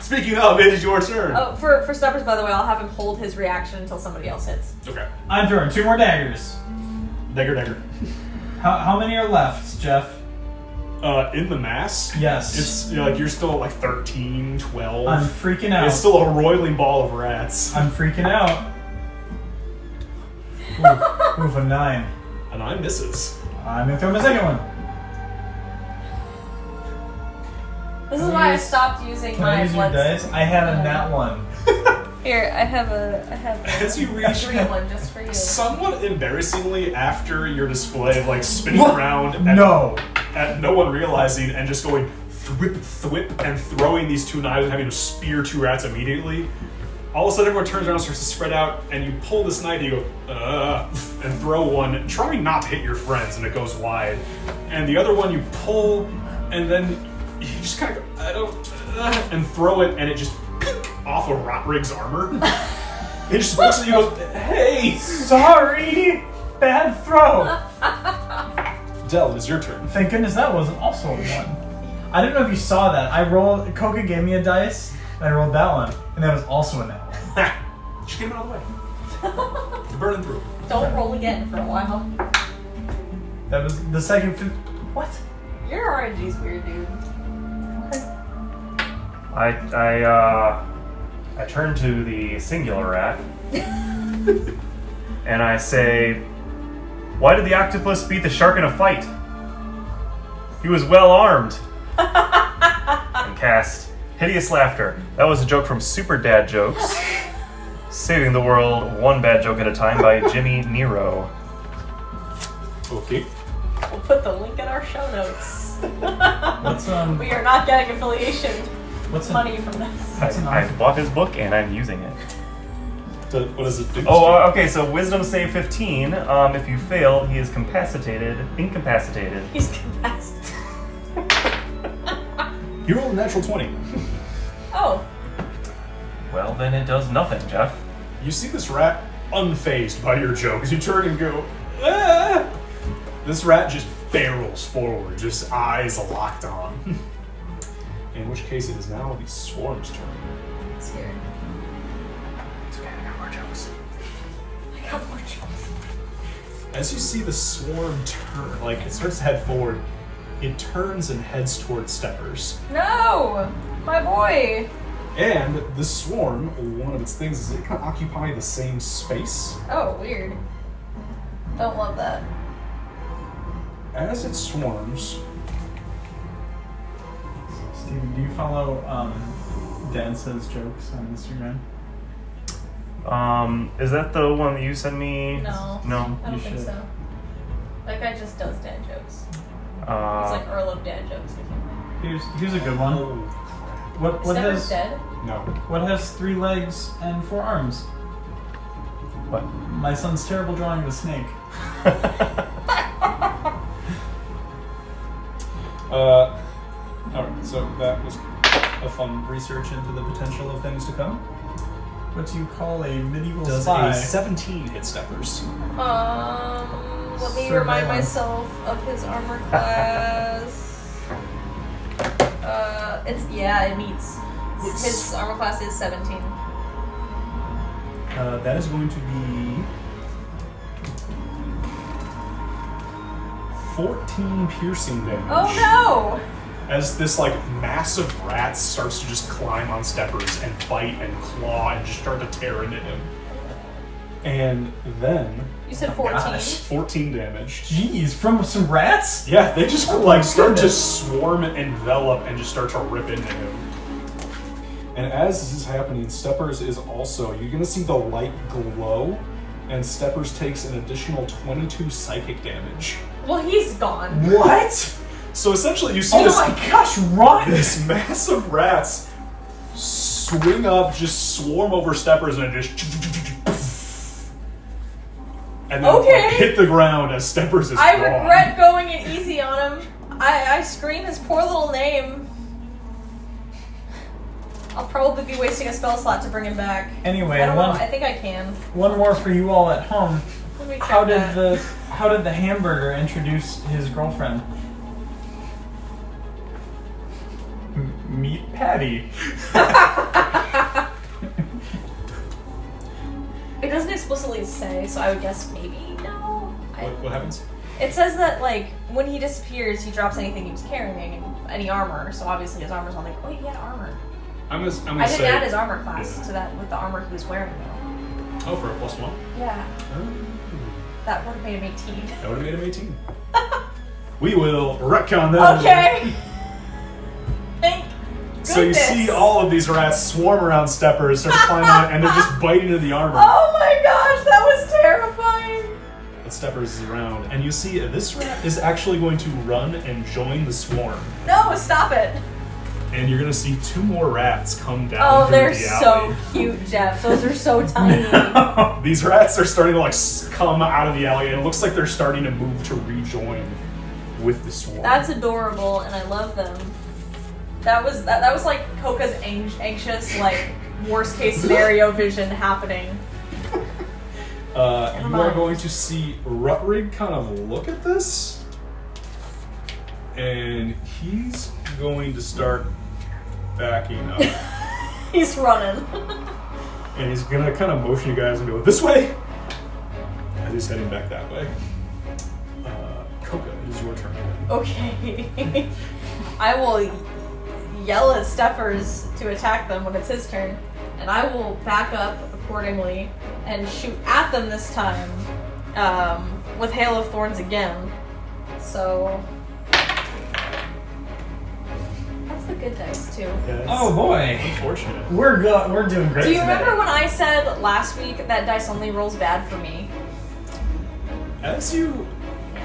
Speaking of, it is your turn. Oh, for, for Steppers, by the way, I'll have him hold his reaction until somebody else hits. Okay. I'm drawing two more daggers. Dagger, dagger. How, how many are left, Jeff? Uh, in the mass, Yes. it's you're like you're still at like 13, 12. I'm freaking out. It's still a roiling ball of rats. I'm freaking out. Ooh, oof, a nine. And I misses. I'm gonna throw my second one. This is Can why I I use- stopped using Can I my use your blood. dice? I had a nat one. Here, I have a I have a, As you a reach green one just for you. somewhat embarrassingly after your display of like spinning What? around at No. at no one realizing and just going thwip, thwip, and throwing these two knives and having to spear two rats immediately. All of a sudden, everyone turns around, and starts to spread out, and you pull this knife and you go, uh, and throw one, trying not to hit your friends, and it goes wide. And the other one you pull, and then you just kind of go, I don't, uh, and throw it, and it just pink, off of Rotrig's armor. it just looks at you and goes, hey! Sorry! Bad throw! Dell, it is your turn. Thank goodness that wasn't also a one. I don't know if you saw that. I rolled, Coca gave me a dice, and I rolled that one, and that was also a nat one. Just get him out of the way. You're burning through. Don't roll again for a while. That was the second. Fi- what? Your RNG's weird, dude. I I uh, I turn to the singular rat, and I say, "Why did the octopus beat the shark in a fight? He was well armed." and cast hideous laughter. That was a joke from Super Dad Jokes, saving the world one bad joke at a time by Jimmy Nero. Okay. We'll put the link in our show notes. What's um? we are not getting affiliation What's money from this. I, That's an I octopus. bought his book and I'm using it. So what does it do? Oh, uh, okay. So wisdom save fifteen. Um, if you fail, he is incapacitated. Incapacitated. He's capacitated. you rolled a natural 20. Oh, Well, then it does nothing, Jeff. You see this rat unfazed by your jokes. You turn and go, ah! This rat just barrels forward, just eyes locked on. In which case, it is now the swarm's turn. it's here. It's okay, I got more jokes. I got more jokes. As you see the swarm turn, like it starts to head forward, it turns and heads towards steppers. No, my boy. And the swarm, one of its things is it can occupy the same space. Oh, weird. Don't love that. As it swarms, Steven, do you follow um, Dan says jokes on Instagram? Um, is that the one that you sent me? No. No. I don't You think should. so. That guy just does dad jokes. Uh, He's like Earl of Dad jokes. I can't Here's here's a good one. What what Severus has dead? no? What has three legs and four arms? What? My son's terrible drawing of a snake. Uh, all right. So that was a fun research into the potential of things to come. What do you call a medieval Does spy? a 17 hit steppers. Um, let me Surveillance. remind myself of his armor class. uh, it's yeah, it meets. His armor class is seventeen. Uh, that is going to be 14 piercing damage. Oh As this like mass of rats starts to just climb on steppers and bite and claw and just start to tear into him. And then no! You said fourteen. 14 damage. Jeez, from some rats? Yeah, they just Oh my like start to goodness. swarm and envelop and just start to rip into him. And as this is happening, Steppers is also you're gonna see the light glow, and Steppers takes an additional 22 psychic damage. Well, he's gone. So essentially, you see Oh this. my gosh, run! This mass of rats swing up, just swarm over Steppers, and it just. And then Okay. hit the ground as Steppers is I gone. regret going it easy on him. I, I scream his poor little name. I'll probably be wasting a spell slot to bring him back. Anyway, I don't one- know. I think I can. One more for you all at home. Let me check How did that. the how did the hamburger introduce his girlfriend? M- meat patty. It doesn't explicitly say, so I would guess maybe no. I, What, what happens? it says that like when he disappears, he drops anything he was carrying, any armor. So obviously his armor's on. Like, oh, he had armor. I'm gonna, I'm gonna I didn't say. add his armor class Yeah. to that with the armor he was wearing though. Oh, for a plus one. Oh, Yeah, that would have made him 18. That would have made him 18. we will retcon that. Okay. Thank So you see goodness. all of these rats swarm around steppers, start climbing on, and they're just biting into the armor. Oh my gosh, that was terrifying. But steppers is around, and you see this rat is actually going to run and join the swarm. No, stop it. And you're gonna see two more rats come down. Oh, through they're the so cute, Jeff. Those are so tiny. alley. These rats are starting to like s- come out of the alley, and it looks like they're starting to move to rejoin with the swarm. That's adorable, and I love them. That was that, that was like Coca's ang- anxious, like worst case scenario vision happening. Uh, Never you are mind. going to see Rutrig kind of look at this, and he's going to start backing up, He's running. and he's gonna kind of motion you guys and go this way, as he's heading back that way. Uh, Coca, it is your turn. okay. I will yell at steppers to attack them when it's his turn, and I will back up accordingly and shoot at them this time um, with hail of thorns again. So. That's the good dice too. Oh boy, unfortunate. We're go- we're doing great. Do you today. remember when I said last week that dice only rolls bad for me? As you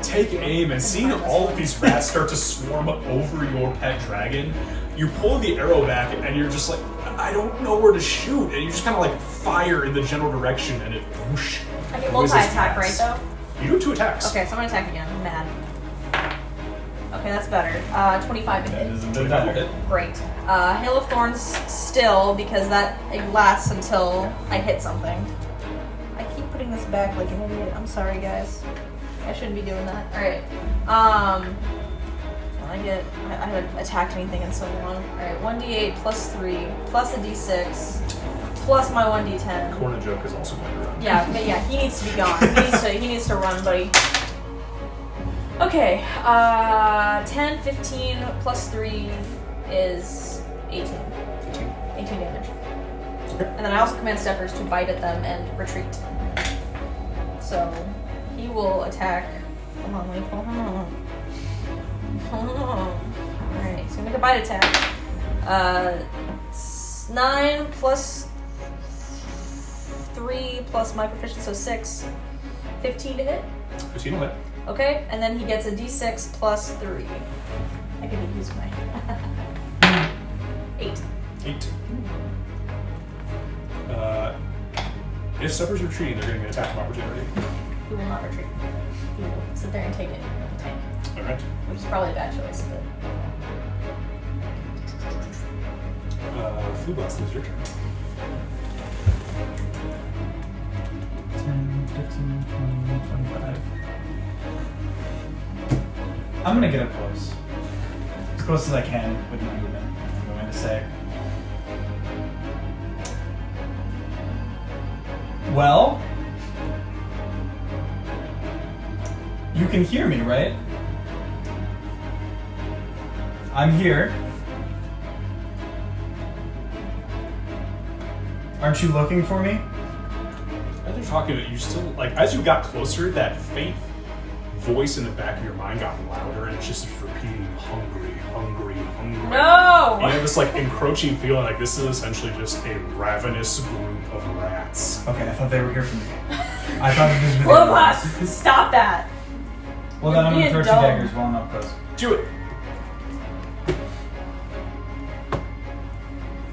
take aim and seeing all of these rats start to swarm over your pet dragon, you pull the arrow back and you're just like, I don't know where to shoot. And you just kind of like fire in the general direction and it whoosh. I get whizzes multi attack, right past. though? You do two attacks. Okay, so I'm gonna attack again. I'm mad. Okay, that's better. Uh, 25 to hit. That'll hit. Great. Uh, Hail of Thorns still, because that it lasts until I hit something. I keep putting this back like an idiot. I'm sorry, guys. I shouldn't be doing that. Alright. Um. well, I get. I, I haven't attacked anything in so long. Alright, 1d8 plus 3, plus a d6, plus my 1d10. Corner joke is also going to run. Yeah, but yeah, he needs to be gone. He needs to, he needs to run, buddy. Okay, uh, 10, 15, plus 3 is 18. 18 damage. And then I also command Steppers to bite at them and retreat. So he will attack. Hold on, wait, hold on. Hold on. Alright, so make a bite attack. Uh, s- 9 plus three plus my proficiency, so six. 15 to hit. But you know what? Okay, and then he gets a d6 plus 3. I can use my. 8. Eight. Uh, if steppers retreat, they're going to get attack of opportunity. He will not retreat. He will sit there and take it like a tank, All right. which is probably a bad choice, but. Uh, Flu Blast is your turn. 10, 15, 20, 25. I'm gonna get up close. As close as I can with my movement, I'm going to say. Well, you can hear me, right? I'm here. Aren't you looking for me? As you're talking, you still like as you got closer, that faint voice in the back of your mind got louder, and it's just repeating, "Hungry, hungry, hungry." No! And you have this like encroaching feeling, like this is essentially just a ravenous group of rats. Okay, I thought they were here for me. I thought it was really Flobos, stop that! Well, then I'm gonna throw You're being two dumb. daggers while I'm up close. Do it.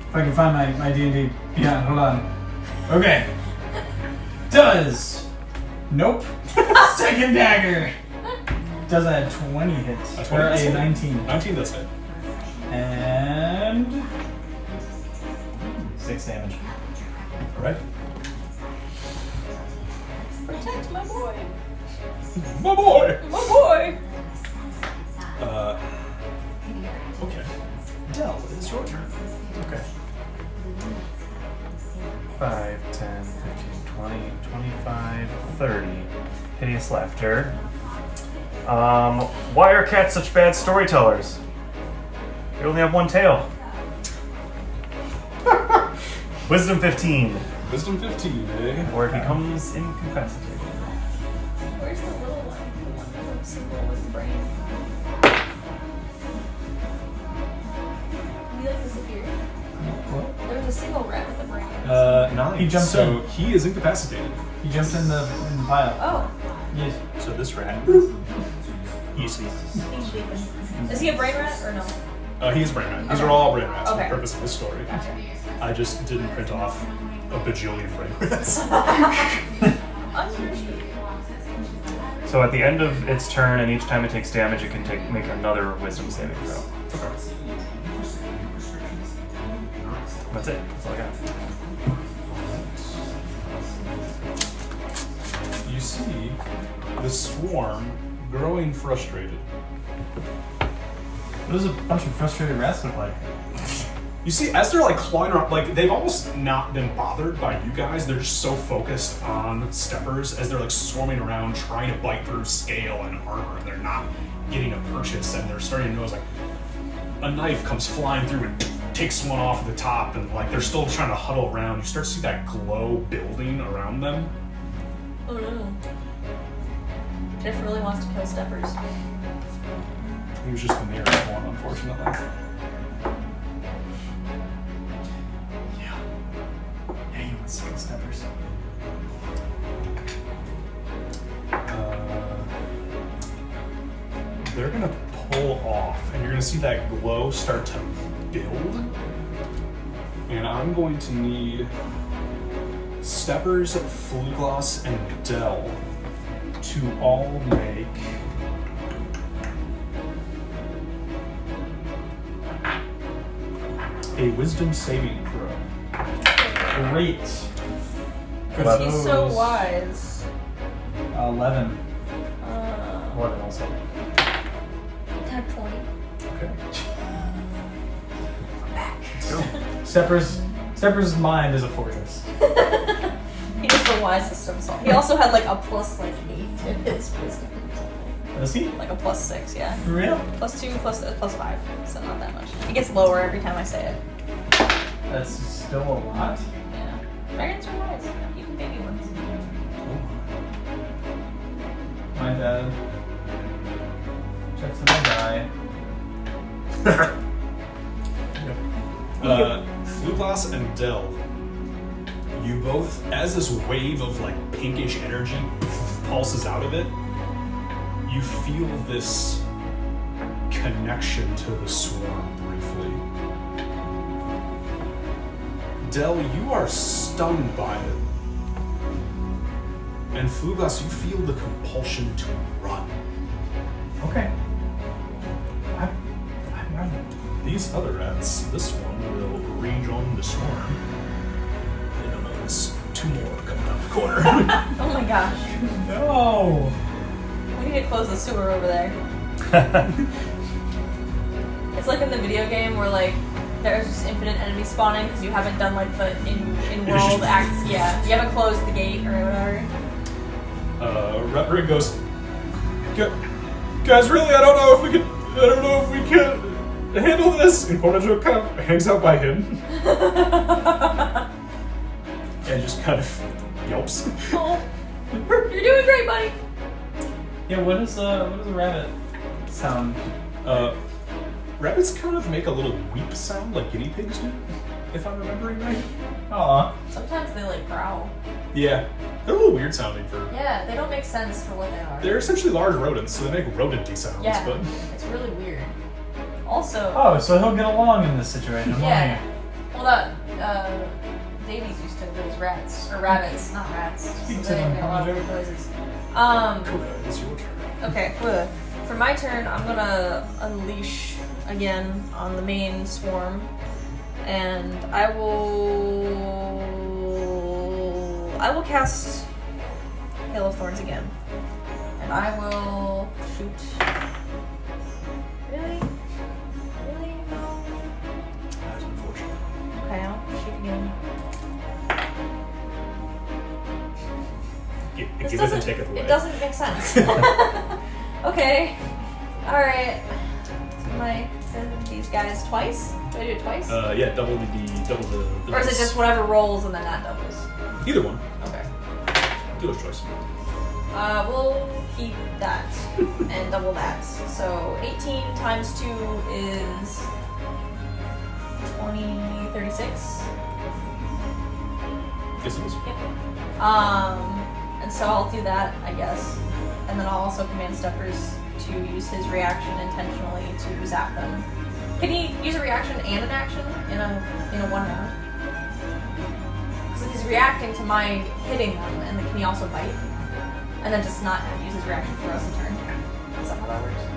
If I can find my my D and D. Yeah, hold on. Okay. Does nope. Second dagger. Does a twenty hit A 20 or does a hit. nineteen? Nineteen does hit. And six damage. All right. Protect my boy! My boy. My boy! Uh, okay. Dell, it's your turn. Okay. 5, 10, 15, 20, 25, 30. Hideous laughter. Um, why are cats such bad storytellers? They only have one tail. Wisdom 15, Wisdom fifteen, eh? where it becomes incapacitated. Where's the little one? The one that looks single with the brain. He like disappeared. What? There was a single rat with a brain. Uh, nine. He jumped so in. he is incapacitated. He jumps in the in the pile. Oh, Yes. So this rat, you see, he's sleeping. Is he a brain rat or no? uh, he's brain rat. These Okay. are all brain rats for Okay. the purpose of this story. Gotcha. I just didn't print off a bajillion brain rats. Understood. So at the end of its turn, and each time it takes damage, it can take make another Wisdom saving throw. That's it. That's all I got. you see the swarm growing frustrated. What does a bunch of frustrated rats look like? You see, as they're like clawing around, like they've almost not been bothered by you guys. They're just so focused on steppers as they're like swarming around, trying to bite through scale and armor. and They're not getting a purchase, and they're starting to notice like a knife comes flying through and takes one off the top, and like they're still trying to huddle around. You start to see that glow building around them. Oh no. Jeff really wants to kill steppers. It was just the nearest one, unfortunately. Yeah, you want second steppers. Uh, they're gonna pull off, and you're gonna see that glow start to build. And I'm going to need Steppers, Flugloss, and Dell to all make. A wisdom saving throw. Great. Good But- He's so throws. wise. Eleven. Uh, Eleven also. Got a 20. Okay. Stepper's Stepper's mind is a fortress. he was the wisest of us all. He also had like a plus like eight in his wisdom. or something. Is he? Like a plus six, yeah. For real? Plus two, plus uh, plus five, so not that much. It gets lower every time I say it. That's still a lot. Yeah. Dragons are wise, even baby ones. My dad checks in my die. Uh, Fluglass and Dell, you both, as this wave of like pinkish energy pulses out of it, you feel this connection to the swarm briefly. Dell, you are stunned by it. And Fugas, you feel the compulsion to run. Okay. These other rats, this one will rejoin the swarm. They don't notice. Two more coming down the corner. Oh my gosh. No! We need to close the sewer over there. It's like in the video game where like there's just infinite enemies spawning because you haven't done like the in in It's just- world acts. Yeah, you haven't closed the gate or whatever. uh, Rutrig goes, "Gu- Guys, really, I don't know if we can. I don't know if we can handle this. And Bonajo kind of hangs out by him and just kind of yelps. Oh, you're doing great, buddy. Yeah, what is uh what is a rabbit sound? Uh, rabbits kind of make a little weep sound like guinea pigs do, if I'm remembering right. Aw. Sometimes they like growl. Yeah, they're a little weird sounding for. Yeah, they don't make sense for what they are. They're essentially large rodents, so they make rodenty sounds. yeah, But it's really weird. Also, Oh, so he'll get along in this situation. won't he? Yeah. Well, that uh, Davies used to those rats or rabbits, not rats. Speak so to they them, make a lot of Hunter. noises. Um. Uh, it's your turn. Okay. Cool. For my turn, I'm gonna unleash again on the main swarm, and I will. I will cast Hail of Thorns again, and I will shoot. Really? Really? No. That's unfortunate. Okay, I'll shoot again. Give, This give it and doesn't- take it away. It doesn't make sense. okay. Alright. My these guys twice? Do I do it twice? Uh, yeah, double the D, double the. the or is it dice. just whatever rolls and then that doubles? Either one. Okay. Dealer's choice. Uh, we'll keep that and double that. So 18 times 2 is 20, 36. Yes, it is. Um, and so I'll do that, I guess. And then I'll also command Steppers to use his reaction intentionally to zap them. Can he use a reaction and an action in a in a one round? Because he's reacting to my hitting them, and then can he also bite? And then just not use his reaction for us in turn. Is that how that works?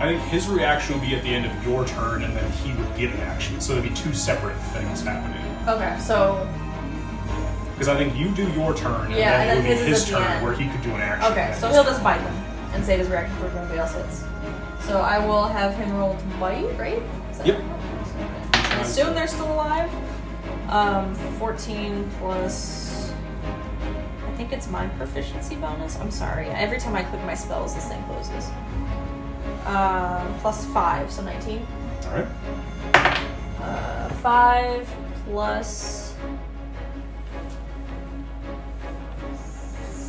I think his reaction would be at the end of your turn, and then he would get an action. So there'd be two separate things happening. Okay, so Because I think you do your turn, and Yeah, then and it would then be his his is at the turn end. where he could do an action. Okay, so he'll just bite them and save his reaction for if anybody else hits. So I will have him roll to bite, right? Is that- Yep. I assume they're still alive. Um, 14 plus. I think it's my proficiency bonus. I'm sorry. Every time I click my spells, this thing closes. Uh, plus 5, so 19. All right. Uh, 5 plus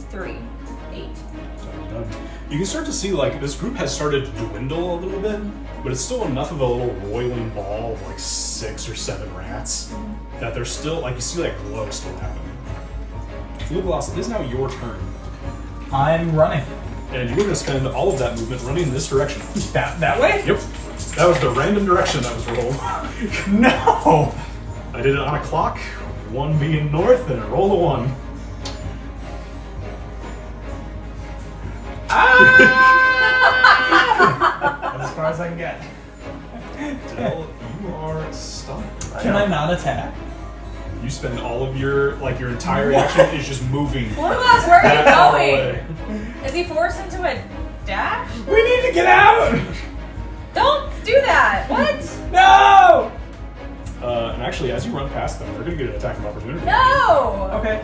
3. 8. Done. You can start to see like this group has started to dwindle a little bit, but it's still enough of a little roiling ball of like six or seven rats that they're still like you see like glow still happening. Flugloss, it is now your turn, I'm running. and you're gonna spend all of that movement running in this direction. That that way? Yep. That was the random direction that was rolled. No! I did it on a clock, one being north, and a roll of one. Ah! As far as I can get. Del, you are stunned. Can I not attack? You spend all of your like your entire action is just moving. Blue Glass, where that far are you away. going? Is he forced into a dash? We need to get out! Don't do that! What? No! Uh, and actually, as you run past them, they're gonna get an attack of opportunity. No! Okay.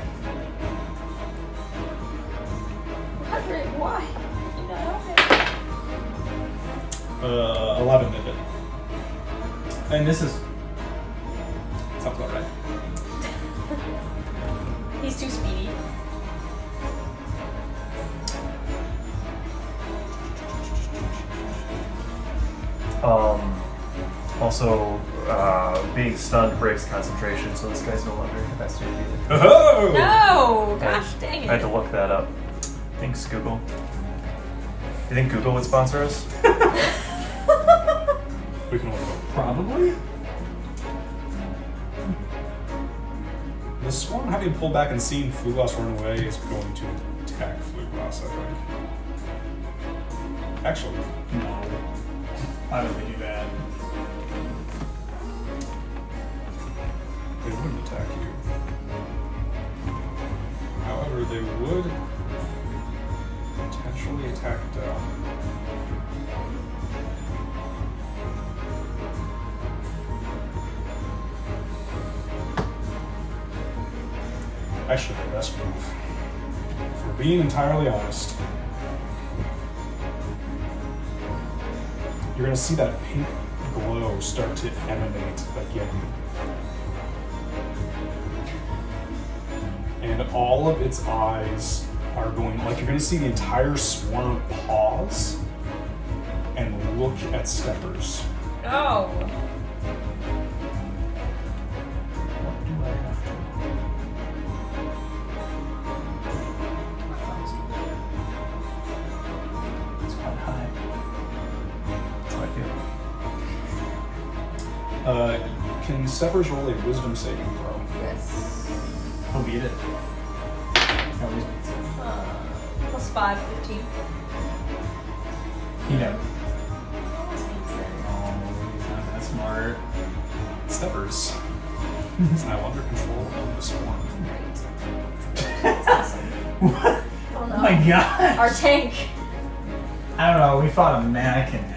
Patrick, why? You know, okay. Uh, Eleven did it. And this is Sounds about right. He's too speedy. Um, Also, uh, being stunned breaks concentration, so this guy's no longer incapacitated either. Oh! No! Gosh dang I had to it. look that up. Thanks, Google. You think Google would sponsor us? We can order. Probably. The swarm, having pulled back and seen Fluglass run away, is going to attack Fluglass, I think. Actually, No. I don't think you bad. they wouldn't attack you. However, they would potentially attack Dell. Actually, their best move. If we're being entirely honest, you're gonna see that pink glow start to emanate again. and all of its eyes are going like you're going to see the entire swarm pause and look at steppers No. It's quite high. That's how I feel. uh, can steppers roll a wisdom saving throw Yes. He'll beat it. At least Uh, plus 5, 15. he knows. Oh, he's not that smart. steppers is now under control of the swarm Oh no. Oh my god. Our tank. I don't know, we fought a mannequin at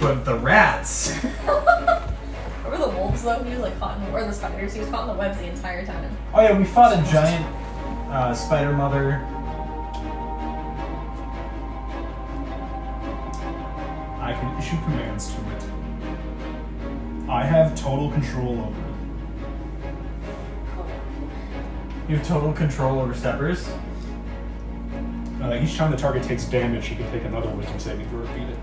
But the rats. Remember the wolves though? He was like caught in the, or the spiders. He was caught in the webs the entire time. Oh yeah, we fought a giant uh, spider mother. i can issue commands to it i have total control over it You have total control over steppers. uh, each time the target takes damage he can take another wisdom saving throw to beat it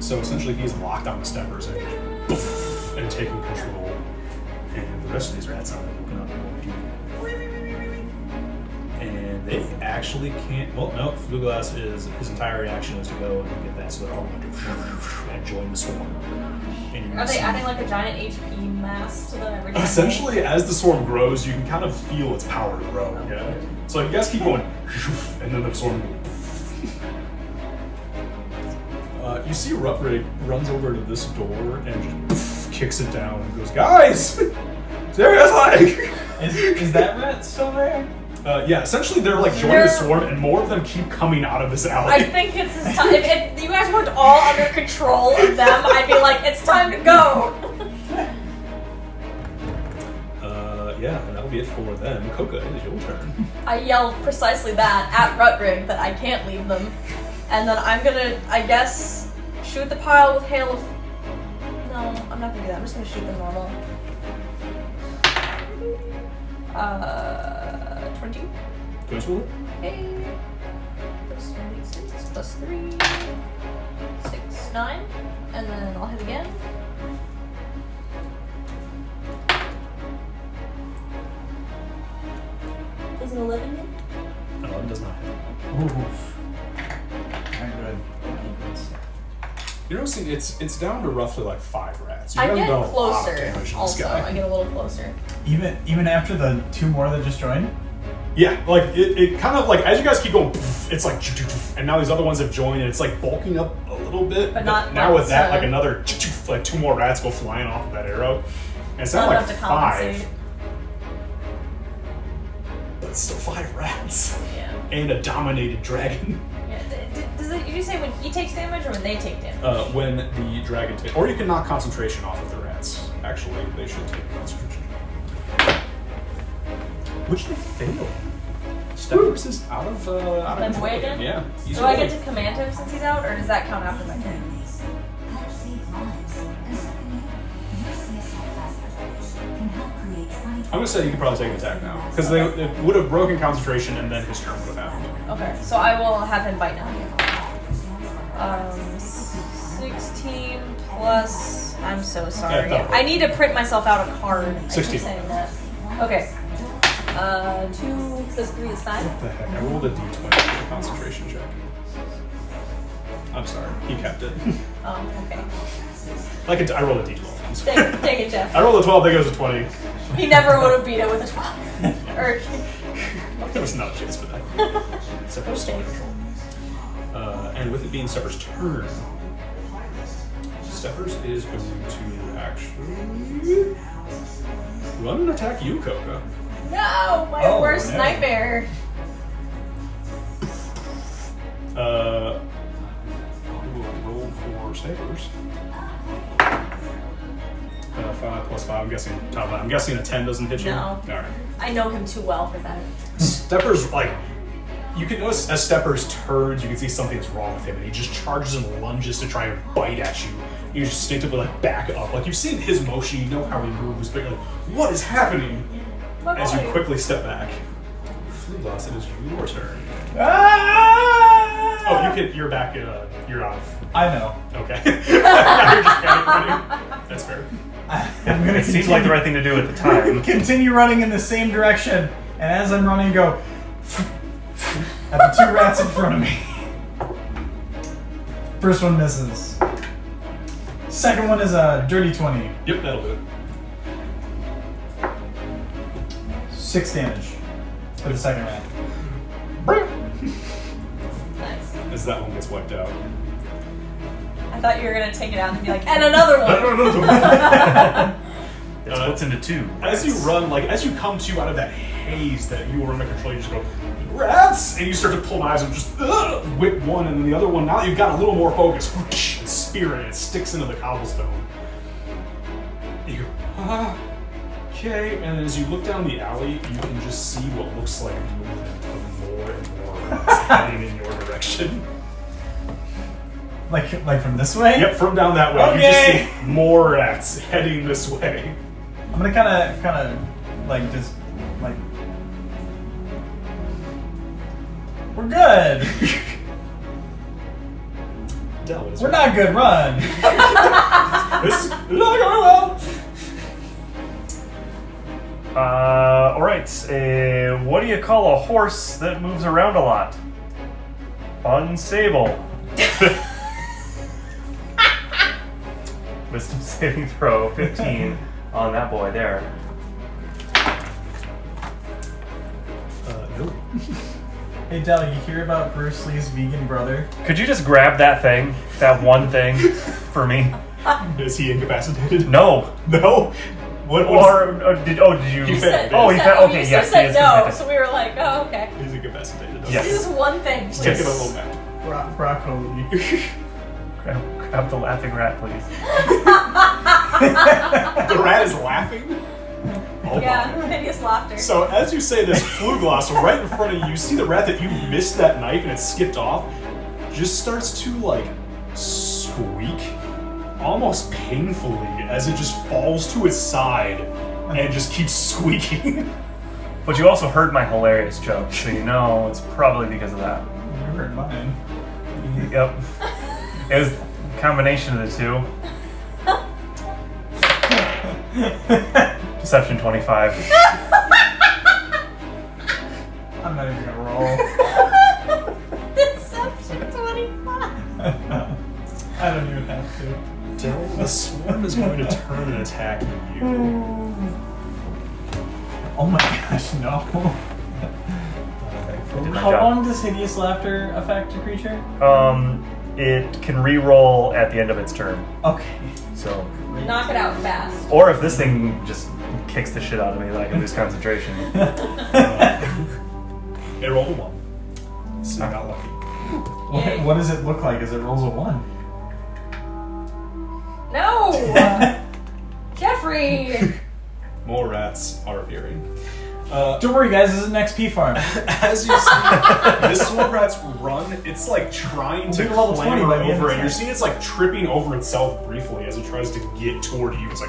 so essentially he's locked on the steppers and just poof, and taking control and the rest of these rats are looking up and they actually can't well no Fluglass is his entire reaction is to go and get that so they're all going to and join the swarm and you're Are gonna they see- adding like a giant HP mass to them every time? Essentially, as the swarm grows, you can kind of feel its power grow. Yeah. So you guys keep going, and then the swarm. Uh, you see Rutrig runs over to this door and just kicks it down and goes, "Guys, serious like." Is, is that rat still there? Uh, yeah, essentially they're like joining the They're- swarm, and more of them keep coming out of this I alley. think it's his time. If, if you guys weren't all under control of them, I'd be like, it's time to go. Uh, yeah, that'll be it for them. Coca, it is your turn. I yell precisely that at Rutrig that I can't leave them, and then I'm gonna, I guess, shoot the pile with hail. Of... No, I'm not gonna do that. I'm just gonna shoot the normal. Uh, twenty. Goes with it. Okay. Plus one d six, plus three, six, nine, and then I'll hit again. Is it eleven hit? No, it does not hit. Oof. I'm good. You know, see, it's it's down to roughly like five rats. You I haven't get done a lot of closer. Ah, damage to this Also, guy. I get a little closer. Even even after the two more that just joined? Yeah, like it, it kind of like as you guys keep going, it's like, and now these other ones have joined, and it's like bulking up a little bit. But not now with that, enough like to- another, like two more rats go flying off of that arrow, and it's Not not like enough to five, compensate. but it's still five rats Yeah. and a dominated dragon. Yeah. D- d- does it? Did you say when he takes damage or when they take damage? Uh, when the dragon takes, or you can knock concentration off of the rats. Actually, they should take concentration, which they fail. Steppers is out of uh, out of Then control way again? Yeah. he's Do I get rolling. to command him since he's out, or does that count after my turn? I'm gonna say you could probably take an attack now because they it would have broken concentration and then his turn would have happened. Okay, so I will have him bite now. Um, 16 plus. I'm so Yeah, sorry. double. I need to print myself out a card. I keep 16. saying that. Okay. Uh, 2 plus 3 is 9. What the heck? I rolled a d20 for a concentration check. I'm sorry. He kept it. Oh, okay. like a, I rolled a d12. I'm sorry. Take, take it, Jeff. I rolled a 12. There goes a 20. He never would have beat it with a 12. or, There was not a chance for that. Severus Okay. Uh, and with it being Severus' turn, Steppers is going to actually run and attack you, Coca. no, my Oh, worst no. nightmare. Uh, we will roll for savers. Uh, five plus five. I'm guessing top. Five. I'm guessing a ten doesn't hit you. No. All right. I know him too well for that. Steppers like you can notice as Steppers turns, you can see something's wrong with him, and he just charges and lunges to try and bite at you. You just instinctively like back up, like you've seen his motion, you know how he moves, but you're like, what is happening? What As you are you? quickly step back, Floodloss, it is your turn. Ah! Oh, you can. You're back. Uh, you're off. I know. Okay. Now you're just panicking. That's fair. it seems like the right thing to do at the time. Continue running in the same direction, and as I'm running, go at the two rats in front of me. First one misses. Second one is a dirty 20. Yep, that'll do it. Six damage for the second rat. Nice. As that one gets wiped out. I thought you were going to take it out and be like, and another one. It splits into two. As you run, like as you come to out of that haze that you were under control, you just go rats, and you start to pull knives and just ugh, whip one and then the other one. Now that you've got a little more focus. Whoosh, and Spear it, it sticks into the cobblestone. And you go, ah, okay. And as you look down the alley, you can just see what looks like a movement of more and more rats heading in your direction. Like, like from this way? Yep, from down that way, you Okay. just see more rats heading this way. I'm gonna kind of, kind of, like just, like. We're good. Del, what is We're your- not good. Run. This is not going well. Uh, all right. Uh, what do you call a horse that moves around a lot? Unstable. Wisdom saving throw, fifteen on that boy there. Uh, no. Hey Dell, you hear about Bruce Lee's vegan brother? Could you just grab that thing, that one thing, for me? Is he incapacitated? No. No. What? what Or, or did oh did you? He said- oh, You he said- fa- oh, Okay, you yes, said he is no, incapacitated. so we were like, oh, okay. is- he's incapacitated. Yes. This is one thing. Just Take him a little back. Bro- broccoli. Grab, grab the laughing rat, please. The rat is laughing. Oh my. Yeah, hideous laughter. So as you say this, Flugloss, right in front of you, you see the rat that you missed that knife and it skipped off, just starts to like squeak, almost painfully, as it just falls to its side and just keeps squeaking. But you also heard my hilarious joke, so you know it's probably because of that. You heard mine. Yep. It was a combination of the two. Deception 25. I'm not even gonna roll. Deception 25. I don't even have to. Del, the swarm is going to turn and attack you. Oh my gosh, no. my How job. long does hideous laughter affect a creature? Um, it can re-roll at the end of its turn. Okay. So, Knock it out fast. or if this thing just kicks the shit out of me, then I can lose concentration. It rolled a one, so you got lucky. What, what does it look like as it rolls a one? No! Jeffrey! More rats are appearing. Uh, Don't worry, guys. This is an XP farm. as you see this swarm rat's run, it's like trying to We'll be level 20 clamber by the end over of it. You're time. seeing it's like tripping over itself briefly as it tries to get toward you. It's like,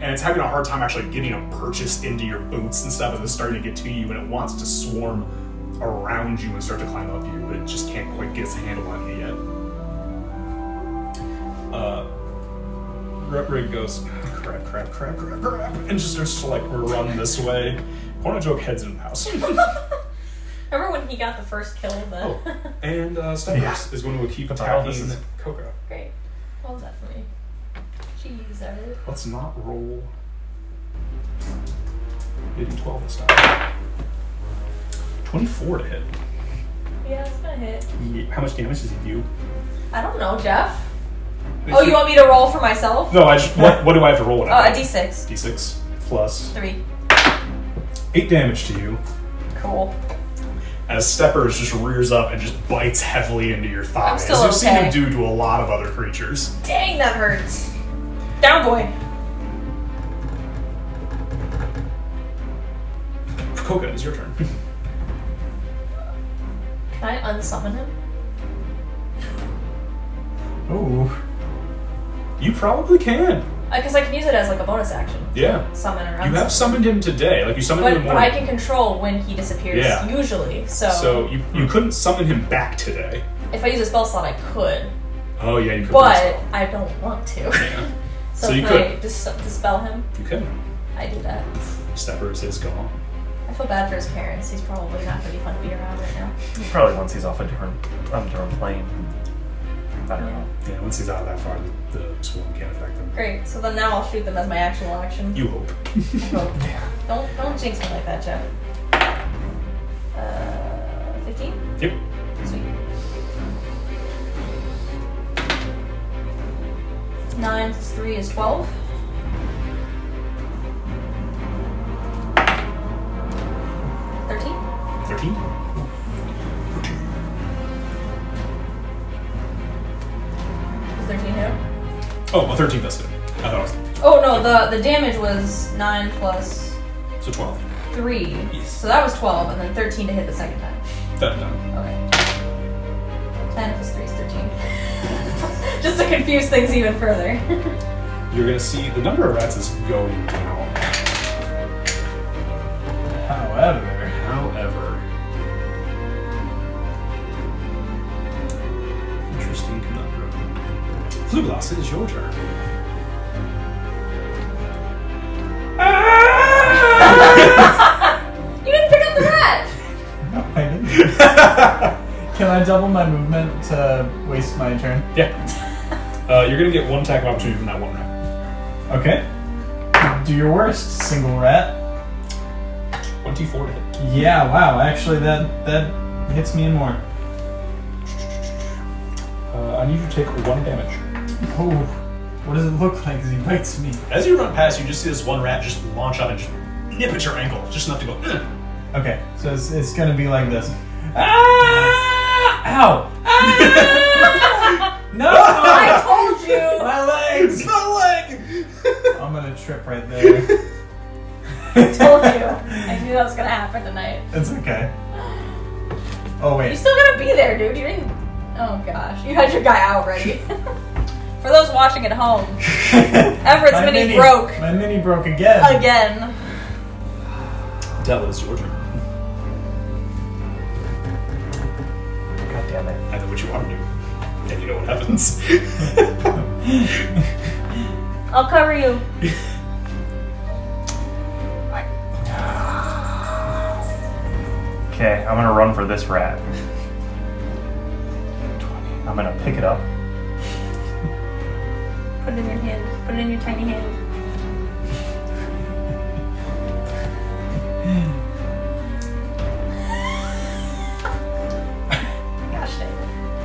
and it's having a hard time actually getting a purchase into your boots and stuff as it's starting to get to you, and it wants to swarm around you and start to climb up you, but it just can't quite get its handle on you yet. Uh, Rutrig goes, crap, crap, crap, crap, crap, and just starts to like run this way. Pornajoke heads in the house. Remember when he got the first kill? But and uh, Steppers is going to keep Wow, this attacking is- Coco. great. Well, definitely. Jesus. Let's not roll. Maybe 12 this time. 24 to hit. Yeah, it's gonna hit. Ye- How much damage does he do? I don't know, Jeff. Oh, you want me to roll for myself? No, I just. What, what do I have to roll it Oh, a at? d6. D6 plus Three. 8 damage to you Cool. as Steppers just rears up and just bites heavily into your thigh. I'm still as you've okay. seen him do to a lot of other creatures. Dang, that hurts. Down boy. Coco, it's your turn. Can I unsummon him? Oh. You probably can. Because I can use it as like a bonus action. Yeah. Summon or You unsummon. have summoned him today. Like you summoned him But, in the but I morning. can control when he disappears Yeah. usually. So, So hmm. you, you couldn't summon him back today. if I use a spell slot, I could. Oh yeah, you could. But I don't want to. so, So you can I could. dis- dispel him? you could. I do that. Steppers is gone. I feel bad for his parents. He's probably not gonna be fun to be around right now. Probably once he's off a different, on a different plane. I don't know. Yeah, once he's out of that far, the, the swarm can't affect him. Great. So then now I'll shoot them as my actual action. You hope. Don't don't jinx me like that, Jeff. Uh, fifteen. Yep. Sweet. Nine plus three is twelve. Thirteen. 13? Is thirteen hit? Oh, well, 13 does it. I thought it Oh no, the the damage was nine plus was. So 12. three. So that was twelve, and then thirteen to hit the second time. That done. Okay. 10 plus 3 is 13. Just to confuse things even further. You're gonna see the number of rats is going down. However. However. Interesting conundrum. Fluglass, it is your turn. you didn't pick up the rat! No, I didn't. Can I double my movement to waste my turn? Yeah. Uh, you're gonna get one attack of opportunity from that one rat. Okay. Do your worst, single rat. 24 to hit. Yeah, wow, actually that that hits me and more. Uh, I need you to take one damage. Oh, what does it look like as he bites me? As you run past, you just see this one rat just launch up and just nip at your ankle, just enough to go. "Ugh." Okay, so it's, it's gonna be like this. Ah! Ow! Ah! no! I told you! My legs! My leg! I'm gonna trip right there. I told you. I knew that was gonna happen tonight. It's okay. Oh You wait. still gotta be there, dude. You didn't. Oh gosh. You had your guy out ready. For those watching at home, Everett's My mini broke. My mini broke again. again. Della, it's your turn. God damn it. I know what you want to do. And you know what happens. I'll cover you. Okay, I'm gonna run for this rat. I'm gonna pick it up. Put it in your hand. Put it in your tiny hand. Gosh dang.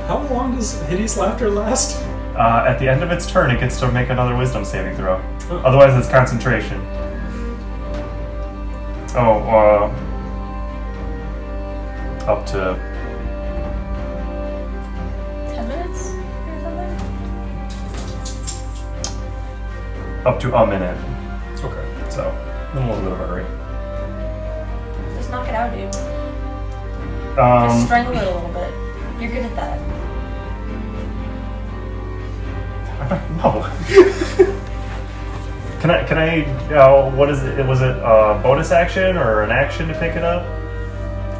How long does hideous laughter last? Uh, at the end of its turn, it gets to make another wisdom saving throw. Otherwise, it's concentration. Oh, uh. Up to. 10 minutes or something? up to a minute. Okay. So, in a little bit of a hurry. Just knock it out, dude. Just Um, strangle it a little bit. You're good at that. no. can I, can I, uh, what is it? Was it a bonus action or an action to pick it up?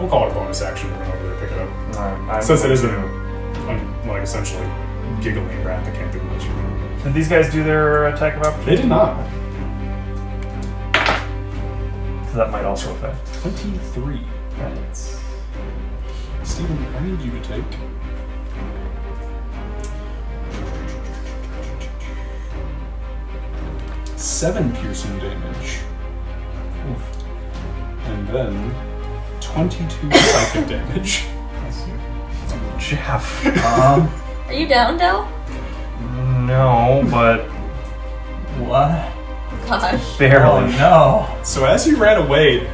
We'll call it a bonus action. We're over there pick it up. Uh, I'm- Since it is a, like, essentially giggling rat that can't do much. Did these guys do their attack of opportunity? They did not. So that might also affect. 23. Steven, I need you to take. Seven piercing damage. And then 22 psychic damage. Jeff. Um, Are you down, Dell? No, but what? Gosh. barely. no. So as you ran away,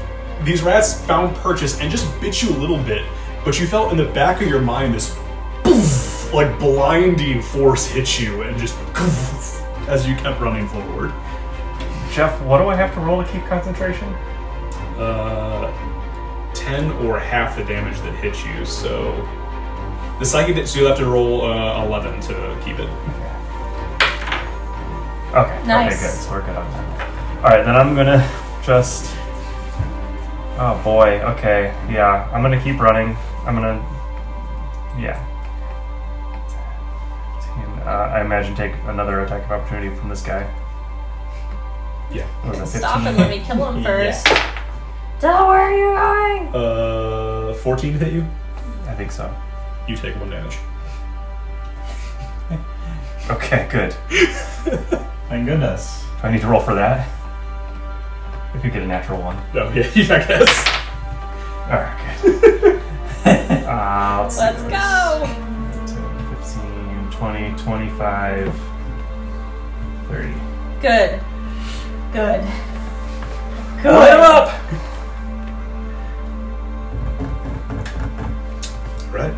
these rats found purchase and just bit you a little bit, but you felt in the back of your mind this poof, like blinding force hit you and just poof, as you kept running forward. Jeff, what do I have to roll to keep concentration? Uh, 10 or half the damage that hit you, so. The psychic damage, so you'll have to roll uh, 11 to keep it. Okay. Nice. Okay, good. So we're good on that. All right, then I'm gonna just. Oh boy. Okay. Yeah, I'm gonna keep running. I'm gonna. Yeah. Uh, I imagine take another attack of opportunity from this guy. Yeah. What was it, Stop 15? him. Let me kill him first. Del, where are you going? Uh, 14 hit you? I think so. You take one damage. Okay, good. Thank goodness. Do I need to roll for that? If you get a natural one. Oh, yeah, I guess. All right, good. uh, let's see, Let's there go. was 10, 15, 20, 25, 30. Good. Good. Light 'em up! Right.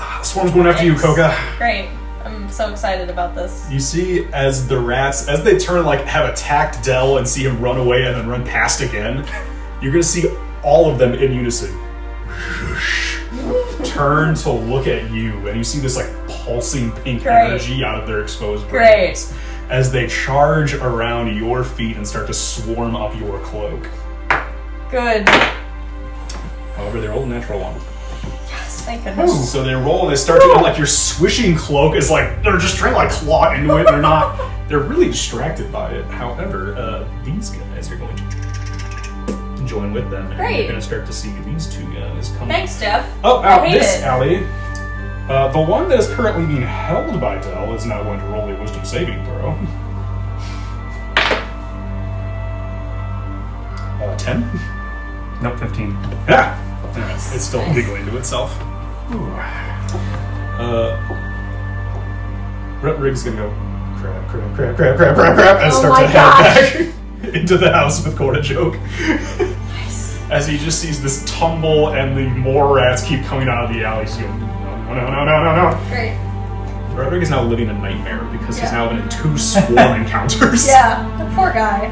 Ah, Swarm's going after you, Yes. Coca. Great. I'm so excited about this. You see, as the rats, as they turn, like, have attacked Dell and see him run away and then run past again, you're gonna see all of them in unison turn to look at you, and you see this, like, pulsing pink Great. energy out of their exposed Great. brains as they charge around your feet and start to swarm up your cloak. Good. However, they're all natural one. Yes, thank goodness. So they roll and they start to, and like your swishing cloak is like, they're just trying to like claw into it. They're not, they're really distracted by it. However, uh, these guys are going to join with them. And Great. You're going to start to see these two guys coming. Thanks, Jeff. Oh, I out hate this it. alley. Uh, the one that is currently being held by Dell is now going to roll a wisdom saving throw. Uh, 10? Nope, 15. Yeah. It's, it's still giggling to itself. Uh, Rut Rig's gonna go crap, crap, crap, crap, crap, crap, crap, and Oh start my to head back into the house with Corda Joke. As he just sees this tumble and the more rats keep coming out of the alley, he's going, no, no, no, no, no, no. Great. Rut Rig is now living a nightmare because he's Yeah. now been in two sworn encounters. Yeah, the poor guy.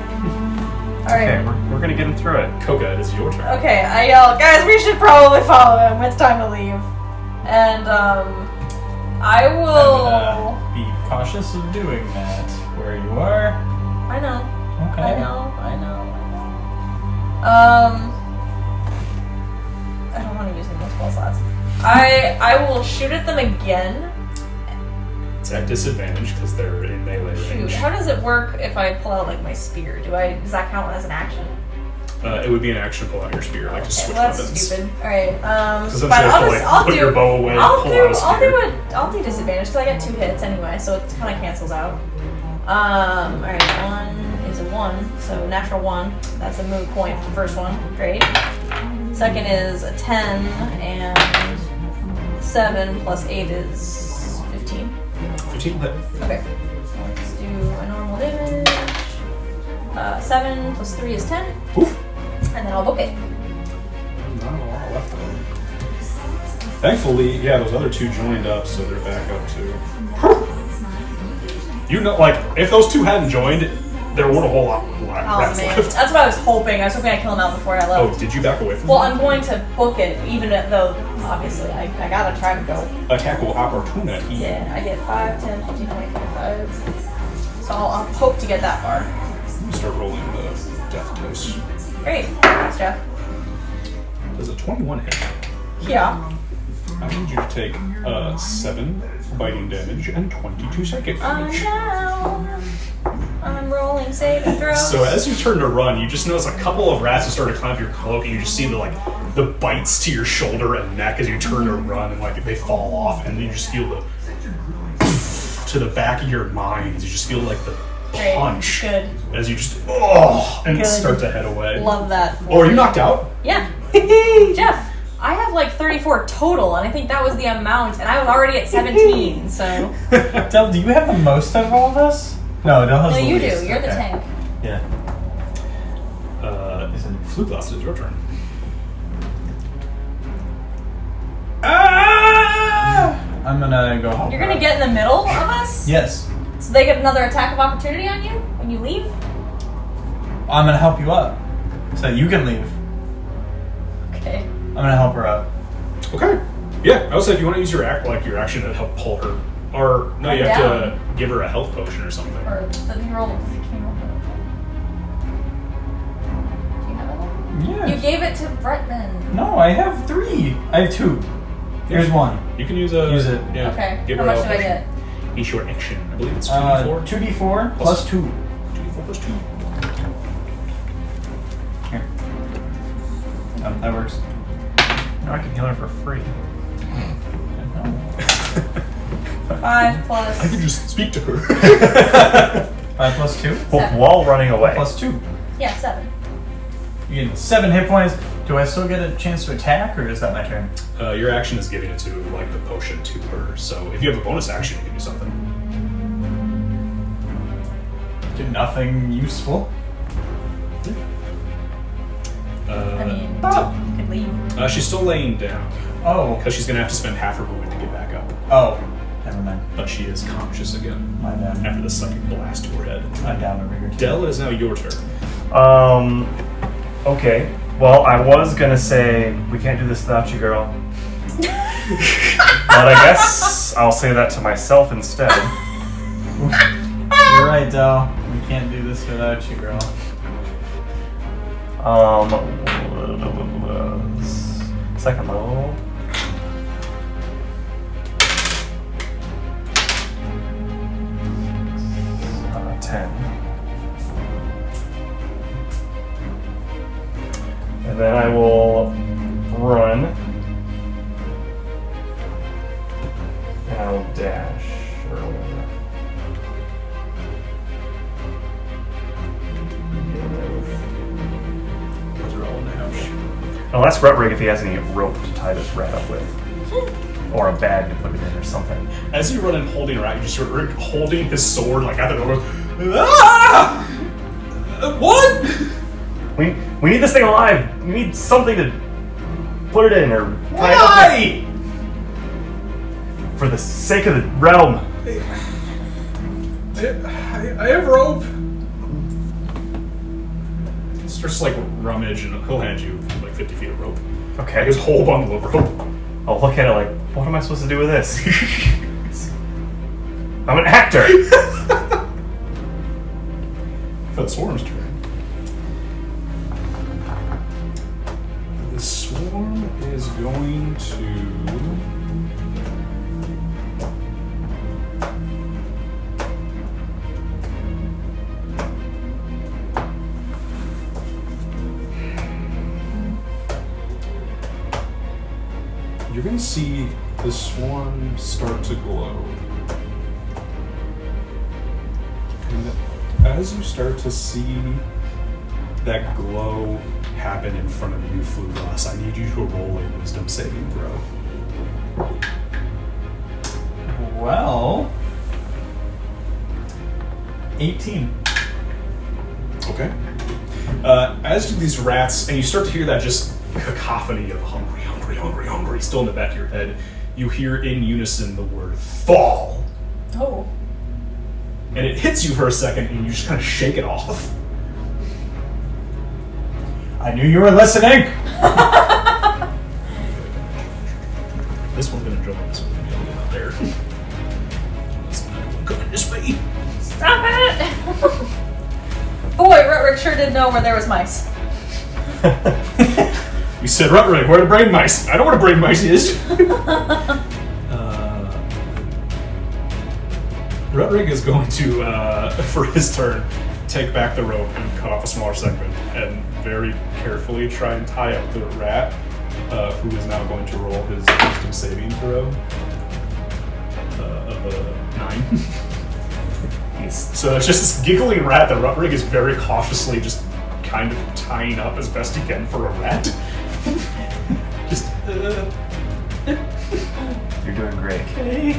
Alright. Okay, we're, we're gonna get him through it. Coca, it is your turn. Okay, I yell, guys, we should probably follow him. It's time to leave. And, um, I I will. would, uh, be cautious of doing that where you are. I know. Okay. I know, I know, I know. Um, I don't want to use any more spell slots. I I will shoot at them again. It's at disadvantage because they're in melee Shoot, range. how does it work if I pull out like my spear? Do I does that count as an action? Uh, it would be an action to pull out your spear, like to Okay, switch well, that's weapons. stupid. All right, um, Because but instead I'll of, just like, I'll put do your bow away and I'll pull do out a I'll do spear. a I'll do disadvantage because I got two hits anyway, so it kind of cancels out. Um, all right, one is a one, so natural one. That's a moot point for the first one. Great. Second is a ten and seven plus eight is fifteen. 15 will hit. Okay. So let's do a normal damage. Uh, seven plus three is ten. Oof. And then I'll book it. Not a lot left of them. Thankfully, yeah, those other two joined up, so they're back up to. You know, like if those two hadn't joined, there would a whole lot more Oh rats man, left. that's what I was hoping. I was hoping I'd kill him out before I Oh, left. did you back away from Well, I'm going to book it, even at- though obviously I, I gotta try to go. them? attack will opportunity? Yeah, I get 5, 10, 15, 20, 25. So I'll, I'll hope to get that far. Let me Start rolling the death dose. Great. Thanks, Jeff. Does a 21 hit? Yeah. I need you to take uh, 7 biting damage and 22 psychic damage. Oh no! I'm rolling saving throws. So as you turn to run, you just notice a couple of rats have started to climb up your cloak, and you just see the like the bites to your shoulder and neck as you turn to run, and like they fall off, and you just feel the to the back of your mind. You just feel like the Great. punch Good. as you just oh and Good. start to head away. Love that. Oh, are you knocked out? Yeah. Jeff, I have like 34 total, and I think that was the amount, and I was already at 17, so. Del, do you have the most out of all of us? No, Del has No, the you do. least. You're the Okay. tank. Yeah. Uh, Flute blast is your turn. I'm gonna go help You're her gonna out. get in the middle of us? Yes. So they get another attack of opportunity on you when you leave? I'm gonna help you up. So you can leave. Okay. I'm gonna help her up. Okay. Yeah, I would say if you want to use your act like your action to help pull her, or no, you have to give her a health potion or something. Or let me roll. Can you roll for- Do you have it? Yeah. You gave it to Bretman. No, I have three. I have two. Here's one. You can use a use it. Yeah. Okay. How much do I get? Each your action. I believe it's two Uh, d four. 2d4 plus, plus 2. 2d4 plus 2. Here. Um, that works. Now I can heal her for free. Five plus. I can just speak to her. 5 plus 2? Seven. Oh, While running away. Plus 2. Yeah, seven. You get 7 hit points. Do I still get a chance to attack, or is that my turn? uh, your action is giving it to like the potion to her. So if you have a bonus action, you can do something. Do nothing useful. Uh, I mean, Oh. you could leave. uh, she's still laying down Oh. because she's gonna have to spend half her movement to get back up. Oh. Never mind. But she is conscious again My bad. after the second blast to her head. I'm down over here. Dell it is now your turn. Um. Okay. Well, I was gonna say we can't do this without you, girl. but I guess I'll say that to myself instead. You're right, Del. We can't do this without you, girl. Um. Second level. Uh, Ten. And then I will run. And I will dash or whatever. Those are all in the house. I'll ask Rutrig if he has any rope to tie this rat up with. Or a bag to put it in or something. As you run and holding around, you just hear Rick holding his sword like out of nowhere. Ah! Uh, What? We we need this thing alive. We need something to put it in or tie it Why? up with. for the sake of the realm. I, I, I have rope. Starts to, like rummage and he'll hand you like 50 feet of rope. Like his Okay. whole bundle of rope. I'll look at it like, what am I supposed to do with this? I'm an actor. For the swarm's turn. The swarm is going to. You're going to see the swarm start to glow. And as you start to see that glow happen in front of you, Fluglass, I need you to roll a wisdom saving throw. Well. 18. Okay. Uh, as do these rats, and you start to hear that just cacophony of hungry, hungry, hungry, hungry still in the back of your head, you hear in unison the word fall. Oh. And it hits you for a second, and you just kind of shake it off. I knew you were listening! This one's gonna jump on this one. gonna go out there. It's not coming this way. Stop it! Boy, Rutrik sure did know where there was mice. You said, right, right, where are the brain mice? I don't know what a brain mice is. uh, Rutrig is going to, uh, for his turn, take back the rope and cut off a smaller segment and very carefully try and tie up the rat, uh, who is now going to roll his wisdom saving throw uh, of a 9. He's- so it's just this giggling rat that Rutrig is very cautiously just kind of tying up as best he can for a rat. just, uh, You're doing great. okay.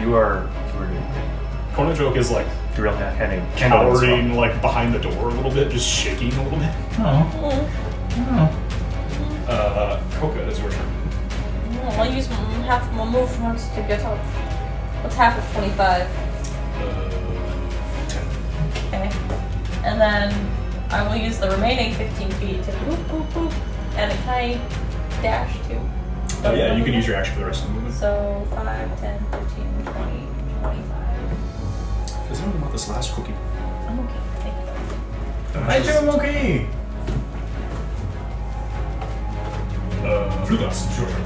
You are. You are doing great. Corner joke is like You're really heading. cowering like behind the door a little bit, just shaking a little bit. Oh. Oh. Uh, Coca, it's your turn. Well, I'll use m- half my move once to get up. What's half of 25? Uh, ten. Okay. And then I will use the remaining 15 feet to boop, boop, boop. And can I dash too? Uh, Oh, yeah, you can use your action for the rest of the movement. So 5, 10, 15, 20, 25. Does anyone want this last cookie? I'm okay. Thank you. I do am okay. Uh, Flugas, it's your turn.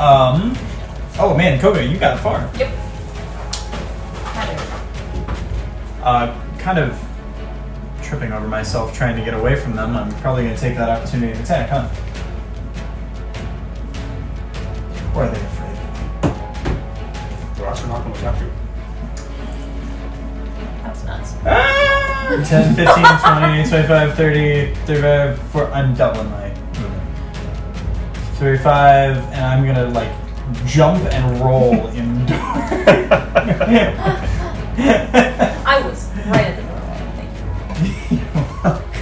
Um. Oh man, Koga, you got far. Yep. Hi there. Uh, kind of tripping over myself trying to get away from them. I'm probably going to take that opportunity to attack, huh? Or are they afraid? The rocks are not going to attack you. That's nuts. 10, 15, 20, 25, 30, 35, 40. I'm doubling my movement. 35, and I'm gonna like jump and roll indoor. I was right at the doorway. Thank you. You're welcome.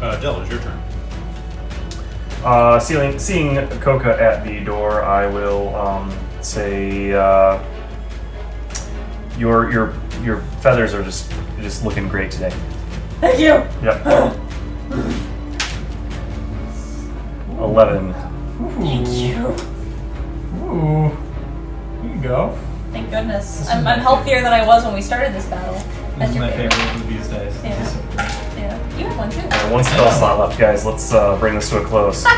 Uh, Dell, it's your turn. Uh, seeing, seeing Coca at the door, I will um, say, uh, your your your feathers are just just looking great today. Thank you. Yep. Eleven. Ooh. Here you go. Thank goodness. I'm, I'm healthier than I was when we started this battle. This That's is your my favorite. favorite of these days. This is so cool. Yeah. You have one too. Uh, one spell slot left, guys. Let's uh, bring this to a close. Oh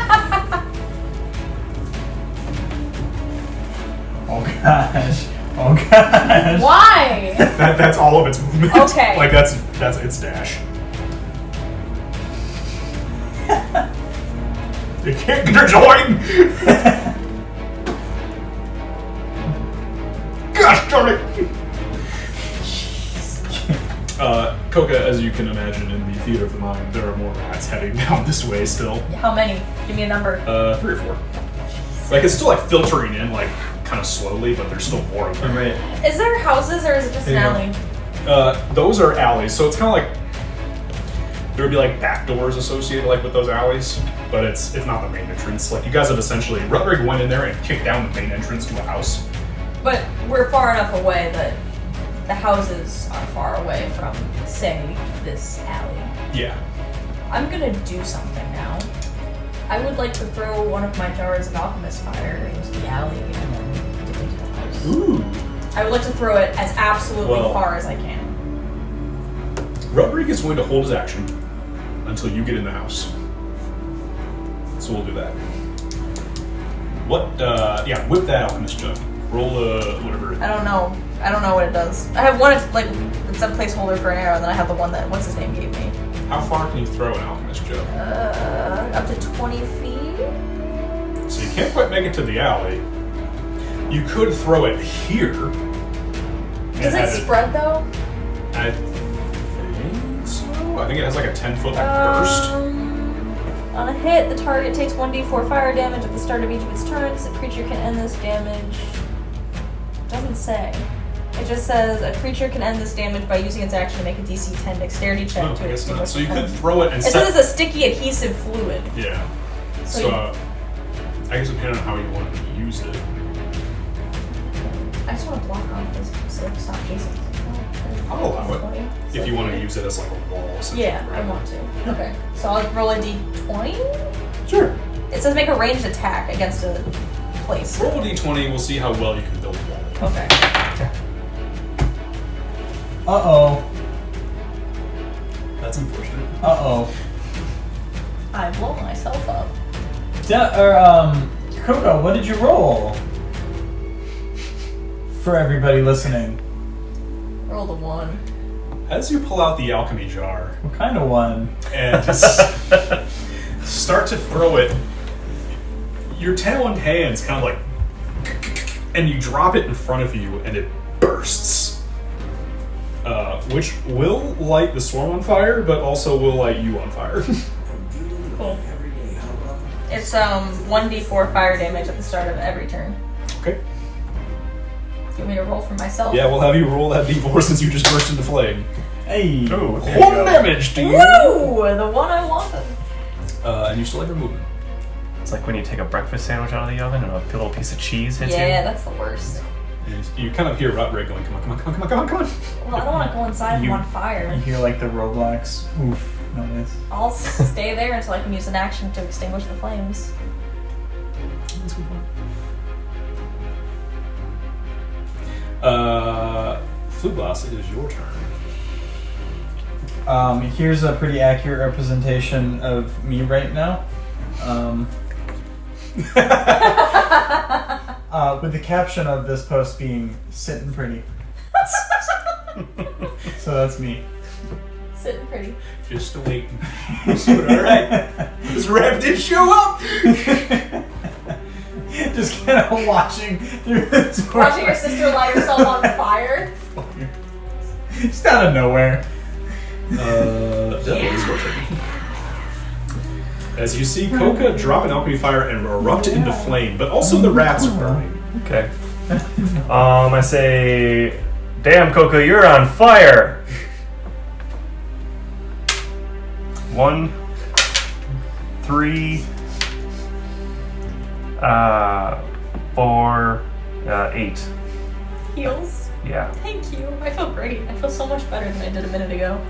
gosh. Oh gosh. Why? That, that's all of its movement. Okay. like, that's that's its dash. it can't get her join! Gosh darn it! Uh, Coca, as you can imagine, in the theater of the mind, there are more rats heading down this way still. How many? Give me a number. Uh, three or four. Like it's still like filtering in, like kind of slowly, but there's still more of All them. right. Is there houses or is it just an There you go. alley? Uh, those are alleys, so it's kind of like there would be like back doors associated like with those alleys, but it's it's not the main entrance. Like you guys have essentially Rutrig went in there and kicked down the main entrance to a house. But we're far enough away that the houses are far away from, say, this alley. Yeah. I'm gonna do something now. I would like to throw one of my jars of alchemist fire into the alley and then dip into the house. Ooh. I would like to throw it as absolutely Well- far as I can. Rutrig is going to hold his action until you get in the house. So we'll do that. What? Uh, yeah, whip that alchemist jug. Roll a whatever. I don't know. I don't know what it does. I have one it's like it's a placeholder for an arrow, and then I have the one that what's his name gave me. How far can you throw an alchemist jug? Uh, up to twenty feet. So you can't quite make it to the alley. You could throw it here. and Does have it spread though? I think so. I think it has like a 10 foot like burst. Um, on a hit, the target takes 1d4 fire damage at the start of each of its turns. The creature can end this damage. Doesn't say. It just says a creature can end this damage by using its action to make a DC 10 dexterity check No, to Oh, I guess extinguish not. So you the could flame. throw it and It set. says it's a sticky adhesive fluid. yeah. So So, you- uh, I guess depending on how you want to use it. I just want to block off this so stop chasing. I'll allow it. If you want to use it as like a wall. essentially, Yeah, I right? want to. Okay, so I'll roll a d20. Sure. It says make a ranged attack against a place. Roll a d20, we'll see how well you can build the wall. Okay. Uh oh. That's unfortunate. Uh oh. I blow myself up. De- or, um, Coco, what did you roll? For everybody listening, Roll the one. As you pull out the alchemy jar what kind of one? and just start to throw it, your taloned hands kind of like, and you drop it in front of you, and it bursts, uh, which will light the swarm on fire, but also will light you on fire. Cool. It's um 1d4 fire damage at the start of every turn. okay. Do you want me to roll for myself? Yeah, we'll have you roll that d4 since you just burst into flame. Hey. Oh, one damage, dude. Woo! The one I wanted. Uh, and you still have your movement. It's like when you take a breakfast sandwich out of the oven and a little piece of cheese hits you. Yeah, that's the worst. And you- You kind of hear Rutrig going, come on, come on, come on, come on, come on. Well, I don't want to go inside You- and on fire. You hear like the Roblox oof noise. I'll stay there until I can use an action to extinguish the flames. Uh, Fluglass, it is your turn. Um, here's a pretty accurate representation of me right now. Um, uh, with the caption of this post being sitting pretty. so that's me. Sitting pretty. Just waiting. Alright. This rep did show up! Just kind of watching through the door. Watching your sister light herself on fire. Just out of nowhere. Uh, Devil, it is your turn. As you see Coca drop an alchemy fire and erupt into flame, but also the rats are burning. Okay. Um, I say, damn, Coco, you're on fire. One, three, uh, four, uh, eight. Heals. Yeah. Thank you. I feel great. I feel so much better than I did a minute ago.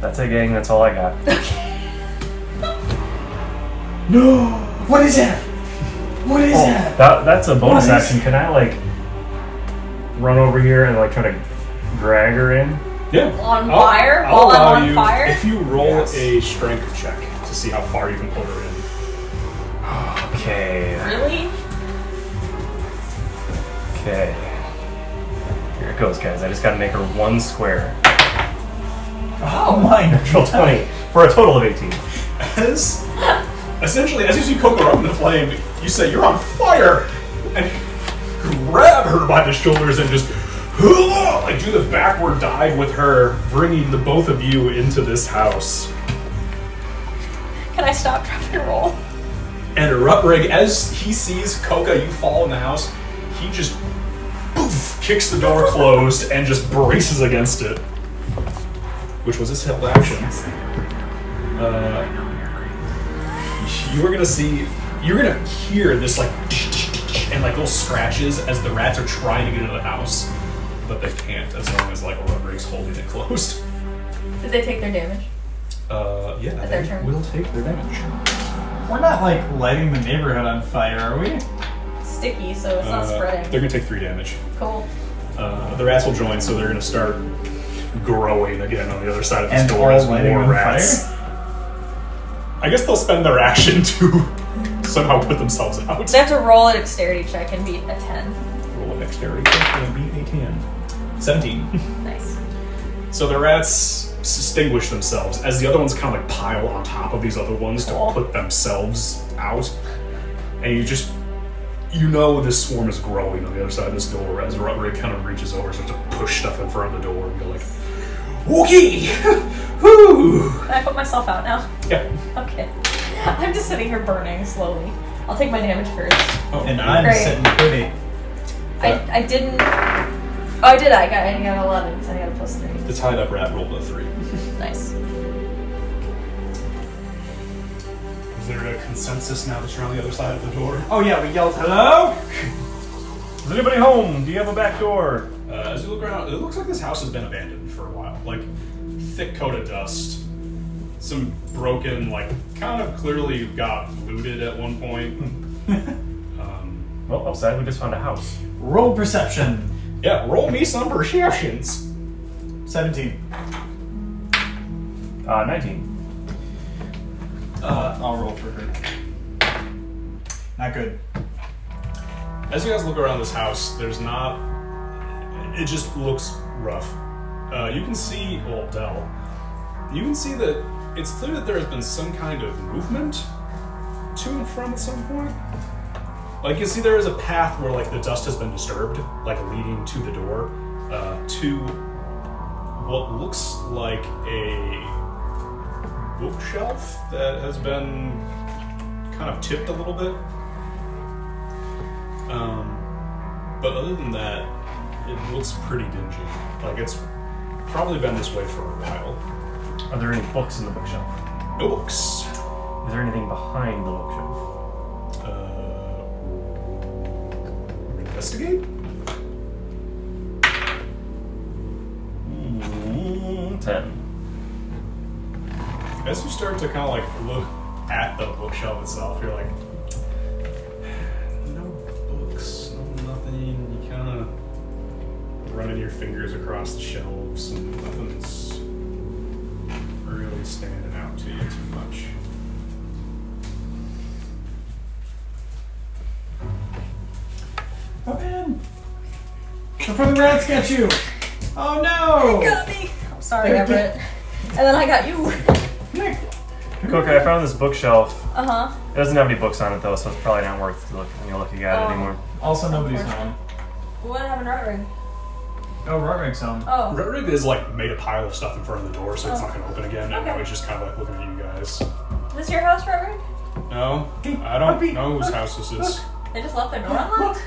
That's it, gang. That's all I got. No! What is that? What is that? Oh, That, that's a bonus What is- action. Can I, like, run over here and, like, try to drag her in? Yeah. On fire? While I'm allow on you- fire? If you roll a strength check to see how far you can pull her in. Okay. Really? Okay. Here it goes, guys. I just gotta make her one square. Oh my. Roll 20 for a total of 18. As essentially, as you see Coco up in the flame, you say, You're on fire! And grab her by the shoulders and just like do the backward dive with her, bringing the both of you into this house. Can I stop, drop, and roll? And Rutrig, as he sees Coca, you fall in the house, he just poof, kicks the door closed and just braces against it. Which was his held action. Uh, you are gonna see, you're gonna hear this like and like little scratches as the rats are trying to get into the house, but they can't as long as like Rutrig's holding it closed. Did they take their damage? Uh, yeah, Their they turn. will take their damage. We're not like lighting the neighborhood on fire, are we? Sticky, so it's not Uh, spreading. They're gonna take three damage. Cool. Uh, the rats will join, so they're going to start growing again on the other side of this And door all as lighting more on rats. I guess they'll spend their action to somehow put themselves out. They have to roll a dexterity check and beat a 10. Roll a dexterity check and beat a 10. 17. Nice. so the rats s- extinguish themselves as the other ones kind of like pile on top of these other ones Cool. to put themselves out. And you just, you know, this swarm is growing on the other side of this door as Rutrig kind of reaches over, starts to push stuff in front of the door and go like, Wookie! Whoo! Can I put myself out now? Yeah. Okay. I'm just sitting here burning slowly. I'll take my damage first. Oh, And I'm Great. sitting pretty. Uh. I, I didn't. Oh, I did. I got I got 11 because I got a plus three. the tied up rat rolled a three. Nice. Is there a consensus now that's around the other side of the door? Oh yeah, we yelled hello. Is anybody home? Do you have a back door? Uh, as you look around, it looks like this house has been abandoned for a while. Like thick coat of dust, some broken, like kind of clearly got looted at one point. um, well, outside we just found a house. Roll perception. Yeah, roll me some perceptions. 17. Uh, 19. Uh, I'll roll for her. Not good. As you guys look around this house, there's not. It just looks rough. Uh, you can see, well, Dell, you can see that it's clear that there has been some kind of movement to and from at some point. Like, you see, there is a path where, like, the dust has been disturbed, like, leading to the door, uh, to what looks like a bookshelf that has been kind of tipped a little bit. Um, but other than that, it looks pretty dingy. Like it's probably been this way for a while. Are there any books in the bookshelf? No books. Is there anything behind the bookshelf? Uh, investigate. Hmm, Mm, Ten. As you start to kind of like look at the bookshelf itself, you're like, no books, no nothing. You kind of running your fingers across the shelves, and nothing's really standing out to you too much. Come in! Before the rats get you! Oh no! Got me. I'm sorry, Everett. And then I got you. Cook, Hmm. I found this bookshelf. Uh huh. It doesn't have any books on it though, so it's probably not worth look, you know, looking at Oh. it anymore. Also, nobody's home. What happened to Rutrig? Oh, Rorik's home. Oh. Rutrig is like made a pile of stuff in front of the door, so it's not gonna open again. And now Okay. he's just kind of like looking at you guys. Is this your house, Rutrig? No, I don't know whose house this is. They just left their door unlocked?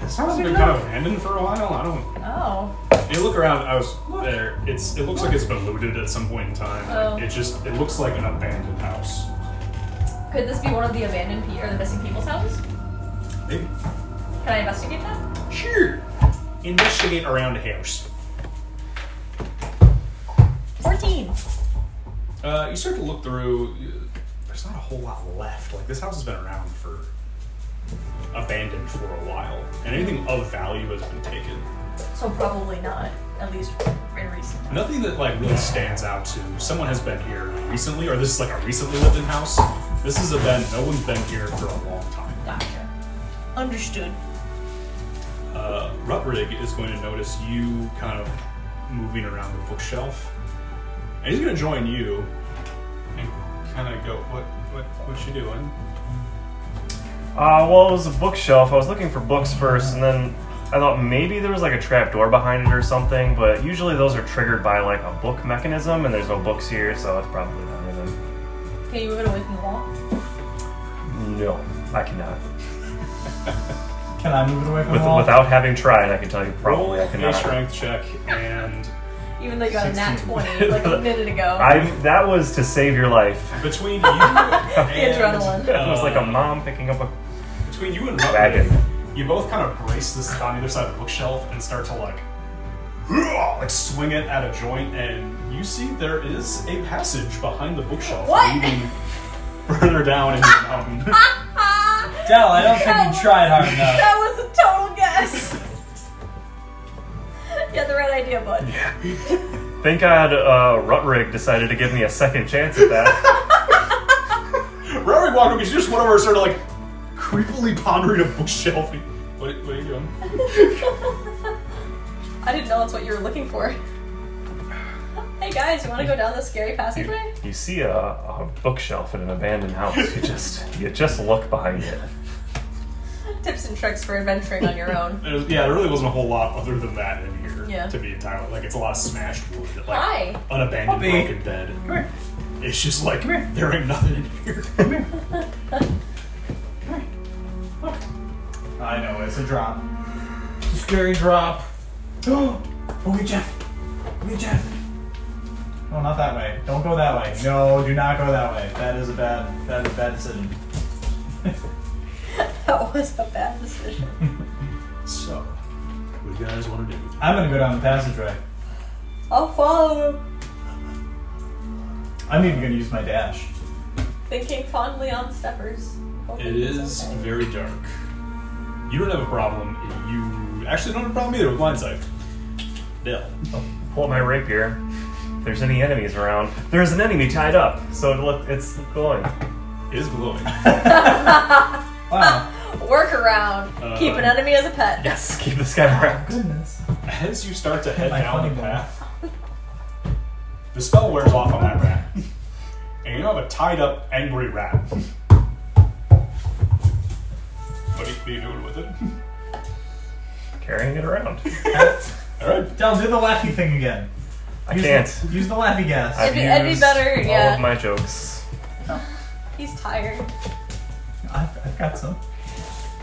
This house has been kind of abandoned for a while. I don't. Oh. You look around. I was there. It's. It looks like it's been looted at some point in time. Oh. It just. It looks like an abandoned house. Could this be one of the abandoned pe- or the missing people's houses? Maybe. Can I investigate that? Sure. Investigate around the house. 14. Uh, you start to look through. uh, There's not a whole lot left. Like this house has been around for abandoned for a while, and anything of value has been taken. So probably not, at least in recent times. Nothing that like really stands out to someone has been here recently, or this is like a recently lived in house. This is a been no one's been here for a long time. Gotcha. Understood. Uh, Rutrig is going to notice you kind of moving around the bookshelf, and he's going to join you and kind of go, "What, what, what you doing?" Uh, well, it was a bookshelf. I was looking for books first, and then I thought maybe there was like a trap door behind it or something. But usually those are triggered by like a book mechanism, and there's no books here, so it's probably not anything. Can you move it away from the wall? No, I cannot. Can I move it away from With, the wall? without having tried, I can tell you Um, Roll probably I a cannot. strength check, and Even though you got a nat 20 like a minute ago. I that was to save your life. between you and adrenaline. It was like a uh, mom picking up a between you and Wagon. Rutrig, you both kind of brace this on either side of the bookshelf and start to like, like swing it at a joint, and you see there is a passage behind the bookshelf What? leading further down um, into the mountain. Dell, I don't think you tried hard enough. That was a total guess. you had the right idea, bud. Thank God, uh, Rutrig decided to give me a second chance at that. Rutrig walked up because you just went over and started like creepily pondering a bookshelf. What, what are you doing? I didn't know that's what you were looking for. hey guys, you want to go down this scary you, passageway? you see a, a bookshelf in an abandoned house. You just you just look behind it. Tips and tricks for adventuring on your own. There's- yeah, there really wasn't a whole lot other than that in here. Yeah. To be entirely like, it's a lot of smashed wood, like Hi. an abandoned Puppy. broken bed. Come here. It's just like Come here. there ain't nothing in here. Come here. Come here. Look. I know, it's a drop. It's a scary drop. Oh, okay, Jeff. Okay, Jeff. No, not that way. Don't go that way. No, do not go that way. That is a bad, that is a bad decision. That was a bad decision. So, what do you guys want to do? I'm gonna go down the passageway. I'll follow him. I'm even going to use my dash. Thinking fondly on steppers. It is very dark. You don't have a problem. You actually don't have a problem either with blindsight. Dill. Oh, Pull up my rapier. If there's any enemies around, there's an enemy tied up. So it look, it's glowing. It is glowing. Ah. Work around. Uh, Keep an enemy as a pet. Yes, keep this guy around. Goodness. As you start to head My down funny the bone. path, the spell wears off on that rat. And you have a tied up, angry rat. What are you, what are you doing with it? Carrying it around. Alright. Del, do the laughy thing again. I Use the- can't. use the laughy gas. I've It'd be- it'd be used better, all yeah. of my jokes. He's tired. I've, I've got some.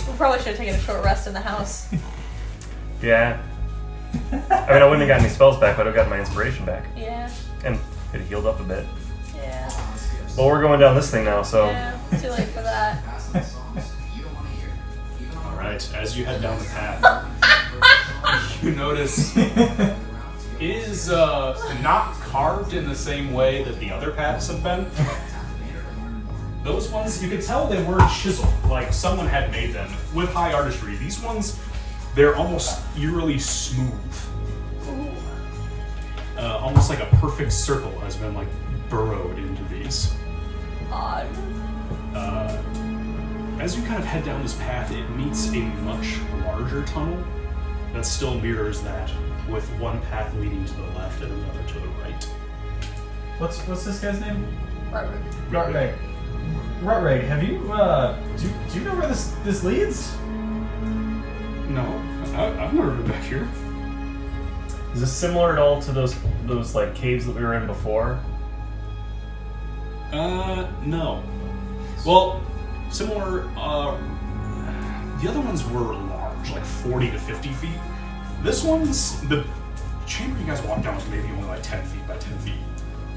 We probably should have taken a short rest in the house. Yeah. I mean, I wouldn't have gotten any spells back, but I've gotten my inspiration back. Yeah. And could have healed up a bit. Yeah. Well, we're going down this thing now, so. Yeah. It's Too late for that. Alright, as you head down the path, you notice it is uh, not carved in the same way that the other paths have been. Those ones, you could tell they were chiseled, like someone had made them with high artistry. These ones, they're almost eerily smooth. Uh, almost like a perfect circle has been like burrowed into these. Odd. Uh, as you kind of head down this path, it meets a much larger tunnel that still mirrors that, with one path leading to the left and another to the right. What's what's this guy's name? Robert. Rutreg. Rutreg, have you uh do, you- do you know where this this leads? No, I, I've never been back here. Is this similar at all to those those like caves that we were in before? Uh, no. Well, similar. Uh, the other ones were large, like 40 to 50 feet. This one's the chamber you guys walked down was maybe only like 10 feet by 10 feet,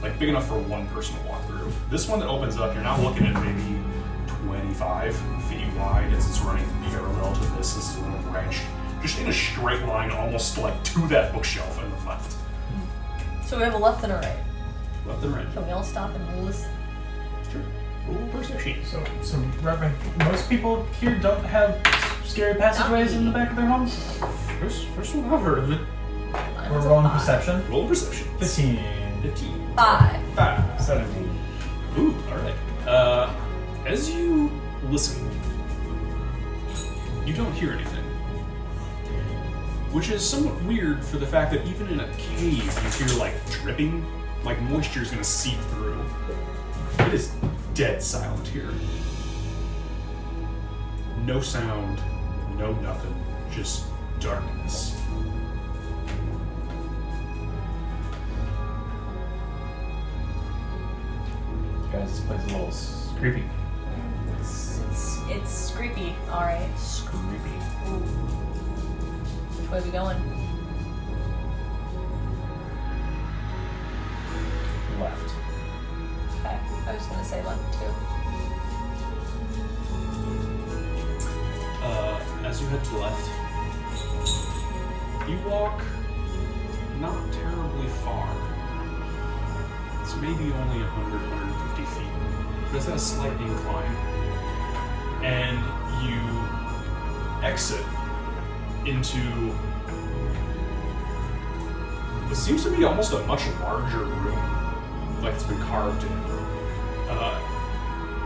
like big enough for one person to walk through. This one that opens up, you're not looking at maybe 25 feet wide as it's running parallel to this. This is a little branch, just in a straight line, almost like to that bookshelf on the left. So we have a left and a right. Left and right. Can we all stop and listen? Sure. Roll perception. So so Rutreg, most people here don't have scary passageways in the back of their homes. First, first one I've heard of it. We're rolling perception. Roll perception. Fifteen. 15. Five. Five. 17. Ooh, alright. Uh, as you listen, you don't hear anything. Which is somewhat weird for the fact that even in a cave, you hear like dripping, like moisture is gonna seep through. It is dead silent here. No sound, no nothing, just darkness. Guys, this place is a little s- creepy. It's, it's, it's creepy. Alright. Creepy. Which way are we going? Left. Okay. I was gonna say left too. Uh, as you head to the left, you walk not terribly far. It's maybe only 100, 150 feet, but it's got a slight incline. And you exit into what seems to be almost a much larger room, like it's been carved in. Uh,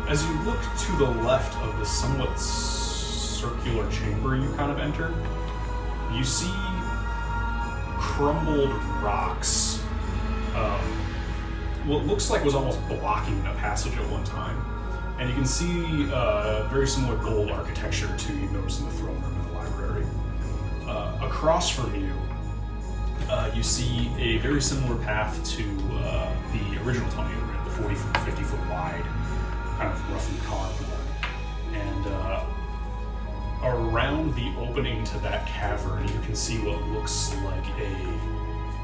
as you look to the left of the somewhat circular chamber you kind of enter, you see crumbled rocks. Um, what looks like was almost blocking a passage at one time. And you can see uh, very similar gold architecture to you notice in the throne room in the library. Uh, across from you, uh, you see a very similar path to uh, the original tunnel you were in, the 40 foot, 50 foot wide kind of roughly carved one. And uh, around the opening to that cavern, you can see what looks like a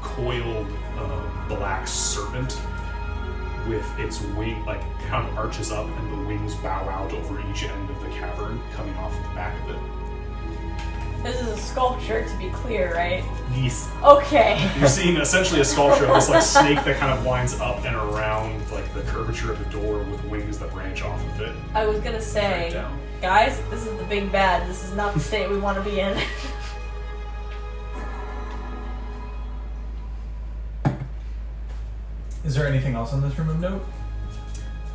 coiled uh, black serpent with its wing, like, kind of arches up and the wings bow out over each end of the cavern, coming off the back of it. This is a sculpture, to be clear, right? Yes. Okay. You're seeing essentially a sculpture of this like snake that kind of winds up and around like the curvature of the door with wings that branch off of it. I was gonna say, guys, this is the big bad. This is not the state we want to be in. Is there anything else in this room of note?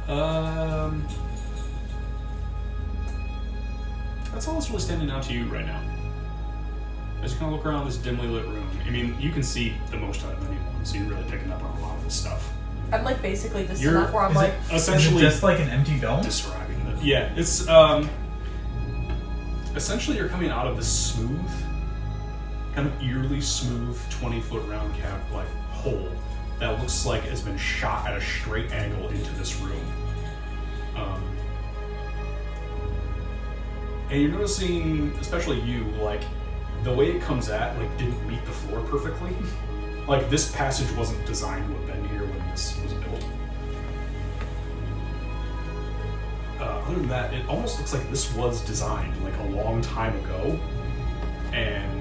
Um, that's all that's really standing out to you right now. As you kind of look around this dimly lit room, I mean, you can see the most out of anyone, so you're really picking up on a lot of this stuff. I'm like basically just You're- enough where I'm is like, it- Essentially- is it Uh, just like an empty dome. Describing it. Yeah, it's um, essentially you're coming out of this smooth, kind of eerily smooth, twenty foot round cap like hole that looks like has been shot at a straight angle into this room. Um, and you're noticing, especially you, like the way it comes at, like didn't meet the floor perfectly. Like this passage wasn't designed to have been here when this was built. uh, other than that, it almost looks like this was designed like a long time ago and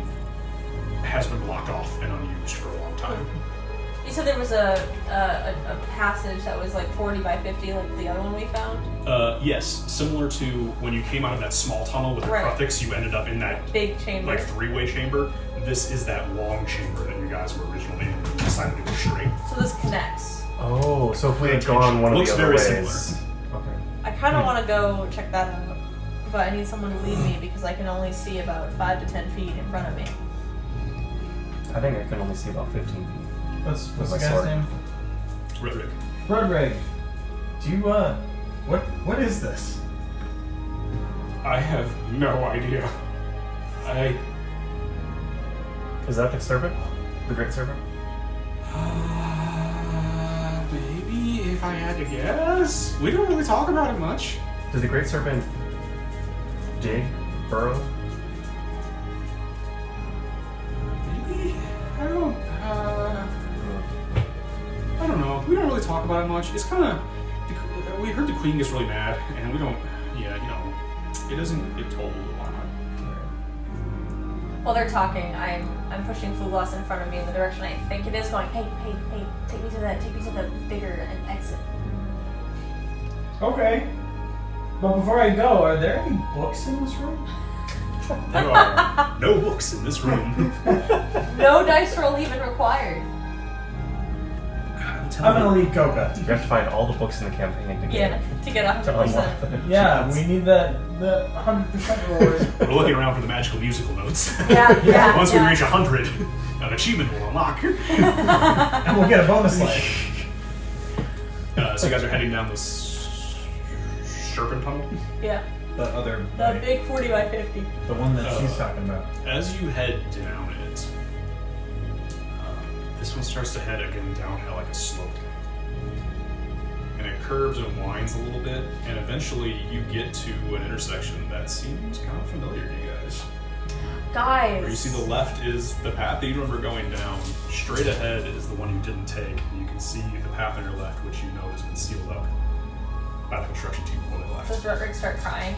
has been blocked off and unused for a long time. you said there was a, a, a- a passage that was like 40 by 50, like the other one we found. Uh, yes, similar to when you came out of that small tunnel with the Right. prefix, you ended up in that Big chamber. like three-way chamber. This is that long chamber that you guys were originally in. when you Decided to go straight. so this connects. Oh, so if we had gone one Looks of the other very ways. I kind of Hmm. want to go check that out, but I need someone to lead me because I can only see about five to ten feet in front of me. I think I can only see about 15 feet. What's, what's with my the guy's sword. name? Roderick. Rodrig. Do you uh, what what is this? I have no idea. I Is that the serpent? The great serpent? uh, maybe if I had to guess, we don't really talk about it much. Did the great serpent dig, burrow? Maybe I don't. Uh, I don't know. We don't really talk about it much. It's kind of we heard the queen gets really mad, and we don't. Yeah, you know, it doesn't get told a lot. While they're talking, I'm I'm pushing flu glass in front of me in the direction I think it is, going, hey, hey, hey, take me to the take me to the bigger uh, exit. Okay. But before I go, are there any books in this room? There are no books in this room. No dice roll even required. I'm gonna leave Coca. You have to find all the books in the campaign to Yeah, to get To hundred unlock percent. them. Yeah, we need that the hundred percent reward. We're looking around for the magical musical notes. Yeah, yeah, Once we yeah. reach hundred, an achievement will unlock. and we'll get a bonus life. Uh, so you guys are heading down this serpent tunnel. Yeah, The other the big forty by fifty. the one that Uh, she's talking about. As you head down it, uh, this one starts to head again downhill like a slope. And it curves and winds a little bit, and eventually you get to an intersection that seems kind of familiar to you guys. Where you Guys, see the left is the path that you remember going down, straight ahead is the one you didn't take, and you can see the path on your left, which you know has been sealed up by the construction team on the left. does Roderick start crying?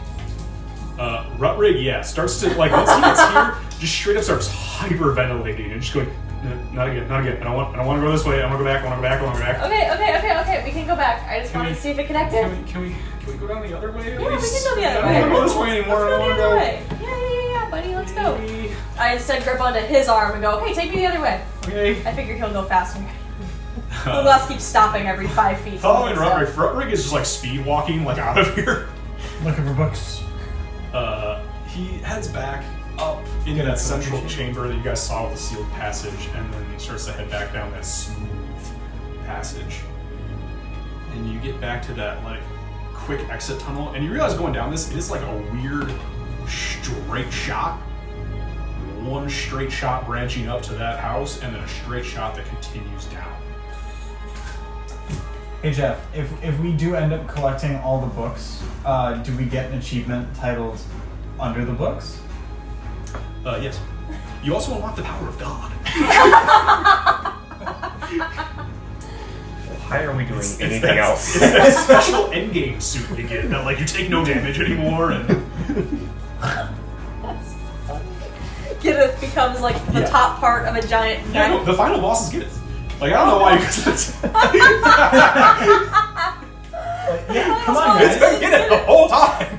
Uh, Rutrig, yeah, starts to like once he gets here, just straight up starts hyperventilating and just going, "No, not again, not again. I don't want, I don't want to go this way. I want to go back. I want to go back. I want to go back. Okay, okay, okay, okay. We can go back. I just Can wanted we- to see if it connected. Can we, can we, can we go down the other way? at Yeah, we can least? go the I other way. don't want to go this way Let's anymore. I go don't the want to other go. way. Yeah, yeah, yeah, yeah, buddy, let's go. I instead grip onto his arm and go, "Hey, take me the other way." Okay. I figure he'll go faster. The Uh, glass keeps stopping every five feet. Following Rutrig, Rutrig is just like speed walking like out of here. Looking for books. Uh, he heads back up into Get that up. central chamber that you guys saw with the sealed passage, and then he starts to head back down that smooth passage. And you get back to that like quick exit tunnel, and you realize going down this, it is like a weird straight shot. One straight shot branching up to that house, and then a straight shot that continues down. Hey Jeff, if if we do end up collecting all the books, uh, do we get an achievement titled "Under the Books"? Uh, yes. You also unlock the power of God. Why are we doing It's- it's anything that- else? It's that special endgame suit you get that like you take no damage anymore and That's funny. Giddith becomes like the Yeah. top part of a giant Yeah, no, neck. the final boss is Giddith. Like, I Oh, don't know why, because that's. yeah, come on, guys. It's been Giddith the whole time.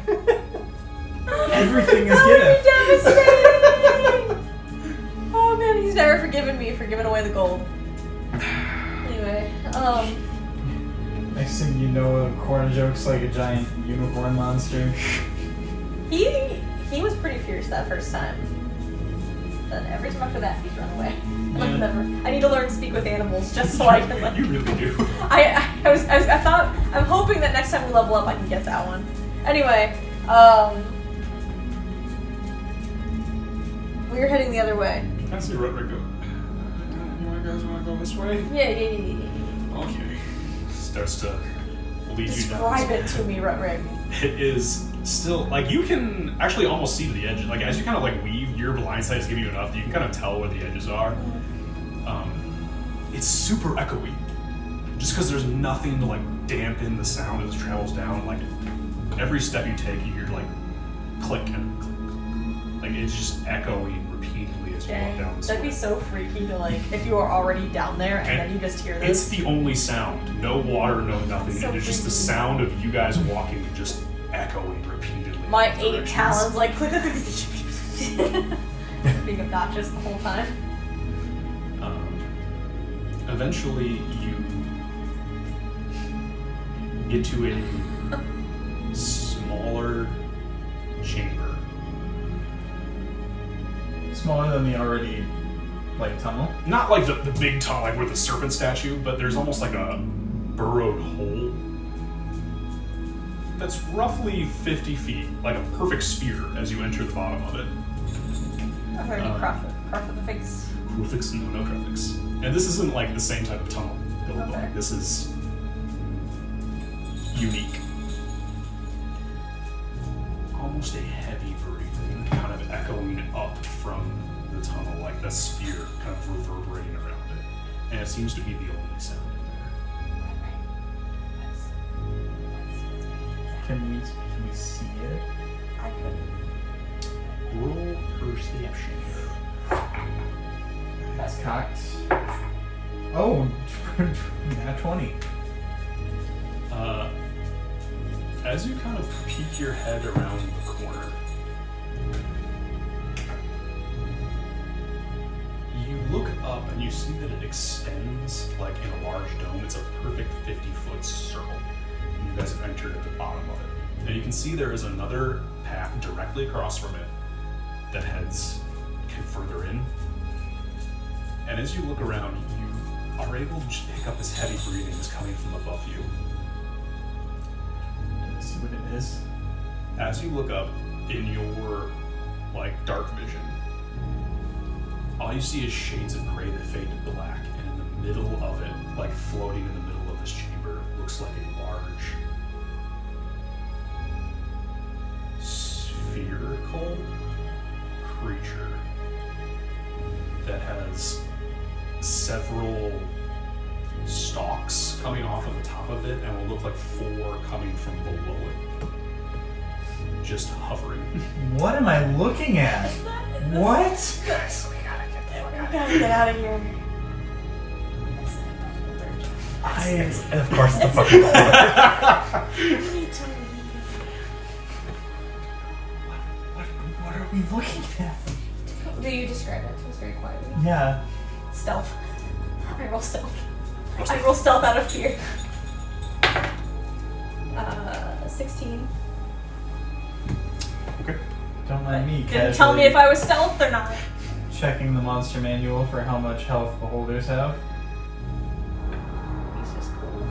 Everything is That'd Giddith. be devastating. oh man, he's never forgiven me for giving away the gold. Anyway, um, Next thing you know, a corn joke's like a giant unicorn monster. he he was pretty fierce that first time. Then every time after that, he's run away. I've never. I need to learn to speak with animals just so I can like. You really do. I, I, was, I was I thought I'm hoping that next time we level up I can get that one. Anyway, um, we're heading the other way. I see Rutger go. "Uh, You guys want to go this way? Yeah, yeah, yeah, yeah, yeah. Okay. Starts to lead you down. Describe it to me, Rutrig. It is still like you can actually almost see to the edge. Like as you kind of like weave, your blind sight is giving you enough that you can kind of tell where the edges are. Um, it's super echoey, just because there's nothing to like dampen the sound as it travels down. Like every step you take, you hear like click and click, click. like it's just echoing repeatedly as you walk down this That'd be so freaky to like if you were already down there and then you just hear It's this. the only sound. No water, no nothing. so and it's just the sound of you guys walking just echoing repeatedly. My eight talons like click click click. Being obnoxious the whole time. Um, eventually, you get to a smaller chamber. Smaller than the already like tunnel. Not like the, the big tunnel, like with the serpent statue, but there's almost like a burrowed hole that's roughly 50 feet, like a perfect sphere as you enter the bottom of it. I've already Um, Crawford, Crawford the Fix. Grufix and no graphics. And this isn't like the same type of tunnel. built, but Okay. This is unique. Almost a heavy breathing, kind of echoing up from the tunnel, like that sphere kind of reverberating around it. And it seems to be the only sound in Can we can we see it? I could. there. Roll perception. That's cocked. Oh, nat twenty. Uh, as you kind of peek your head around the corner, you look up and you see that it extends like in a large dome. It's a perfect 50 foot circle. And you guys have entered at the bottom of it. And you can see there is another path directly across from it that heads kind of further in. And as you look around, you are able to just pick up this heavy breathing that's coming from above you. Let's see what it is. as you look up in your like dark vision, all you see is shades of gray that fade to black, and in the middle of it, like floating in the middle of this chamber, looks like a large spherical creature that has several stalks coming off of the top of it and will look like four coming from below it just hovering What am I looking at? What? Guys, we gotta get the fuck We gotta get out of here. I of course the We need to leave. What, what are we looking at? Do you describe it? It was very quiet. Yeah. Stealth. I roll stealth. I roll stealth out of fear. Uh, 16. Don't mind me. Didn't tell me casually if I was stealth or not. checking the monster manual for how much health beholders have. He's just cool.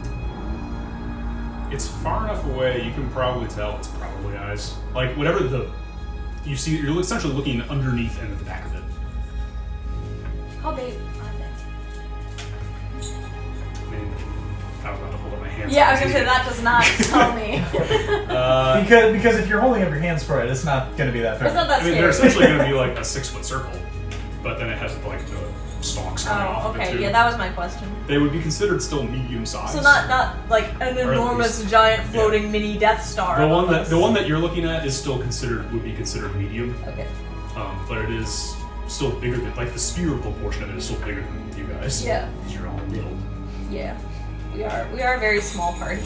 It's far enough away you can probably tell it's probably eyes. Like whatever the you see, you're essentially looking underneath and at the back of it. How big are they? I mean, I don't know how to hold up my hands. Yeah, I was gonna say that does not tell me. Uh, because because if you're holding up your hands for it, it's not gonna be that fair. It's not that I mean, they're scary. essentially going to be like a six foot circle, but then it has like the stalks coming off Oh, of it okay. too. Yeah, that was my question. they would be considered still medium sized. So not not like an Or at enormous least- giant floating mini Death Star. the one that the one that you're looking at is still considered would be considered medium, Okay. um, but it is still bigger than like the spherical portion of it is still bigger than you guys. Yeah. 'Cause You're all little. Yeah, we are. We are a very small party.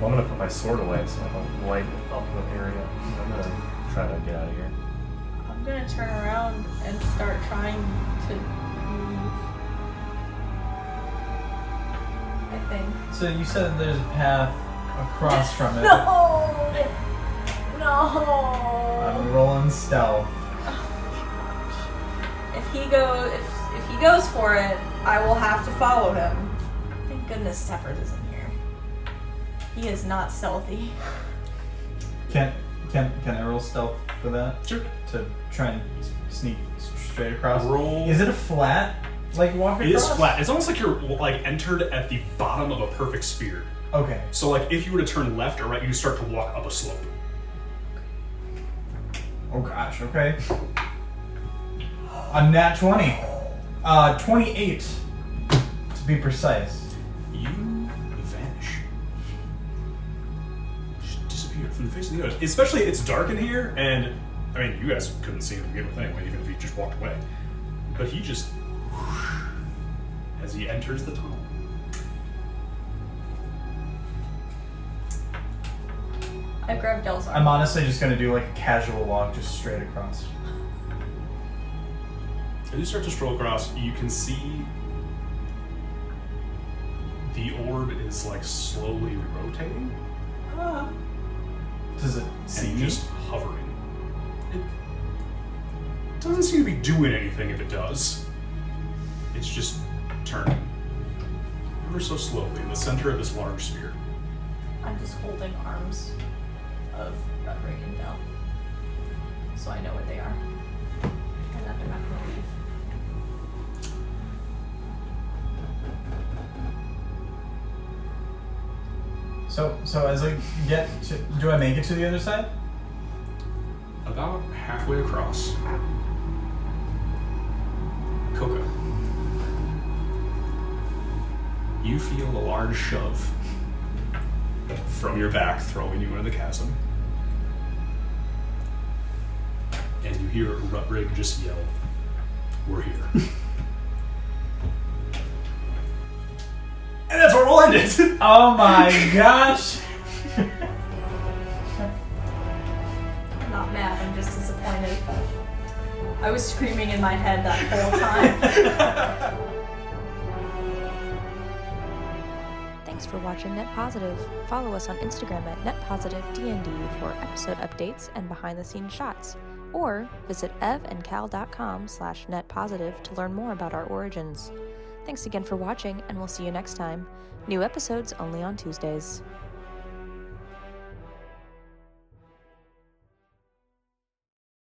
Well, I'm gonna put my sword away so I don't light up the area. I'm gonna try to get out of here. I'm gonna turn around and start trying to move. I think. So you said there's a path across from it. No. No. I'm rolling stealth. If he goes, if, if he goes for it, I will have to follow him. Thank goodness Steppers isn't here. He is not stealthy. Can can can I roll stealth for that? Sure. To try and sneak s- straight across. Roll. Is it a flat? Like walk It is across? flat. It's almost like you're like entered at the bottom of a perfect sphere. Okay. So like if you were to turn left or right, you start to walk up a slope. Oh gosh. Okay. A nat twenty. Uh, twenty-eight. To be precise. You vanish. Just disappear from the face of the earth. Especially it's dark in here, and I mean you guys couldn't see him to begin with anyway, even if he just walked away. But he just as he enters the tunnel. I grabbed Del's arm. I'm honestly just gonna do like a casual walk, just straight across. As you start to stroll across, you can see the orb is like slowly rotating Ah. Does it and see me? just hovering. It doesn't seem to be doing anything if it does. It's just turning. Ever so slowly in the center of this large sphere. I'm just holding arms of Roderick and Del. So I know what they are. And that they're not gonna leave. So so as I get to, do I make it to the other side? About halfway across. Coca. You feel a large shove from your back throwing you into the chasm. And you hear Rutrig just yell, We're here. and that's where we'll end it! Oh my gosh! I'm not mad, I'm just disappointed. I was screaming in my head that whole time. Thanks for watching Net Positive. Follow us on Instagram at netpositivednd for episode updates and behind-the-scenes shots, or visit evandcal.com slash netpositive to learn more about our origins. Thanks again for watching, and we'll see you next time. New episodes only on Tuesdays.